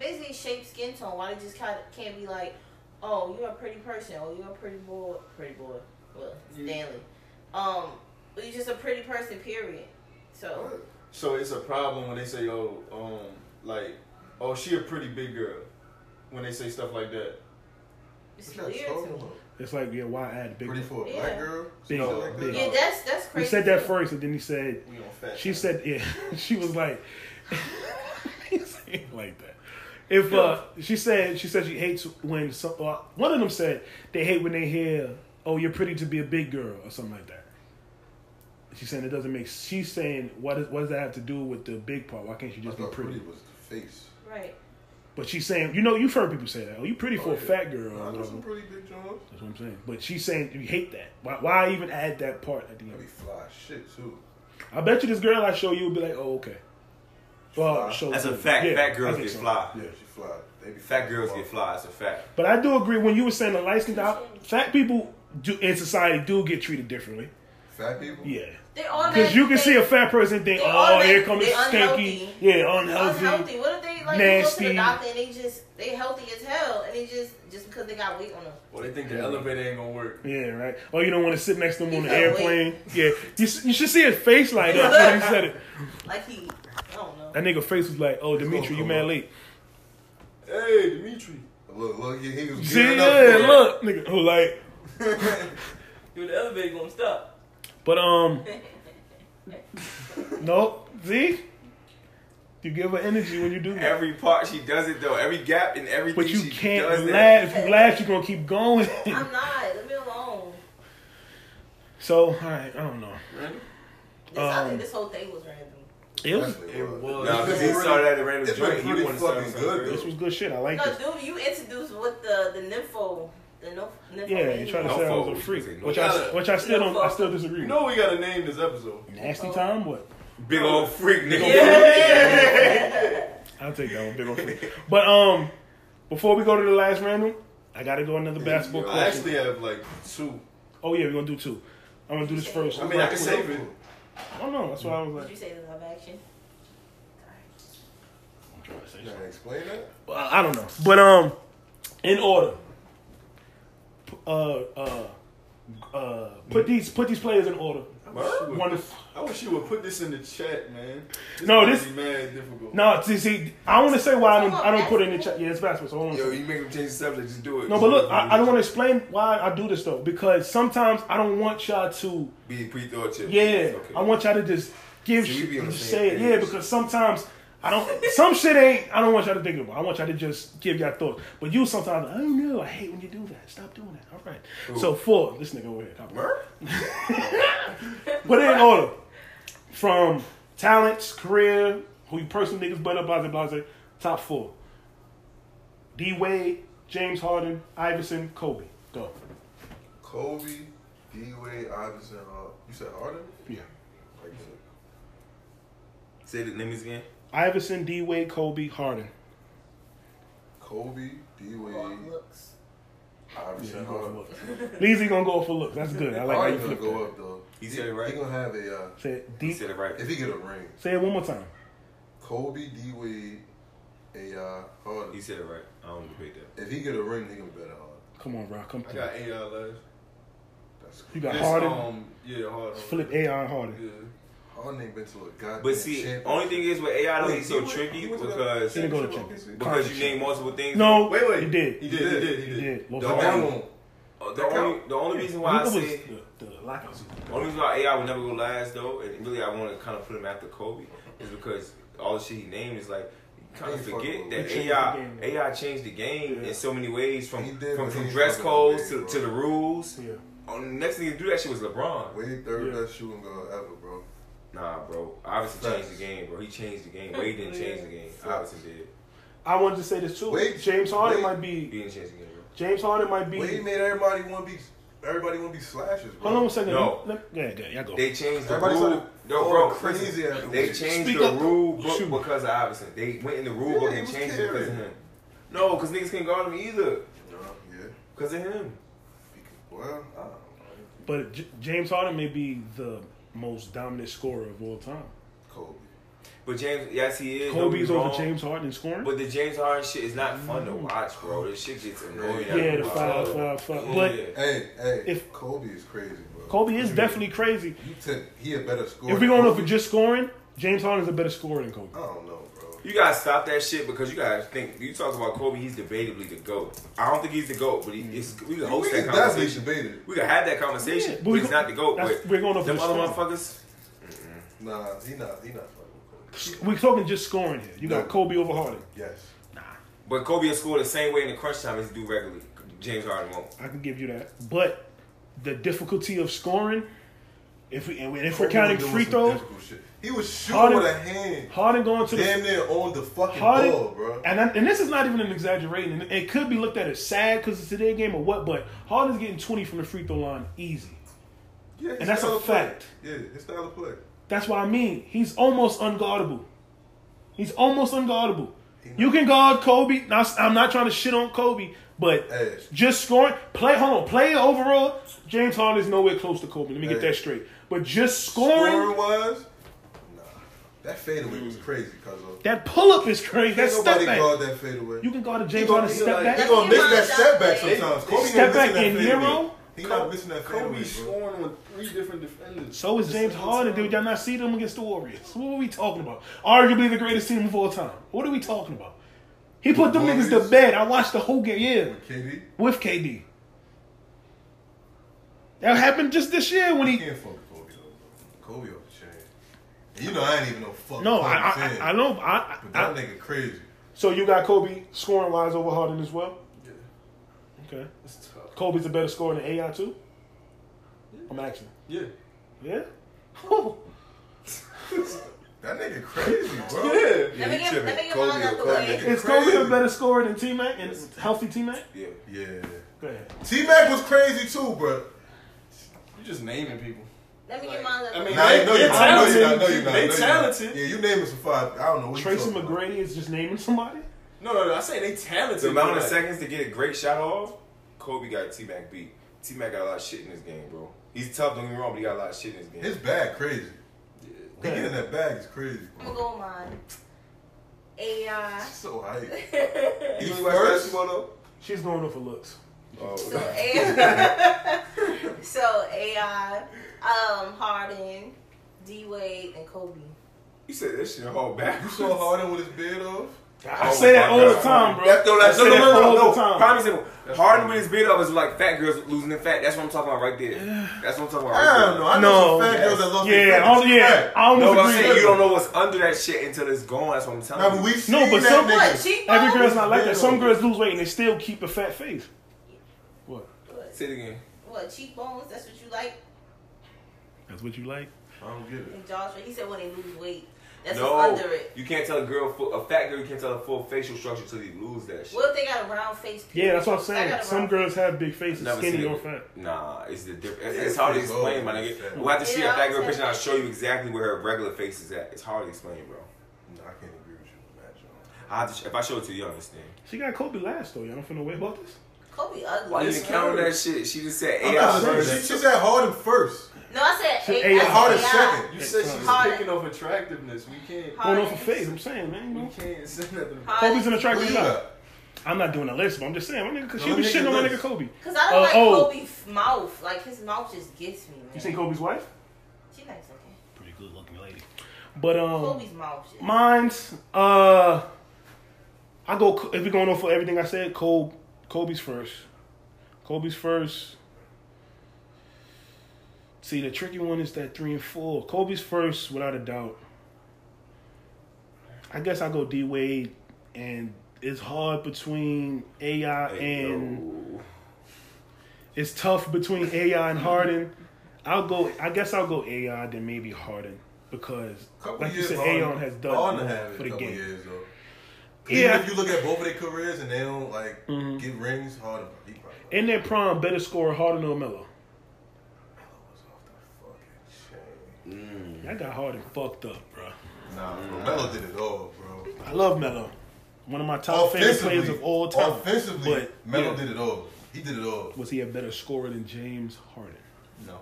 basically shape, skin tone? Why they just kind of can't be like, oh, you're a pretty person, or you're a pretty boy, pretty boy, well, Stanley, um, but you're just a pretty person, period. So
So it's a problem when they say, "Oh, um, like, oh, she a pretty big girl." When they say stuff like that,
it's
What y'all
weird
talking
to me.
about?
It's like, yeah, why add big?
Pretty for a
Yeah.
black girl?
Big,
Something like
big.
that?
Yeah, that's that's
He
crazy.
said that
too.
first, and then he said,
we on fat.
She said, "Yeah." She was like, he said it like that. If uh, she said, she said she hates when some, uh, one of them said they hate when they hear, "Oh, you're pretty to be a big girl" or something like that. She's saying it doesn't make. She's saying, "What does what does that have to do with the big part? Why can't you
I
just be
thought
pretty?"
pretty was the face.
Right.
But she's saying, you know, you've heard people say that. Oh, you pretty for
Oh,
a
yeah.
fat girl.
I know
or
some
whatever.
pretty big Johns.
That's what I'm saying. But she's saying you hate that. Why, why even add that part at the
That'd be
end?
fly shit too.
I bet you this girl I show you would be like, oh, okay. Well, show
That's a
good.
fact.
Yeah,
fat
I
girls
think
get
so.
fly.
Yeah, she fly. They be
Fat
fly.
girls get fly. It's a fact.
But I do agree when you were saying the light skin, fat people do in society do get treated differently.
Fat people.
Yeah,
They all
because you can see a fat person and think,
They
oh,
automatic-
here comes
they
stinky,
unhealthy.
yeah, unhealthy.
unhealthy. What if they like you go to
nasty.
the doctor and they just they healthy as hell and they just just because they got weight on them.
Well, they think the elevator ain't gonna work.
Yeah, right. Oh, you don't want to sit next to him on the
Yeah,
airplane. Yeah, you, s- you should see his face light up when he said it.
Like he, I don't know.
That nigga face was like, oh, Dimitri, you mad late?
Hey, Dimitri,
Look, look, he, he was
See,
gearing
yeah,
up. for it.
look, nigga, who like.
Dude, the elevator gonna stop.
But um, nope. See, you give her energy when you do that.
Every part she does it though. Every gap in everything.
But you
she
can't
does it.
laugh. If you laugh, you're gonna keep going.
I'm not. Leave me alone.
so, all right, I don't know.
This, I
Um,
think this whole thing was random.
It was
Definitely was.
Nah, because he started at a random
It's been
joint. He
pretty
wanted to start
fucking
something
good,
real.
this was good shit. I like this.
No, dude, you introduced what the the nympho, the nymph. nympho
Yeah, you trying to
No
say I was
fold.
a freak,
No
which I
fold.
which I still
No
don't. I
fold.
still disagree.
you
with.
know we gotta name this episode.
nasty time. What?
Big old freak nigga.
I'll take that one, big old freak. But um, before we go to the last random, I gotta go another basketball
I
question.
actually have like two.
Oh yeah, we're gonna do two. I'm gonna do this first.
I mean, I can save it.
Oh no, that's what I was
Did you
like.
say the live action?
You gotta explain that.
Well, I don't know, but um, in order. P- Uh, uh, uh, put these put these players in order. One to f-
I wish you would put this in the chat, man.
No,
might
this-
be mad difficult.
No, see, see, I want to say why I don't, I don't put it in the chat. Yeah, it's basketball, so I don't
Yo, you make him change the subject. Just do it.
No, but look, I, I don't want to explain why I do this though, because sometimes I don't want y'all to.
be pre-thought chip.
Yeah,
Okay.
I want y'all to just give
See, we
shit,
be on the
just
same
say it. Yeah,
page.
because sometimes I don't. some shit ain't. I don't want y'all to think about. I want y'all to just give y'all thoughts. But you sometimes I don't know. I hate when you do that. Stop doing that. All right. So four. This nigga over here. Copy. Put it in order from talents, career, who you personally niggas butt up, blase, blase. Top four. D Wade, James Harden, Iverson, Kobe. Go.
Kobe, D Wade, Iverson. Uh, you said Harden.
Yeah.
Like you said,
Say the names again.
Iverson, D Wade, Kobe, Harden.
Kobe, D Wade,
Long looks.
Iverson.
go
Harden.
for looks. Leezy gonna go for looks. That's good. I like how you
Harden gonna
flipped
go
that.
up though.
He said it right.
He gonna have a. Uh,
Say it,
He
D-
said it right.
if he get a ring,
say it one more time.
Kobe, D Wade, AI uh, Harden.
He said it right. I don't debate that.
If he get a ring, he gonna bet Harden.
Come on, Rock. Come
I
through.
got AI last.
That's
You got
This,
Harden.
Um, yeah, Harden.
Flip AI Harden.
Yeah.
Harden ain't been to a goddamn.
But see, only thing is with AI, though,
Wait,
he's
he
so
went-
tricky
he went to the-
because
He didn't go to champion.
because you name multiple things.
No,
Wait, wait.
He did.
He did. He did. He did.
He did. Los
The
But
Angeles.
that
only-
one,
Uh, The only the only reason why I
Luka was
say
the, the lockout season.
Only reason why AI would never go last though, and really I want to kind of put him after Kobe, is because all the shit he named is like you kind of
He fucked
forget
with
that
Kobe. He changed
AI
the game, though.
AI changed the game
Yeah.
in so many ways from
He did,
from,
but
from
he
dress
fucking
codes
big,
to,
bro.
to the rules.
Yeah.
Oh, the next thing to do that shit was LeBron.
Wade third
Yeah.
best shooting guard ever, bro.
Nah, bro, obviously
Facts.
changed the game, bro. He changed the game. Wade didn't change the game. Obviously did.
I wanted to say this too.
Wait,
James Harden
wait.
might
He
be.
didn't change the game, bro.
James Harden might be.
Wade made everybody want to be. Everybody want to be slashes, bro.
Hold on one second.
No.
Let, yeah, yeah, y'all go.
They changed the
Everybody
rule.
started
No,
going
bro,
crazy
crazy.
after
They
Wade.
changed
Speak
the
up.
rule book
Shoot.
because of Iverson. They went in the rule book
he
and
was
changed it because of
carrying.
him. No, because niggas can't guard him either.
Uh, yeah.
Because of him.
Well, I don't know.
But J- James Harden may be the most dominant scorer of all time.
Kobe.
But James, yes, he is. Don't
Kobe's
be
over
wrong.
James Harden in scoring.
But the James Harden shit is not fun to watch, bro. This shit gets annoying.
Yeah,
yeah,
after
the
a while.
five, five, five.
Yeah.
But
Hey, hey.
If-
Kobe is crazy, bro.
Kobe is definitely crazy.
You took. He a better scorer.
If we're going
than
off of
Kobe.
just scoring, James Harden's a better scorer than Kobe.
I don't know, bro.
you gotta stop that shit because you gotta think. You talk about Kobe, he's debatably the GOAT. I don't think he's the GOAT, but he, it's, we can
We
host
can
that
definitely
conversation.
debate it.
We can have that conversation,
Yeah, but
but
we
he's
go-
not the GOAT.
that's-
But
we're going off
them
the
other
score.
motherfuckers,
Nah, he not. He not fucking with Kobe.
We're talking just scoring here. You got
No.
Kobe over Harden.
Yes.
but Kobe will score the same way in the crunch time as he do regularly. James Harden won't.
I can give you that. But the difficulty of scoring, if we and if we're counting
Kobe was
free
doing
throws,
some difficult shit. He was shooting
Harden-
with a hand.
Harden going to the
Damn near on the fucking
Harden,
ball, bro.
and I, and this is not even an exaggeration. and It could be looked at as sad because it's today's game or what, but Harden's getting twenty from the free throw line easy.
Yeah, his
and that's a
style of play.
fact.
Yeah, his style of play.
That's what I mean. He's almost unguardable. He's almost unguardable. You can guard Kobe. Now, I'm not trying to shit on Kobe, but
Hey.
just scoring, play. Hold on, play overall. James Harden is nowhere close to Kobe. Let me get
Hey.
that straight. But just scoring,
Scoring wise, nah. That fadeaway was crazy, cuz of.
that pull up is crazy. That
Can't
step
nobody
back.
guard that fadeaway.
you can guard a James
gonna-
Harden
he
step
like-
back.
He gonna miss that
Step
step back
back.
sometimes. Kobe
Step
ain't missing
back in
that fadeaway.
Nero?
He not missing that fadeaway,
Kobe
bro.
scoring on three different defenders.
So is James Harden, dude. Y'all not see them against the Warriors. What are we talking about? Arguably the greatest team of all time. What are we talking about? He put them niggas to
Warriors?
bed. I watched the whole game. Yeah.
KD?
with KD. That happened just this year when
You
he.
can't fuck with Kobe, though, bro. Kobe off the chain. And you know I ain't even no fucking
No, I
Kobe
I,
fan.
I, I know. I,
But
I,
that
I-
nigga crazy.
so you got Kobe scoring wise over Harden as well.
Yeah.
Okay,
It's tough.
Kobe's a better scorer than AI too. I'm asking.
Yeah.
Yeah. Oh,
That nigga crazy, bro.
Yeah.
Let me get, let me get
Kobe
mine out
or
the
Kobe.
way.
is
Crazy.
Kobe a better scorer than T Mac and healthy T Mac?
Yeah.
Yeah.
Go ahead.
T Mac was crazy too, bro.
You're just naming people.
Let me get mine out the
I
way.
mean,
Nah, I know
They
you not. I know you not. I know you
talented.
not.
They
I know you not.
talented.
Yeah, you naming some five. I don't know. What you
Tracy
talking about.
McGrady is just naming somebody.
No, no, no. I say they talented.
The amount of
but, like,
seconds to get a great shot off, Kobe got T Mac beat. T Mac got a lot of shit in his game, bro. He's tough, don't get me wrong, but he got a lot of shit in his game.
His bag crazy. He
Yeah.
get in that bag is crazy.
I'm gonna go with mine. AI.
He's so hype.
You
He's
really watch
first.
basketball though?
She's going off for looks.
So
Oh,
AI, so AI, um, Harden, D Wade, and Kobe.
you said that shit all back.
You saw Harden with his beard off.
I
Oh
say that
my
all the
God.
time, bro.
That, no,
I
that's
say
no, no,
that
no, no,
all
no.
the time.
Prime example. Harden with his beard up is like fat girls losing their fat. That's what I'm talking about right there. That's what I'm talking about.
I
Right
don't
there.
know. I
No.
know some fat girls that lost their
Yeah,
fat.
I'll- yeah. I
No,
almost
but I'm
agree.
saying you don't know what's under that shit until it's gone. That's what I'm
Nah,
telling
but
you.
we seen
No, but
that
some-
nigga.
What? She
Every girl's
always-
not like that. Some girls lose weight and they still keep a fat face. What?
What?
Say it again.
What cheekbones? That's what you like.
That's what you like?
I don't get it.
And Josh, he said when they lose weight, that's
no,
what's under it.
you can't tell a girl full, a fat girl. You can't tell a full facial structure till you lose that shit.
What if they got a round face?
Yeah, that's what I'm
I
saying.
got a
Some
round-
girls have big faces,
Never
skinny
seen
or
it.
fat.
Nah, it's the different. It's,
Yeah,
it's hard to
it's pretty
explain, my
bold.
nigga. We'll have to see
Yeah,
a fat girl
I'm
picture and I'll show
saying-
you exactly where her regular face is at. It's hard to explain, bro.
Nah, I can't agree with you on that, John.
I have to, if I show it to you, you understand.
She got Kobe last though. Y'all don't finna wait about this.
Kobe
Why
ugly.
you even count on that shit? She just said
I'm
AI
not saying-
first.
She she said Harden first.
No, I said
Shit,
A- I
AI.
said
Hard as
AI.
second.
You said she was
Hard.
picking off attractiveness. We can't.
Hard
Going off of
as-
faith, I'm saying, man. You
We
know,
can't say nothing. about
hard
Kobe's an attractive
Who you
guy.
got?
I'm not doing a list, but I'm just saying, my nigga, 'cause she
No,
was
let me
shitting
get
on my
a
nigga
list.
Kobe.
Cause I don't
Uh,
like
oh.
Kobe's mouth. Like his mouth just gets me, man.
You seen Kobe's wife?
She nice looking.
Pretty good looking lady. But um,
Kobe's mouth. Just,
mine's uh, I go if we're going off for everything I said. Kobe, Kobe's first. Kobe's first. See, the tricky one is that three and four. Kobe's first, without a doubt. I guess I go D Wade, and it's hard between AI and. It's tough between AI and Harden. I'll go. I guess I'll go AI then maybe Harden because,
Couple
like you
years
said,
Harden-
AI has done
Harden
more
had it a
for the
couple
game.
Years, though.
Yeah.
Even
Mm-hmm.
if you look at both of their careers and they don't like get rings, Harden he probably
In their prime, better scorer Harden or Melo.
was off the fucking
I got Harden fucked up, bro.
chain. Nah, bro, Melo did it all, bro.
I love Melo. One of my top favorite players of all time.
Offensively,
But,
Melo
yeah.
did it all. He did it all.
Was he a better scorer than James Harden?
No.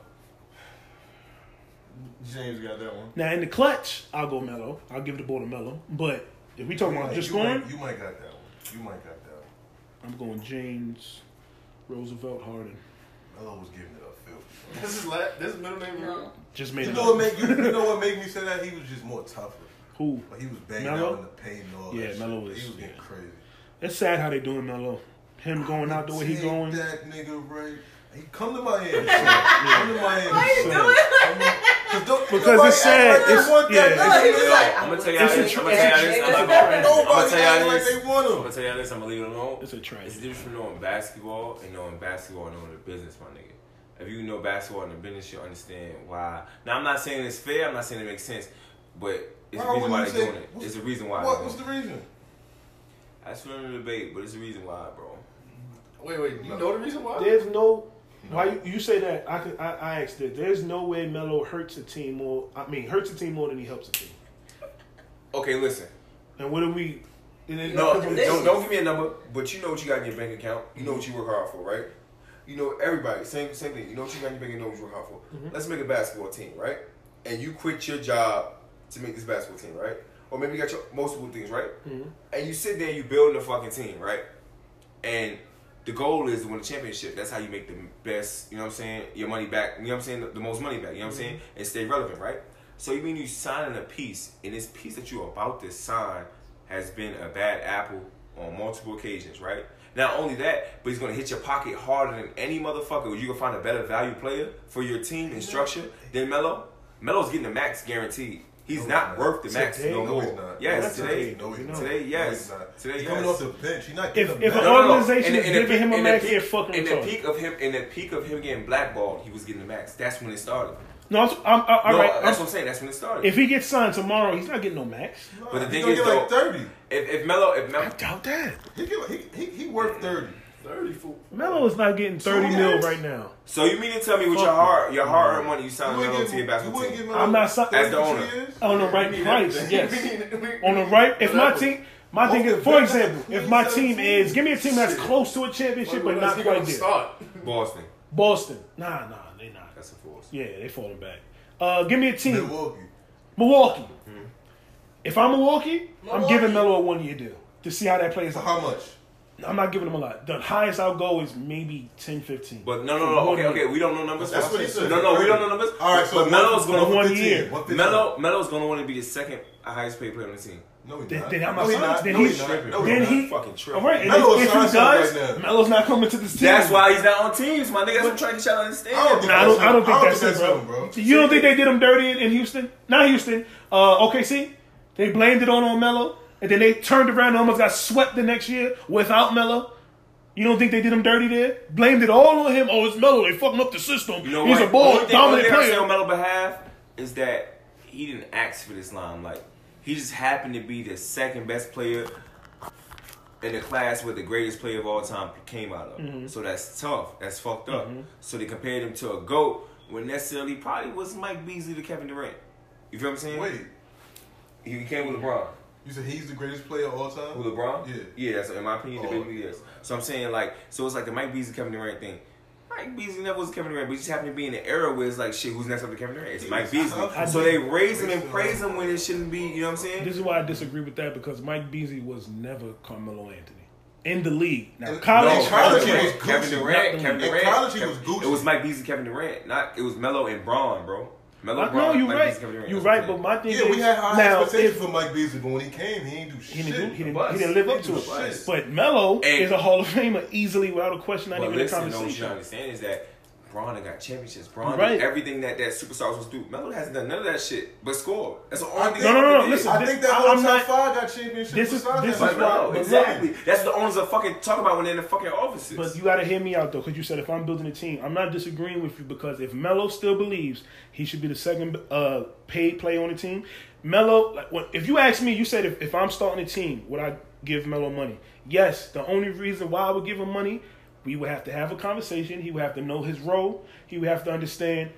James got that one.
Now in the clutch, I'll go Melo. I'll give the ball to Melo. But if we talking about
Hey,
just
you,
scoring,
might, you might got that one. You might got that one.
I'm going James Roosevelt Harden.
Melo was giving it up filthy.
This is la- this is middle name. right?
no.
Just made
You
it
know what
up.
make you, you know what made me say that? He was just more tougher.
Who?
Like he was banging
Melo?
out in the paint and all
Yeah,
that.
Melo
shit.
was-
He was getting
yeah.
crazy.
It's sad how they doing Melo. Him going out the way he
Take
going.
That nigga right. He come to Miami. son. Come to Miami.
you
son.
doing
Come on. 'Cause don't-
Because it's sad.
nobody act like they
It's-
want that
yeah.
No,
nigga,
he was
yo.
like,
I'm
I'm
gonna tell y'all
It's a
this.
tr-
I'm gonna tell y'all
it's
this.
a-
I'm
it's a
not gonna- I'm gonna
trend.
Nobody
tell y'all
act like
this.
they want
I'm
him.
gonna tell y'all this. I'm gonna leave it alone.
It's a trend.
It's the difference from knowing basketball and knowing basketball and knowing the business, my nigga. If you know basketball and the business, you understand why. Now I'm not saying it's fair. I'm not saying it makes sense, but it's
Why
a reason why
wouldn't
they're
you say-
doing it.
what's-
It's a reason why.
What
they're
was
doing
the
it.
reason?
That's for another debate, but it's a reason why, bro.
Wait, wait. You know the reason why?
There's no. Why you, you say that? I could, I, I asked it. There's no way Melo hurts a team more. I mean, hurts a team more than he helps a team.
Okay, listen.
And what do we? and then-
No,
because we-
don't, don't give me a number, but you know what you got in your bank account. You know what you work hard for, right? You know everybody, same same thing. You know what you got in your bank account. You know what you work hard for. Let's make a basketball team, right? And you quit your job to make this basketball team, right? Or maybe you got your multiple things, right?
Mm-hmm.
And you sit there and you building a fucking team, right? And the goal is to win the championship. That's how you make the best, you know what I'm saying, your money back, you know what I'm saying, the, most money back, you know what I'm saying, and stay relevant, right? So you mean you signing a piece, and this piece that you're about to sign has been a bad apple on multiple occasions, right? Not only that, but he's gonna hit your pocket harder than any motherfucker. You can find a better value player for your team and structure than Melo. Melo's getting the max guaranteed. He's
No,
not
he's not.
worth the max
Today?
no
No,
more.
he's not.
Yes,
No,
today.
No, he's not.
Today, yes.
No, he's not.
Today,
He coming
yes.
off the bench. He's not
If
getting
if
a
an
max.
organization
In
is
the- in the
giving him
peak-
a
in the
max,
peak-
get fucking
In the
retarded.
peak of him, in the peak of him getting blackballed, he was getting the max. That's when it started.
No, I'm, I'm, I'm, all
no,
right,
that's
I'm-
what I'm saying. That's when it started.
if he gets signed tomorrow, he's not getting no max.
but the
He
thing
gonna
is,
get like
though,
thirty.
if if Melo, if Melo,
Doubt that.
He get like- he he, he worth thirty.
Thirty four.
Melo is not getting thirty
So
mil
yes.
right now.
so you mean to tell me with
Fuck
your
no.
hard, your hard earned money, you
You
signed
wouldn't
Melo
give
to your
him- you
basketball
wouldn't give
team?
him
I'm not si-
thirty
As the
two
owner.
years?
On the right price, yes. on the right. If my team, my thing is, for example, if my team is, give me a team that's close to a championship but not quite there.
Boston,
Boston, nah, nah, they not.
that's a force.
Yeah, they falling back. Uh, give me a team, Milwaukee.
Milwaukee.
Mm-hmm. If I'm Milwaukee, I'm
Milwaukee.
giving Melo a one year deal to see how that plays
For
out.
how much?
I'm not giving him a lot. The highest I'll go is maybe 10, 15.
But no, no, no.
One
Okay,
year.
okay. We don't know numbers.
That's what he said.
No, no, we don't know numbers.
All right, so
but Melo's
one-
gonna
one
fifteen,
year.
one fifteen.
Melo, Melo's gonna want to be the second highest paid player on the team.
No, he's
Then-
not.
then I'm
no,
not-
not.
then
no,
he's
not.
tripping.
No,
Then
he's
he-
Fucking tripping.
all right, and
Melo
if, if
signs
he does,
right now.
Melo's not coming to this team.
That's why he's not on teams, my nigga. That's what I'm trying to try to
not.
understand.
I don't think
Nah, I
that's
don't, I don't
him.
think that's
that's
it, bro.
him, bro.
You don't think they did him dirty in, in Houston? Not Houston. Uh, OKC. They blamed it on on Melo, and then they turned around and almost got swept the next year without Melo. You don't think they did him dirty there? Blamed it all on him. Oh, it's Melo. They fucking up the system.
You know
He's
what?
a ball
only thing, only
dominant
thing I say
player.
on Melo's behalf is that he didn't ask for this line. Like he just happened to be the second best player in the class where the greatest player of all time came out of.
Mm-hmm.
So that's tough. That's fucked up. So they compared him to a goat when necessarily probably was Mike Beasley to Kevin Durant. You feel what I'm saying?
Wait,
he he came with LeBron.
you said he's the greatest player of all time?
Who LeBron?
Yeah.
yeah. That's in my opinion,
Oh.
the baby yes. So I'm saying like, so it's like the Mike Beasley Kevin Durant thing.
Mike Beasley never was Kevin Durant, but he just happened to be in an era where it's like, shit, who's next up to Kevin Durant? It's Mike Beasley.
I-
So they raise him and praise him when it shouldn't be. You know what I'm saying?
This is why I disagree with that because Mike Beasley was never Carmelo Anthony in the league. Now college,
No,
college, he
Kevin
was Gucci.
Durant, Kevin Durant, Kevin
In
Durant.
college, he was
Kevin-
Gucci.
It was Mike Beasley, Kevin Durant. Not it was Melo and Braun, bro. Melo,
I,
Braun,
no, you're
Mike
right.
Beasley, Kevin Durant.
You're
That's what I'm
right, but
saying.
my thing
Yeah,
is
we had high
now
expectations
if
for Mike Beasley, but when he came, he didn't do
he
shit.
didn't, do, he, didn't,
Bust.
he didn't live up
He
to it.
didn't do shit.
But Melo
Hey.
is a Hall of Famer easily without a question, not
But
even a
listen, no, what you
conversation.
don't understand is that Bron got championships. Bron
Right.
did everything that that superstar was supposed to do. Melo hasn't done none of that shit, but score. That's the
I
only
think-
thing.
No, no, no, no,
he did.
listen.
I
this-
think that
I-
whole
I'm
top
not-
five got championships.
this is-
besides
this
that.
is
But no,
But look-
exactly. That's the owners of fucking talk about when they're in the fucking offices.
But you got to hear me out though, because you said if I'm building a team, I'm not disagreeing with you because if Melo still believes he should be the second uh, paid player on the team, Melo. Like, when, if you ask me, you said if, if I'm starting a team, would I give Melo money? Yes. The only reason why I would give him money, we would have to have a conversation. He would have to know his role. He would have to understand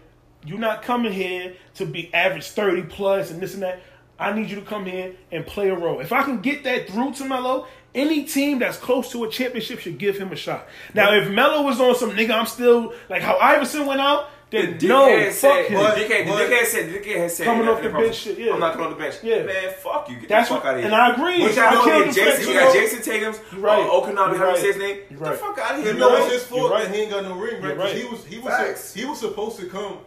you're not coming here to be average 30 plus and this and that. I need you to come here and play a role. If I can get that through to Melo, any team that's close to a championship should give him a shot. Now, if Melo was on some nigga, I'm still like how Iverson went out, then
The
no,
dickhead
fuck
said,
him.
The dickhead, the
But-
dickhead said, the dickhead said,
Coming
in
off
in
the
conference,
bench shit, yeah.
I'm not coming off the bench.
Yeah.
Man, fuck you. Get
That's
the fuck
what-
out of here.
and I agree.
What
I
y'all
killed
doing?
the
Get Jason, you
French
got
girl.
Jason Tatum's,
You're right.
uh, Okunabi,
You're
how you
right.
say his name?
You're
Get the
right.
fuck out of here.
You know
man.
it's his fault
You're right.
that he ain't got no ring,
You're
right?
right.
He was he was
Facts.
he was supposed to come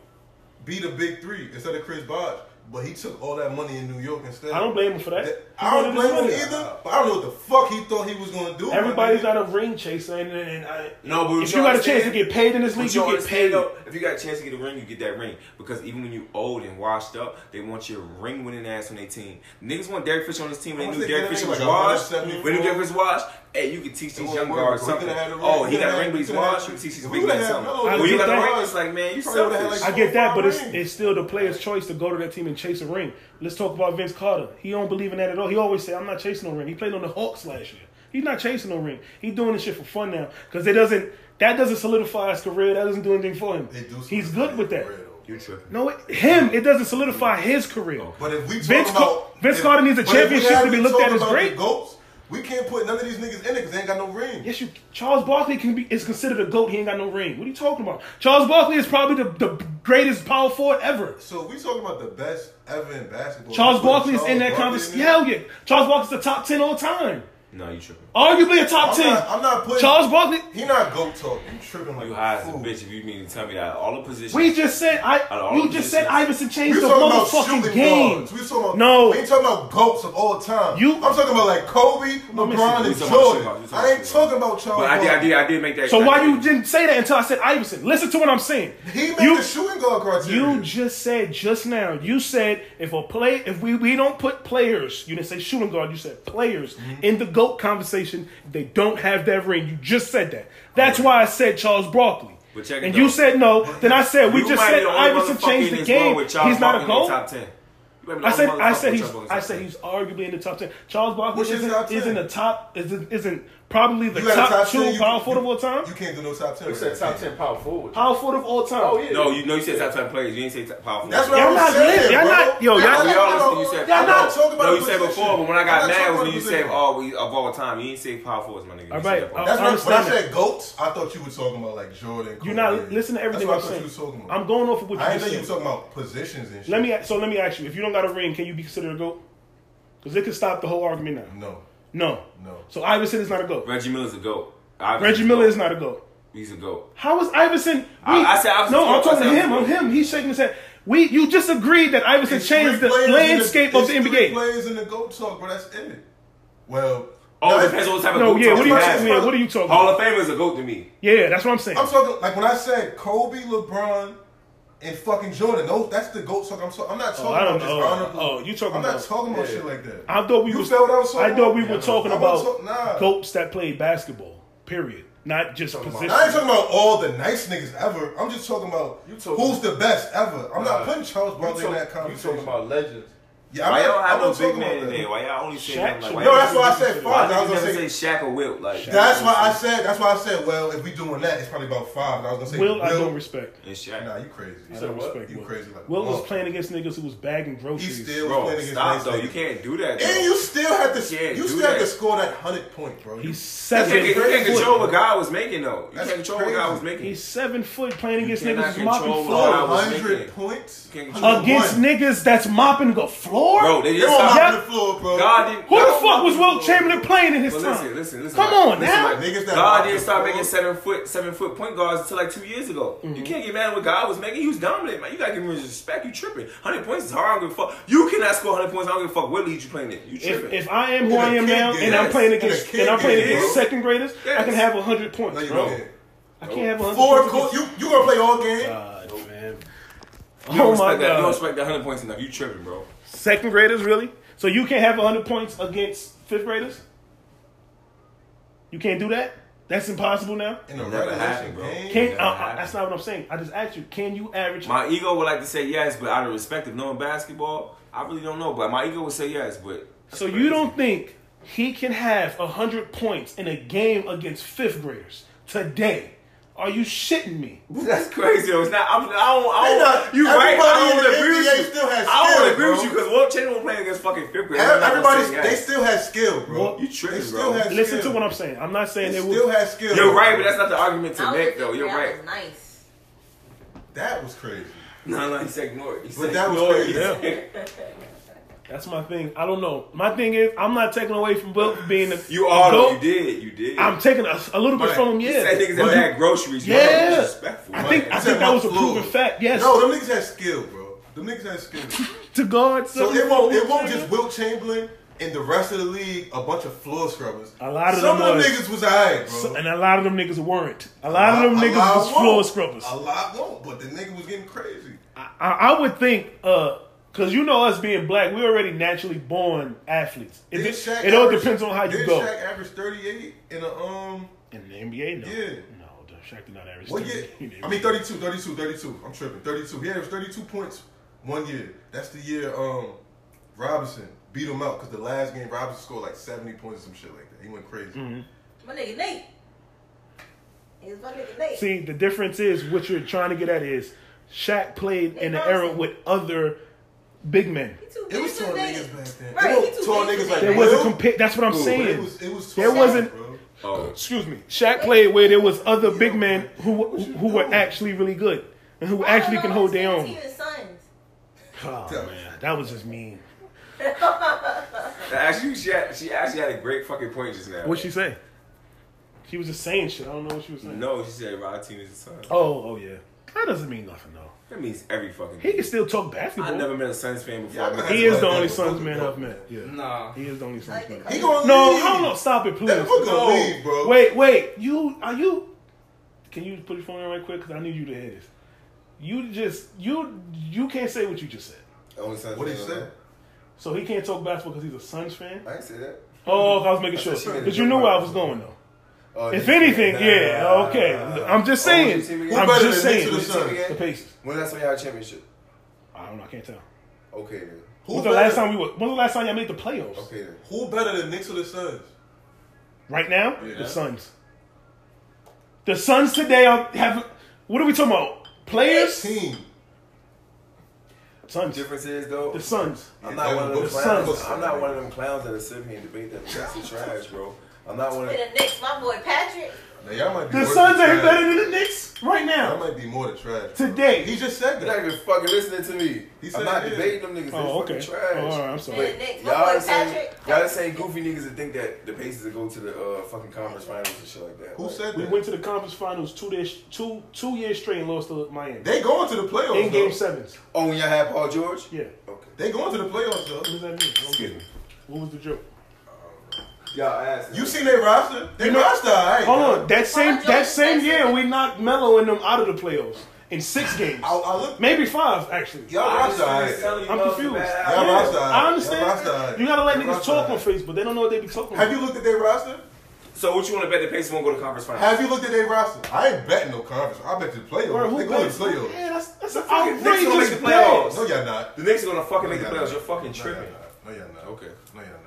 be the big three instead of Chris Bosh, but he took all that money in New York instead.
I don't blame him for that.
That-
He
I don't
wanted his
blame him
money.
either, but I don't know what the fuck he thought he was gonna do. my
Everybody's
nigga.
not a ring chaser, and, and, and I,
No, but
if you got a chance to get paid in this league,
But
you
you
get
understand
paid.
though, if you got a chance to get a ring, you get that ring. Because even when you old and washed up, they want your ring winning ass on their team. Niggas want Derek Fisher on his team when they
Once
knew
they
Derek
get a
Fisher
nigga
was
like
washed.
174.
When you Derek Fisher washed, hey, you can teach these
won't
young
work,
guards
bro. We
something.
coulda had a ring.
Oh,
We
he
coulda
got
had-
a ring, but
we
he's
coulda had-
washed. You can teach he's
we
big
coulda
man
had
something.
Melo.
When
I
you got
get
a
that.
ring, it's like, man, you
Probably would've had,
selfish.
like,
I get that, but it's,
Ring.
it's still the player's choice to go to that team and chase a ring. Let's talk about Vince Carter. He don't believe in that at all. He always say, "I'm not chasing no ring." He played on the Hawks last year. He's not chasing no ring. He's doing this shit for fun now because it doesn't. That doesn't solidify his career. That doesn't do anything for him.
It do
He's
something
good with that.
real, though.
You tripping.
No, it, him. It doesn't solidify his career.
But if we talk
Vince
about,
Car- Vince
if-
Carter needs a
but if we
championship to
haven't
be looked at
talked
as
about
great.
the GOATs, we can't put none of these niggas in it because they ain't got no ring.
Yes, you. Charles Barkley can be is considered a goat. He ain't got no ring. What are you talking about? Charles Barkley is probably the, the greatest power forward ever.
So we talking about the best ever in basketball.
Charles
Put
Barkley is
Charles
in that
Barkley
conversation.
in there?
Hell yeah, Charles Barkley's the top ten all time.
No, you tripping.
Arguably a top
I'm
ten.
not- I'm not putting-
Charles Barkley.
He not goat talk. You tripping like
You
a
high as a
fool.
bitch if you mean to tell me that all the positions.
We just said
Out of
I.
all
You
the
just said
positions.
Iverson changed
We
the
talking about shooting
motherfucking game.
guards. We talking about
No.
We ain't talking about goats of all time.
You-
I'm talking about like Kobe,
me
LeBron,
see.
and
We talking about shooting
Jordan.
guards. We talking
I ain't
about
talking
shooting
about Charles.
But I did, I
Barkley.
did, I did make that.
So
I
why
did-
you didn't say that until I said Iverson? Listen to what I'm saying.
He made
You-
the shooting guard criteria.
You just said just now. You said if a play, if we, we don't put players, you didn't say shooting guard. You said players
Mm-hmm.
in the goat conversation. They don't have that ring. You just said that. That's why I said Charles Barkley.
But check it
and
though.
you said no. Then I said we
You
just
might be
said
the only
Iverson
motherfucker
changed
in
the
this world
game.
with Charles
He's not a
Barkley in the
goat.
Top ten. You might be the
I
only
said I
motherfucker
said
with
he's
Charles Barkley in the
I
top
said
10.
he's arguably in the top ten. Charles Barkley
What's his
isn't,
top 10?
is in the top isn't isn't probably the
You got a
top,
top
two
10, you-
power forward of all time.
You can't do no top ten.
It's a top ten power forward.
power forward of all time.
Oh yeah.
No, you know you said top ten players. You didn't say top powerful.
That's what
Y'all
I'm
not
saying.
lit. Y'all
bro.
not- yo,
We're
y'all-
not
We
talking
all
about-
listening. You said
Y'all not talking about
No,
the
you said
position.
before, but when I
We're
got
not
mad
talking
was
about
when you
the
said,
position.
"Oh, we of all time." You didn't say power forwards, my nigga. You
All
said
right,
that part.
I'll-
That's what when I
Understand
said goats. I thought you were talking about like Jordan.
You're not
Kobe.
listening to everything
That's
I'm
what I thought you was
saying.
talking about.
I'm going off of what
I
you
didn't know you were
said.
talking about positions and shit.
Let me so let me ask you: If you don't got a ring, can you be considered a goat? Because it could stop the whole argument now.
No,
No.
no.
So Iverson is not a goat.
Reggie Miller's a goat. Obviously,
Reggie
he's a
Miller
goat.
is not a goat.
He's a goat.
How is Iverson?
I- I said Iverson's
no.
a
I'm
goat. I
talking to
said
him. I'm
Iverson's a
him. He's shaking his head. We you just agreed that Iverson
It's
changed
three
the
players in
landscape of
it's
the
three
NBA.
Players in the goat talk, bro. That's it. Well,
Oh,
no,
it depends on what type of
No,
goat
yeah. What are you?
you
talking
have.
Yeah,
about-
what are you talking?
Hall
about?
of Fame is a goat to me.
Yeah, that's what I'm saying.
I'm talking like when I said Kobe, LeBron, and fucking Jordan. No, that's the goat talk. I'm so, I'm not talking
Oh, I
about
don't
just
know.
honorable.
Oh, you talking
I'm
about-
not talking about shit like that.
I thought we
you
was,
fell down so
I
low.
thought we were talking
I
about
wasn't talk- nah.
goats that played basketball. Period. Not just position.
I ain't talking about all the nice niggas ever. I'm just talking about
You talking-
who's the best ever. I'm not
Nah.
putting Charles
You
Barkley in
talk-
that
You
conversation.
talking about legends?
Yeah,
Why
I'm
y'all
not-
have
I'm
no
not
big
talking
man
about
in
that.
there? Why y'all only say
Shaq
him like?
should
Why
be-
No,
y'all-
that's why I said
Why
five. I
did
was
you
gonna say.
never say Shaq or Wilt? Like
That's why I said. That's why I said. Well, if we doing that, it's probably about five. And I was gonna say.
Will, I don't respect.
And Shaq.
Nah, you crazy.
I don't respect
You
Will.
crazy like
Will was
Will.
playing against niggas who was bagging
He
groceries.
still was
Bro,
playing against
stop
nice
though.
niggas.
You can't do that. though.
And you still had to.
Yeah,
you
do
still had
that.
to score that hundred point, bro.
He's
You
seven.
can't, you can't
foot.
control what God was making though. You
That's
can't control what God was making.
He's seven foot playing against
You cannot
niggas who's mopping
control
Bro,
what I
floor.
was
100
thinking.
points
Can't control
Against niggas that's mopping the floor?
Bro, they
They
just
were
stop.
mopping
Yep.
the floor, bro.
God didn't.
Who the
God
fuck was
didn't-
Will Chamberlain playing in his
But
time?
listen, listen, listen.
Come
Mike.
on
Listen,
now.
Mike.
Niggas that
God
mopped
didn't
the
start
floor.
making seven foot, seven foot point guards until like two years ago. You can't get mad at what God was making. He was dominant, man. You gotta give him respect. You tripping. Hundred points is hard. I don't give a fuck. You cannot score hundred points. I don't give a fuck what league you playing in. You
If,
tripping.
if I am
In
who
a
I am
kid
now
game.
and I'm playing
Yes. In a
against
kid
and I'm playing
game,
against
bro.
second graders, I can
Yes.
have hundred points,
No, you
bro.
didn't.
I can't have hundred
Four
points.
court. You you gonna play all game?
God, man.
you don't
Oh my
respect that. You don't
god.
respect that hundred points enough. You tripping, bro.
Second graders, really? So you can't have hundred points against fifth graders? You can't do that? That's impossible now?
In the
Never
regulation
happened, bro.
game?
Can't
Never
uh, uh,
happened.
that's not what I'm saying. I just asked you, can you average
My ego would like to say yes, but out of respect of knowing basketball, I really don't know. But my ego would say yes, but that's
So you
crazy.
don't think he can have 100 points in a game against fifth graders today? Are you shitting me?
That's crazy. though. It's not. I'm, I don't. I
They
don't
not-
you right.
everybody
I
in
don't
the
agree with
NBA
you.
still has
I don't
skill,
agree with
bro.
you because Will Chamberlain playing against fucking fifth grade.
Everybody's they still had skill, bro.
Well,
You tripping,
they still
bro.
had
Listen
skill.
to what I'm saying. I'm not saying
They
it
still
was.
had skill.
You're right, but that's not the argument to
I was
make,
thinking
though. You're
that
right.
was nice.
That was crazy.
No, no, he said ignore it. He
But
said
that was
ignore it.
crazy.
That's my thing. I don't know. My thing is, I'm not taking away from Will for being the.
You are.
the
though. You
GOAT.
did. You did.
I'm taking a, a little bit
Right.
from him,
You
yeah.
said niggas that
But
bag groceries. bro.
Yeah.
That's disrespectful.
I think, I think that was a proven fact, yes.
No, them niggas had skill, bro. Them niggas had skill.
to God,
So it won't it won't just Will Chamberlain and the rest of the league a bunch of floor scrubbers.
A lot of
some
them
of
was.
them niggas was alright, bro.
And a lot of them niggas weren't. A lot of them
A
niggas
lot
was
won't.
floor scrubbers.
A lot won't, but the nigga was getting crazy.
I, I would think, uh, cause you know us being black, we're already naturally born athletes. It,
Did
de-
Shaq
it all
average-
depends on how you
did
go.
Shaq average thirty eight in a um
In the NBA, no,
Yeah.
no, the Shaq did not average.
What
30.
year?
He didn't.
I mean, 32, 32, 32. I'm tripping. 32. He averaged 32 points one year. That's the year um, Robinson beat him out because the last game Robinson scored like 70 points or some shit like that. He went crazy.
Mm-hmm.
My nigga Nate. It's my nigga Nate.
see, the difference is what you're trying to get at is Shaq played in an era with other big men.
He too
It
big
was
for
tall
Nate.
niggas back then.
Right,
it
he too
tall
big
niggas
for
like
that.
There
There
Will,
wasn't compa- That's what I'm
but
saying.
It was, it was
There
tall
wasn't-
Bro.
Oh,
Excuse me. Shaq played where there was other big men who who, who were
doing?
actually really good and who
I don't
actually
know
can
why
hold
his
their own.
team is sons.
Oh man, that was just mean.
actually, she had, she actually had a great fucking point just now.
What she say? She was just saying shit. I don't know what she was saying.
No, she said Rod team is the son.
Oh, oh yeah. That doesn't mean nothing though.
That means every fucking.
He
thing.
can still talk
I
basketball.
never met a Suns fan before.
Yeah, I
I met
know.
he is the
Like,
only
that
Suns
was
man
dope.
I've met. Yeah.
Nah.
He is the only Suns
Like the
man.
He
color.
gonna
No,
leave.
hold on, stop it, please.
That fucker
No.
leave, bro.
Wait, wait. You are you? Can you put your phone in right quick? Cause I need you to hear this. You just you you can't say what you just said.
Only son.
What did you say?
So he can't talk basketball because he's a Suns fan.
I didn't say that.
Oh, I was making
said
sure
she made a
because you
joke
knew where I
about
was
it.
going though.
Oh,
If
did you-
anything,
Nah, nah,
yeah,
nah,
okay.
nah, nah.
I'm just
Oh,
saying.
who's your team
Who
again?
I'm
better
just
than Knicks
saying.
or the
Who's your team
Suns?
The
again?
Pacers.
When last time y'all had a championship?
I don't know. I can't tell.
Okay then.
Who
When's the
better-
last time we were? When's the last time y'all made the playoffs?
Okay then.
Who better than Knicks or the Suns?
Right now,
Yeah.
the Suns. The Suns today are have. What are we talking about? Players.
Team.
Suns.
Difference is though.
The Suns.
I'm not one of them
The
clowns.
Suns.
I'm not one of them clowns that'll sit here and debate that Knicks is trash, bro. I'm not one of
Then the Knicks, my boy Patrick.
Now, y'all might be
The
worse
Suns
than
ain't
trash.
better than the Knicks right
Y'all
now.
might be more than trash. bro.
Today.
He just said
You're
that.
not even fucking listening to me.
He said
I'm not
it is.
debating them niggas. They
Oh,
fucking
okay.
trash.
Oh, all right, I'm sorry.
Then the Knicks, my
Y'all
boy
just saying,
Patrick.
y'all just saying goofy niggas that think that the Pacers will go to the uh, fucking conference finals and shit like that.
Who
Like,
said that?
We went to the conference finals two days, two two years straight and lost to Miami
they going to the playoffs.
in Game
though.
Sevens.
Oh, when y'all had Paul George?
Yeah.
Okay.
They going to the playoffs though.
What does that mean? I don't get it. What was the joke?
Y'all ass.
You seen their roster? They
know-
roster, all right.
Hold on. That same
George
that same
Sexton.
year we knocked Melo and them out of the playoffs in six games,
I, I look.
maybe five actually.
Y'all roster, all right.
I'm confused.
Y'all
Yeah,
roster.
I understand.
Y'all roster.
You gotta let
Y'all
niggas
roster.
talk on Facebook. They don't know what they be talking.
Have
about.
you looked at their roster?
So what you want to bet that Pacers won't go to conference finals?
Have you looked at their roster? I ain't betting no conference. I bet the
Bro,
playoffs.
who
They going
bets?
to playoffs.
Yeah, that's that's a
Fucking Knicks gonna make
outrageous
the
bet.
playoffs.
No, y'all not.
The Knicks are gonna fucking
No,
make the
y'all
playoffs.
not.
You're fucking
No, y'all
tripping.
not. No, y'all not.
Okay.
No, y'all not.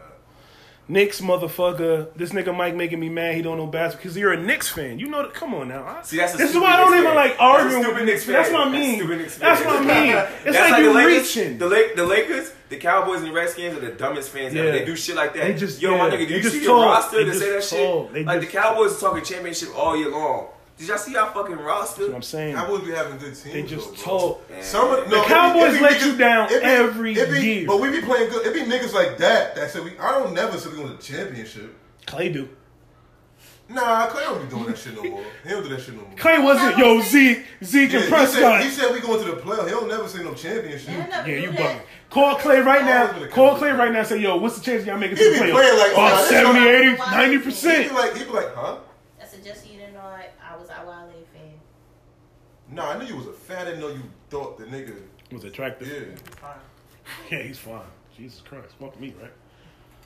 Knicks motherfucker. This nigga Mike making me mad. He don't know basketball because you're a Knicks fan. You know. that- Come on now. I,
See, that's a
this is
stupid
why I don't
Knicks
even
fan.
like
That's a
arguing
stupid
with
Knicks
Knicks. That's
fan.
what I
That's
mean.
stupid Knicks
That's,
fan.
what I mean. It's like,
the
you
Lakers,
reaching.
The, Lake, the Lakers, the Cowboys, and the Redskins are the dumbest fans ever.
Yeah.
They do shit like that.
They just-
yo, my
yeah.
nigga, do
They
you
just
see
talk.
the roster
They
to say that
just talk. They
shit? Like the
just-
Cowboys are talking championship all year long. Did y'all see our fucking roster?
what I'm saying.
Cowboys be having good teams.
They
though,
just
bro.
talk.
Some of, no, it be-
Cowboys
it be
let
niggas-
you down
it be-
every
it be-
year.
But we be playing good. It be niggas like that that said we. I don't never said we won a championship.
Clay do.
Nah, Clay don't be doing that shit no more. He don't do that shit no more.
Clay wasn't. Yo, Zeke, Zeke,
Yeah,
and
he, said,
Prescott.
he said we going to the playoff. He don't never say no championship.
Y'all
Yeah,
never
you
do
bugging.
that.
Call Clay right
Always been
now.
a
Call
couple.
Clay right now. and Say, yo, what's the chance y'all make it
He
to the
be
playoffs?
playing like-
oh,
nah,
70, 80,
that's-
90
He be
percent.
like, he be like, huh?
That's a just so you didn't know I, I was a Wale fan.
Nah, I knew you was a fan. I didn't know you thought the nigga.
Was attractive.
Yeah.
Yeah, he's fine. Jesus Christ, fuck me, right?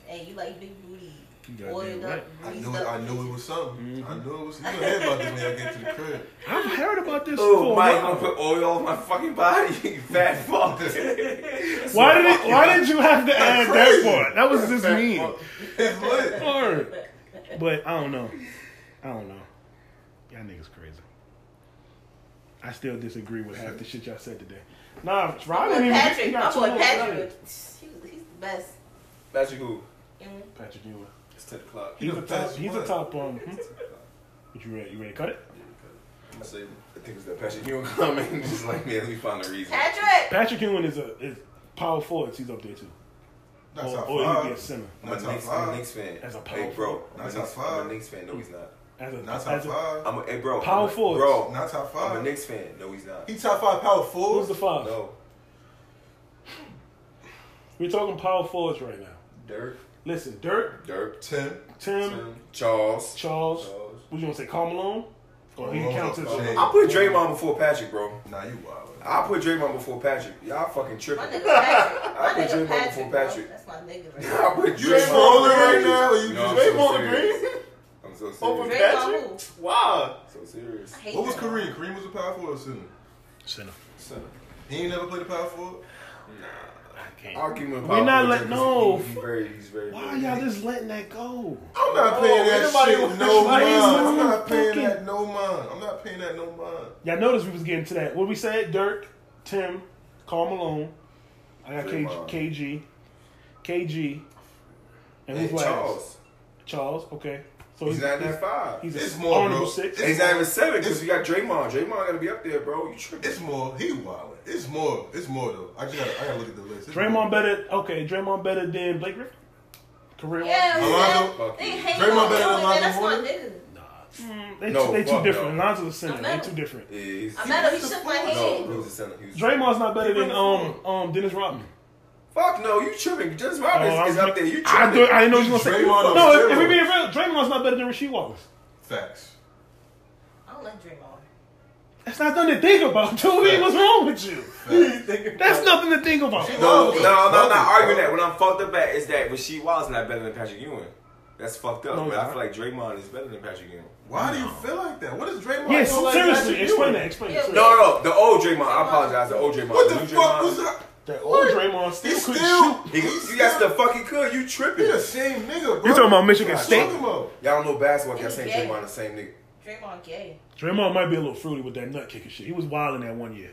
Hey, you like big booty,
You gotta
oiled
be
up,
right.
I
greased
knew, it,
up.
I knew it was something.
Mm-hmm.
I knew it was. You gonna hear about this when y'all get to the crib.
I've heard about this.
Oh,
for
Mike,
a while.
I'm gonna put oil on my fucking body, you fat fuck. That's
Why
what
did it,
fucking-
Why did you have to add that
crazy.
part? That was just mean.
It's lit.
Word. But I don't know. I don't know. Y'all niggas crazy. I still disagree with half the shit y'all said today. Nah,
My
Rob
boy
didn't even. he
Patrick,
got
my
two
boy
more.
Patrick, he was- he's the best.
Patrick who?
Mm.
Patrick Ewing.
It's 10 o'clock.
He's a top.
best
He's a
one.
top. Um, hmm? you ready? You ready to cut it?
I think it was that Patrick Ewing comment. Just like, man, let me find a reason.
Patrick,
Patrick Ewing is a is power forward. He's up there too.
Not
or
top
or he'd be a
five.
center.
I'm
Not
a
top
Knicks, I'm a
five.
Knicks fan.
As a
Hey, bro. I'm a,
That's
Knicks,
how far.
I'm a Knicks fan. No, he's not.
As a,
Not top
as a
five.
I'm a, hey, bro.
Power
I'm a-
forwards.
Bro,
Oh, Not top
I'm a
five.
Knicks fan. No, he's not.
He top five power
who's
forwards.
the five?
No.
We're talking power forwards right now.
Dirk.
Listen, Dirk,
Dirk.
Ten.
Tim,
Charles.
Charles.
Charles.
What you gonna say, Karl Malone? Or he
Malone,
counts as
okay.
a
I put Draymond before Patrick, bro.
Nah, you wild.
I put Draymond before Patrick. Y'all fucking
my
tripping.
nigga Patrick,
I
my
put Draymond
nigga
before
Patrick, bro.
Patrick.
that's my nigga right
I put
You
Draymond.
trolling right now? Or you
No, I'm
just,
so
Draymond
serious.
Green
I'm so
over
serious.
Draymond who?
Patrick. Wow.
So serious.
I hate
what was
Draymond.
Kareem? Kareem was a power forward or center?
center.
He ain't never played a power forward?
I can't.
I'll give him a
We're
power
not
forward
letting-
because
no.
He's very, he's very.
Why
very-
are y'all just letting that go?
I'm not paying that
anybody
shit
was-
no
Why
mind.
is no
I'm
one
not paying
fucking-
that no mind. I'm not paying that no mind.
Y'all noticed we was getting to that. What we said, Dirk, Tim, Carl Malone. I got K-
Draymond.
KG. KG. And
Hey,
who's last? Charles.
Charles.
okay. So
He's not in that five.
Oh, He's
It's
an
more, bro.
honorable six.
And He's not even seven because we got Draymond. Draymond gotta be up there, bro. You tripping?
It's more. He wild. It's more. It's more though. I just gotta. I gotta look at the list. It's
Draymond
more.
better. Okay, Draymond better than Blake Griffin. Career.
Yeah,
Alonzo?
Alonzo,
Fuck
they
you.
hate
Draymond
on
better than
Jordan, man, that's my
Alonzo
nigga.
Mm, they,
No,
they too
fuck
different.
no.
Lonzo's a center. They
Atlanta.
too different.
Yeah, he's-
I'm mad he shook my
no,
hand.
he was a center. He was a center.
Draymond's not better than um um Dennis Rodman.
Fuck no, you tripping. Just Robbins
Oh,
is
I'm-
up there. You tripping.
I, thought- I didn't know you was gonna say.
Draymond on
No, if, if
steroids.
we being real, Draymond's not better than Rasheed Wallace.
Facts.
I don't like Draymond.
That's not nothing to think about, Toby. What's wrong with you? That's nothing to think about.
No, no,
Fuck it.
no, I'm
Fuck
not
it, bro.
arguing that. What I'm fucked up at is that Rasheed Wallace not better than Patrick Ewing. That's fucked up.
No,
but
he's
I feel like Draymond is better than Patrick Ewing.
Why do you feel like that? What is Draymond?
Yes,
doing like
seriously,
that?
explain that. Explain that.
Yeah,
No, no, no. The old Draymond. I apologize. The old Draymond.
What the
new
fuck
Draymond.
was that?
That old Draymond
He
still couldn't
still.
shoot.
He,
He
you got the fucking could. You tripping?
He the same nigga, bro.
You talking about Michigan
What you
State?
talking about?
Y'all don't know basketball. Y'all
He's
saying
gay.
Draymond the same nigga.
Draymond gay.
Draymond might be a little fruity with that nut kicking shit. He was wilding that one year.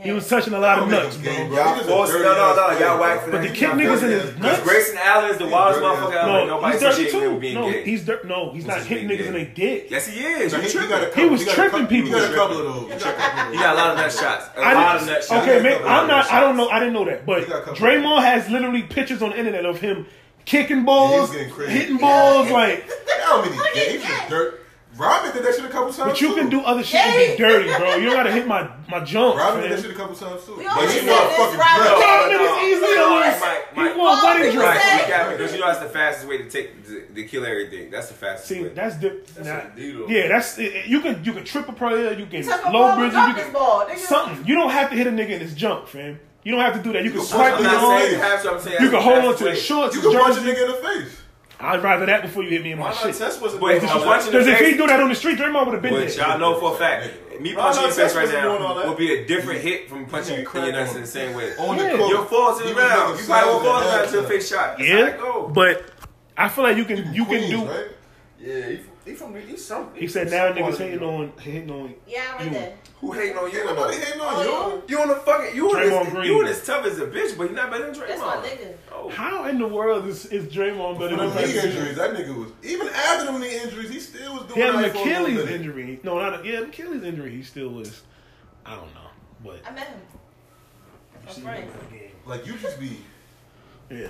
He
Yeah.
was touching a lot
Don't
of
make
nuts,
him
bro.
gay, bro.
Y'all
He just a
forced- no,
dirty
no, no,
ass
y'all
player,
whack
bro.
for that.
But the kid
Y'all
niggas in
dirty
his
ass-
nuts.
Grayson Allen is the wildest
dirty
motherfucker
ass.
out there.
No,
Nobody
he's dirty
associating him
too.
with being
No,
gay.
he's dirt. No, he's
What's
not
his
hitting
name,
niggas in
gay?
their dick.
Yes, he is.
Now,
You
he, he
tripping?
got a couple,
was
he got a couple-
tripping
He got a
people.
couple of those. He got a couple of
He
those.
got a lot of nut shots. A
I
lot of
didn't-
nut shots.
okay,
got a
man.
couple
I'm
of
not.
those
I don't know. I didn't know that. But
He got a couple
Draymond has literally pictures on the internet of him kicking
he was
balls,
getting crazy.
hitting balls. Like,
How many games of dirt? Robin did that shit a couple times.
but you
too.
can do other shit and be dirty, bro. You don't gotta hit my my junk.
Robin did
man.
that shit a couple times too.
We
But
always
he
said
not
this,
fucking
Robin.
drunk.
Y'all niggas easily
no,
lose.
Mike,
He
Mike.
won
Right,
wedding
Mike,
dress.
Mike.
we got it, because you know that's the fastest way to take to, to kill everything. That's the fastest
See,
way.
that's the nah,
a needle.
yeah. That's it, it- you can you can trip a player, you can
Took a
low
ball
bridge,
and
you
dropped his
can
ball. Nigga.
something. You don't have to hit a nigga in his jump, fam. You don't have to do that. You can
can
swipe
punch
with
I'm
him
your
in the arm.
not saying you
arm.
have to. I'm saying
You
that's the
can hold on
fastest
to the
way.
shorts,
You
his
can punch a
jersey.
nigga in the face.
I'd rather that before you hit me in my
Why not
shit.
Test wasn't
But
doing
I'm
all that?
watching the
Because if he
face,
do that on the street, Draymond would have been
which
there.
y'all know for a fact, me punching your
Ron
face
Artest
right
wasn't doing all
now
that.
will be a different hit from punching
Yeah,
you in the nuts in the same way.
On
Yeah.
the court.
You'll fall to the
Oh, You
ground.
make
You probably won't fall to
sound
the
like
ground
that.
to a face shot. That's how it
Yeah,
go.
but I feel like you can you can
Queens,
do.
right?
Yeah, he from, he from he's something.
He said now niggas hating on hating on
Yeah, I
You-
read that.
Who hating on you?
Ain't nobody hating on
Oh,
you.
You on the fucking you
Draymond
on this,
Green.
you on as tough as a bitch, but you not better than Draymond. Oh,
That's my nigga.
how in the world is is Draymond better
But
than
them knee
Patrick?
injuries, that nigga was even after them knee injuries, he still was doing.
He had an
that for a little
Achilles
minute.
injury. No, not a, yeah, an Achilles injury. He still was. I don't know, but
I met him. My friend.
Like you just be.
yeah.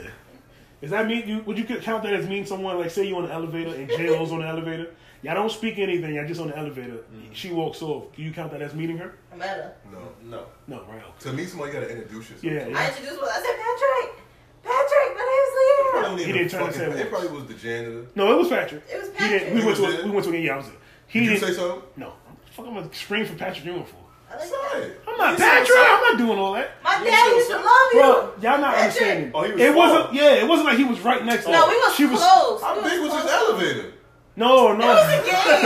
Does that mean you? Would you could count that as mean someone like say you on the elevator and J Lo's on the elevator? Y'all don't speak anything. Y'all just on the elevator.
Mm.
She walks off. Do you count that as meeting her?
I met her.
No.
No.
No, right? Okay.
To me, somebody gotta introduce yourself.
Yeah,
I
yeah.
introduced myself. I said, Patrick! Patrick, my name's Leah!
Probably
He
didn't
didn't turn
fucking-
himself
It
on.
probably was the janitor.
No, it was Patrick.
It was
He didn't, we
He
went to
Patrick.
was
a,
there?
we went to a yeah, I was there. He
Did you
didn't
say something?
No, fuck! I'm gonna scream for Patrick Ewing for.
I like
Say
that.
it.
I'm not Patrick. I'm not doing all that.
My dad used to love you!
Bro, y'all not
Patrick.
understanding.
Oh, he was
it
small.
wasn't. Yeah, it wasn't like he was right next. to
No,
her.
we was
She
close.
How
We
big was
close.
his elevator?
No, no.
It was a game.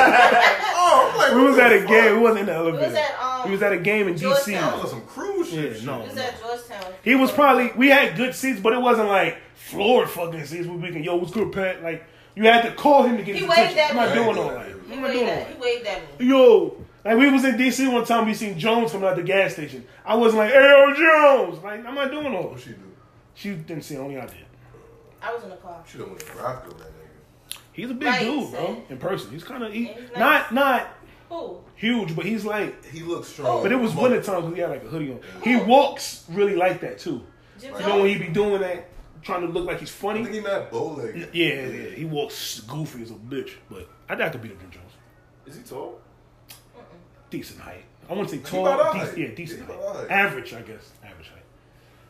Oh, I'm like,
We
what
was
the
at a
fuck?
game. We wasn't in the
We
elevator.
was at, um,
We was at a game in DC.
I
Georgetown.
was on some cruise ship.
Yeah, no.
It was at Georgetown.
He was probably. We had good seats, but it wasn't like floor fucking seats. We we can yo, what's good, Pat? Like you had to call him to get
He
his
waved
attention.
at
I'm
me.
not doing
I
all
ain't
that.
doing
He
I'm not doing
waved,
all
at, he
that.
waved at me.
Yo. Like we was in DC one time, we seen Jones coming out the gas station. I was like, "Hey, yo, Jones!" Like I'm not doing all
What
that.
she do?
She didn't see, only I did.
I was in the car.
She done went to Roscoe, that nigga.
He's a big
Right,
dude, bro.
so-
In person, he's kind of he,
Yeah, he's
not
nice.
not
Who?
huge, but he's like.
He looked strong.
But it was winter time because he had like a hoodie on. He walks really like that too. You
Jim Jones?
know when he be doing that, trying to look like he's
I
funny.
think he mad bow legged.
Yeah, yeah, he walks goofy as a bitch. But I doubt I could beat up Jim Jones.
Is he tall?
Decent height. I wouldn't say
about
tall.
our
Decent,
height.
yeah,
He
decent
about
height.
our height.
Average, I guess. Average height.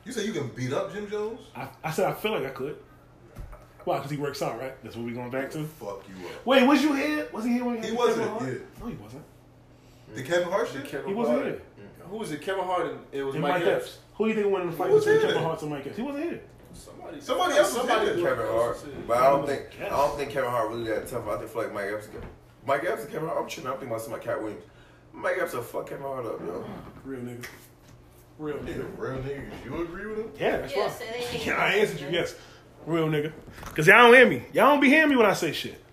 You say you can beat up Jim Jones?
I, I said I feel like I could. Why? Because he works out, right? That's what we going back to.
Fuck you up.
Wait, was you here? Was he here when you
He
had
wasn't,
Kevin Hart?
yeah.
No, he wasn't.
The Kevin Hart shit?
Kevin
He wasn't
Hart.
here.
Who was it? Kevin Hart and it was
And
Mike,
Mike
Epps.
Epps. Who do you think won in the fight
Who was
between
here?
Kevin Hart and Mike Epps? He wasn't here.
Somebody,
Somebody else was in there.
Kevin Hart, but I don't think I don't think Kevin Hart really that tough. I think like Mike Epps. Mike Epps and Kevin Hart. I'm tripping. I'm thinking about somebody Cat Williams. Mike Epps will fuck Kevin Hart up, yo.
Real nigga. Real
Yeah,
nigga.
real nigga. You agree with him?
Yeah, that's
Yes,
why.
it ain't-
Yeah, I answered you. Yes, real nigga. Cause y'all don't hear me. Y'all don't be hearing me when I say shit.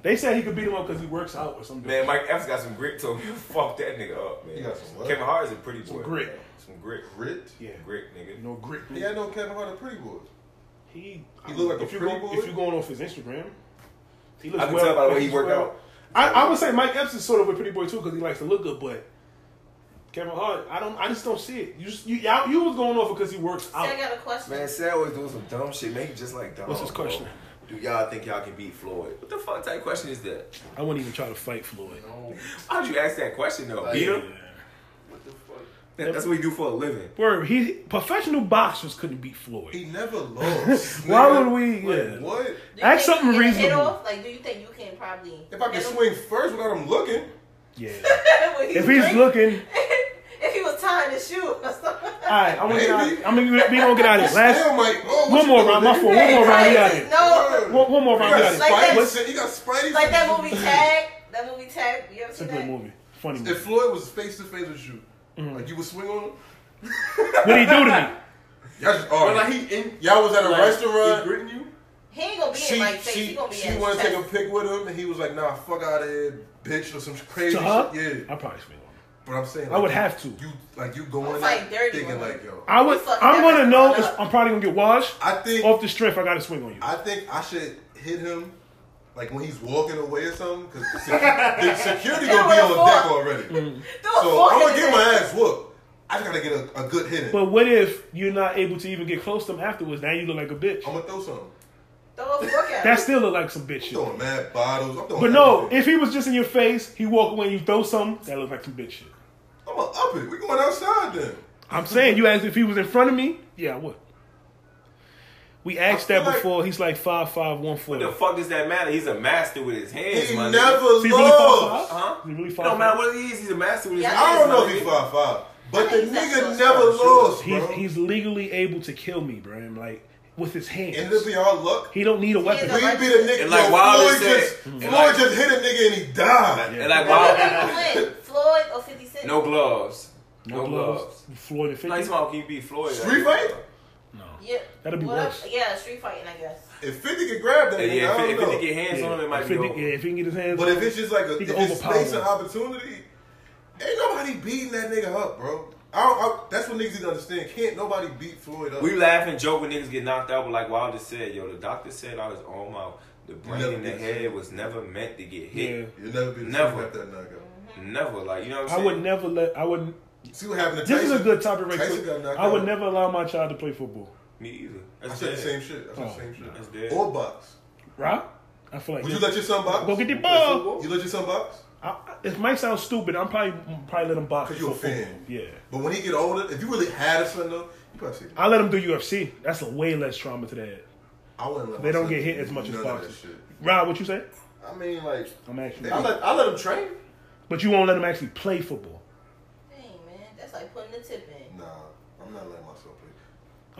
They said he could beat him up because he works out or something.
Man, Mike F's got some grit to him. Fuck that nigga up, man.
He got some what?
Kevin Hart is a pretty boy.
Some grit.
man. Some grit.
Grit?
yeah,
Grit, nigga.
no grit.
He had no Kevin Hart a pretty boy.
He,
He look like a
if you
pretty
go,
boy?
If you're going off his Instagram, he looks
I can
well-
tell by the way he
he's
work
well-
out.
I, I would say Mike Epps is sort of a pretty boy too because he likes to look good, but Kevin Hart, I don't, I just don't see it. You just, you, y'all, you was going off because he works
See, I
out.
got a question.
Man, Sad always doing some dumb shit. Make it just like dumb.
What's his
bro.
question?
Do y'all think y'all can beat Floyd?
What the fuck type question is that?
I wouldn't even try to fight Floyd.
How'd you ask that question though? Beat
Yeah.
him? That- That's what he do for a living.
Word, he professional boxers couldn't beat Floyd.
He never lost.
Why
nigga.
would we-
Like,
yeah.
What?
Do you
Ask
think
something
you can hit
reasonable.
off? Like, do you think you can probably?
If I could
hit him?
swing first without him looking,
Yeah.
When
If he's
drinking?
looking,
if he was tying his shoe or something.
all right, I'm gonna get
Maybe.
out. I'm gonna get, we gonna get out of here.
still
Last
might. Oh,
one more round, my fault. One more round, we out of here.
No,
One, one more
You
round, we out
got
of
Like
here.
that-
Spidey. You got Spidey.
like that movie Tag. That movie Tag. You ever
It's a
seen
good
that?
movie. Funny
If
movie.
Floyd was face to face with you,
Mm-hmm.
like you would swing on him.
What he do to me?
Y'all just arguing.
Like he in
Y'all was at a
like,
restaurant.
He gritting you.
He ain't gonna be
She
in my face. he
she
gonna be
she
in
wanted to
chest.
take a pic with him, and he was like, "Nah, fuck out of here, bitch," or some crazy
To her?
shit. Yeah,
I probably swing on him.
but I'm saying
I would
you-
have to.
You like you going
It's like
out
dirty
thinking
women.
like yo.
I would.
You fuck
I'm gonna
everything
know.
up.
it's- I'm probably gonna get washed
I think
off the strength. I gotta swing on you.
I think I should hit him like when he's walking away or something because the, sec- the security gonna be
Yeah,
on
well,
deck
fuck.
already.
Mm-hmm.
Throw a
So
fork
I'm
in
gonna
his
get
ass.
my ass whooped. I just gotta get a, a good hit in.
But what if you're not able to even get close to him afterwards? Now you look like a bitch.
I'm gonna throw something.
Throw a fork at
That
him.
still look like some bitch
I'm
shit.
throwing mad bottles. I'm throwing
But no,
everything.
if he was just in your face, he walk away and you throw something, that look like some bitch shit.
I'm gonna up it. We going outside then.
I'm saying you asked if he was in front of me. Yeah, I would. We asked
I feel
that
like-
before. He's like five five one four.
What the fuck does that matter? He's a master with his hands,
He
my nigga.
never
Is he really
lost.
5'5"?
Huh?
Is he really
It don't matter
5'5"?
what he is, he's a master with his
Yeah,
hands.
I don't
my
know if
nigga.
he's five five, but the
I think that's
nigga
what's
never
up.
lost,
He's
bro.
he's legally able to kill me, bro. I'm like with his
And
hands.
this be our luck.
He don't need a weapon.
We beat a nigga.
And like
yo,
Wilder
Floyd
said-
just,
and
Floyd
like-
just hit a nigga and he died.
And like wow,
Who would win, Floyd or Fifty Cent?
no gloves. No, gloves.
Floyd and 50.
Like tomorrow can beat Floyd.
Street fight?
Yeah,
That'd be
well,
worse.
Yeah, street fighting, I guess.
If 50 could grab that
Yeah,
nigga,
yeah,
I
if,
don't
if,
know.
they get hands on him, it
yeah,
might
if
be
he,
over.
yeah, if he can get his hands
But
on
if it's just like a,
He
if
can
it's
overpower
space and
him.
opportunity, ain't nobody beating that nigga up, bro. I don't, I, that's what niggas need to understand. Can't nobody beat Floyd up.
We laugh and joke when niggas get knocked out, but like Wilder said, yo, the doctor said I was on my the brain
Never
and the
gets
head was never meant to get hit.
You'll never be the
Never.
same after that knockout.
Never, like you know what I'm
I
saying?
would never let. I would.
See what happened to
This
Tyson?
is a good topic right
Tyson
quick.
got knocked
I would
out.
never allow my child to play football.
Me either.
I
That's
said the
dead.
same shit. I said
Oh,
the same shit.
That's dead.
Or box.
Right? I feel like
Would you let your son box?
go get the ball.
You let your son box?
I, I- it might sound stupid. I'm probably probably let him box.
'Cause you a
before
fan.
football. Yeah.
But when he get older, if you really had a son though, you probably say,
I let him do UFC. That's a way less trauma to the head.
I wouldn't let
They
my
don't
son
get hit
do
as much as
none of that
boxers.
shit.
Rob, what you say?
I mean, like
I'm actually.
I let I let him train.
But you won't let him actually play football.
Dang man, that's like putting the tip in.
Nah, I'm not letting myself play.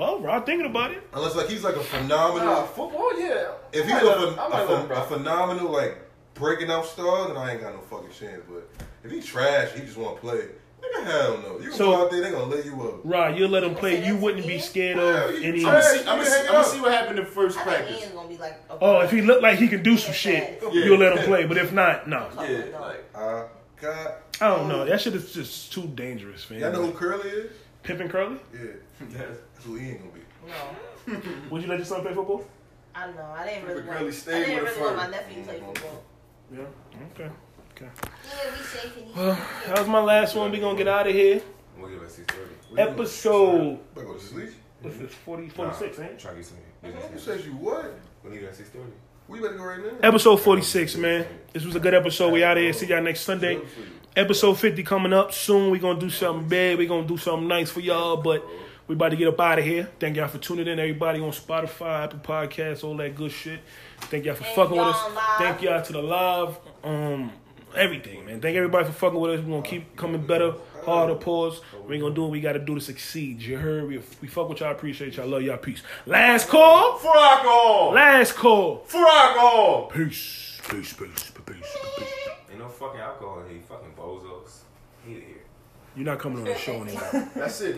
Oh, Rob, thinking about it.
Unless like he's like a phenomenal.
Nah, football, yeah.
If
I
he's
might
a,
let-
phen-
I
a,
might let
phen-
him
a
rock.
phenomenal like breaking out star, then I ain't got no fucking chance. But if he trash, he just want to play. Nigga, hell no. You
So-
go out there, they gonna lay you up.
Rob, you'll let him play. You wouldn't be scared of any.
Hell, you
I'm gonna
can
see,
hang
I'm
it
gonna
up.
see what happened in first
I
practice.
think Ian's gonna be like. a-
Oh, if he look like he can do some shit,
Yeah.
you'll let him play. But if not, no.
Oh,
Yeah,
no.
like
I got.
I don't know. That shit is just too dangerous, man.
Y'all know who Curly is?
Pippin Curly?
Yeah, that's who he ain't gonna be.
no.
Would you let your son play football?
I don't know. I didn't really,
Really
want,
stayed
I didn't
with
really
the
want my
firm.
nephew to play football.
Yeah. Okay.
Yeah, we shaking. he-
Well, that was my last one. We gonna get out of here.
We'll get about six thirty.
What you doing?
Episode.
Better go to sleep.
What's this? 40, 46, ain't it?
Try to get some.
You said you what?
We'll leave at six thirty.
We better go right now.
Episode 46, man. This was a good episode. We out of here. See y'all next Sunday. Episode 50 coming up soon. we going to do something big. we going to do something nice for y'all, but we about to get up out of here. Thank y'all for tuning in, everybody, on Spotify, Apple Podcasts, all that good shit. Thank y'all for
Thank
fucking with
y'all
us.
live.
Thank y'all to the live. Um, everything, man. Thank everybody for fucking with us. We're going to keep coming better, harder, pause. we going to do what we got to do to succeed. You heard? We, we fuck with y'all. Appreciate y'all. Love y'all. Peace. Last call.
for alcohol,
Last call.
for alcohol.
Peace. Peace, peace, peace, peace.
Ain't no fucking alcohol here. You fucking bozos. Hate it here.
You're not coming on the show anymore.
That's it.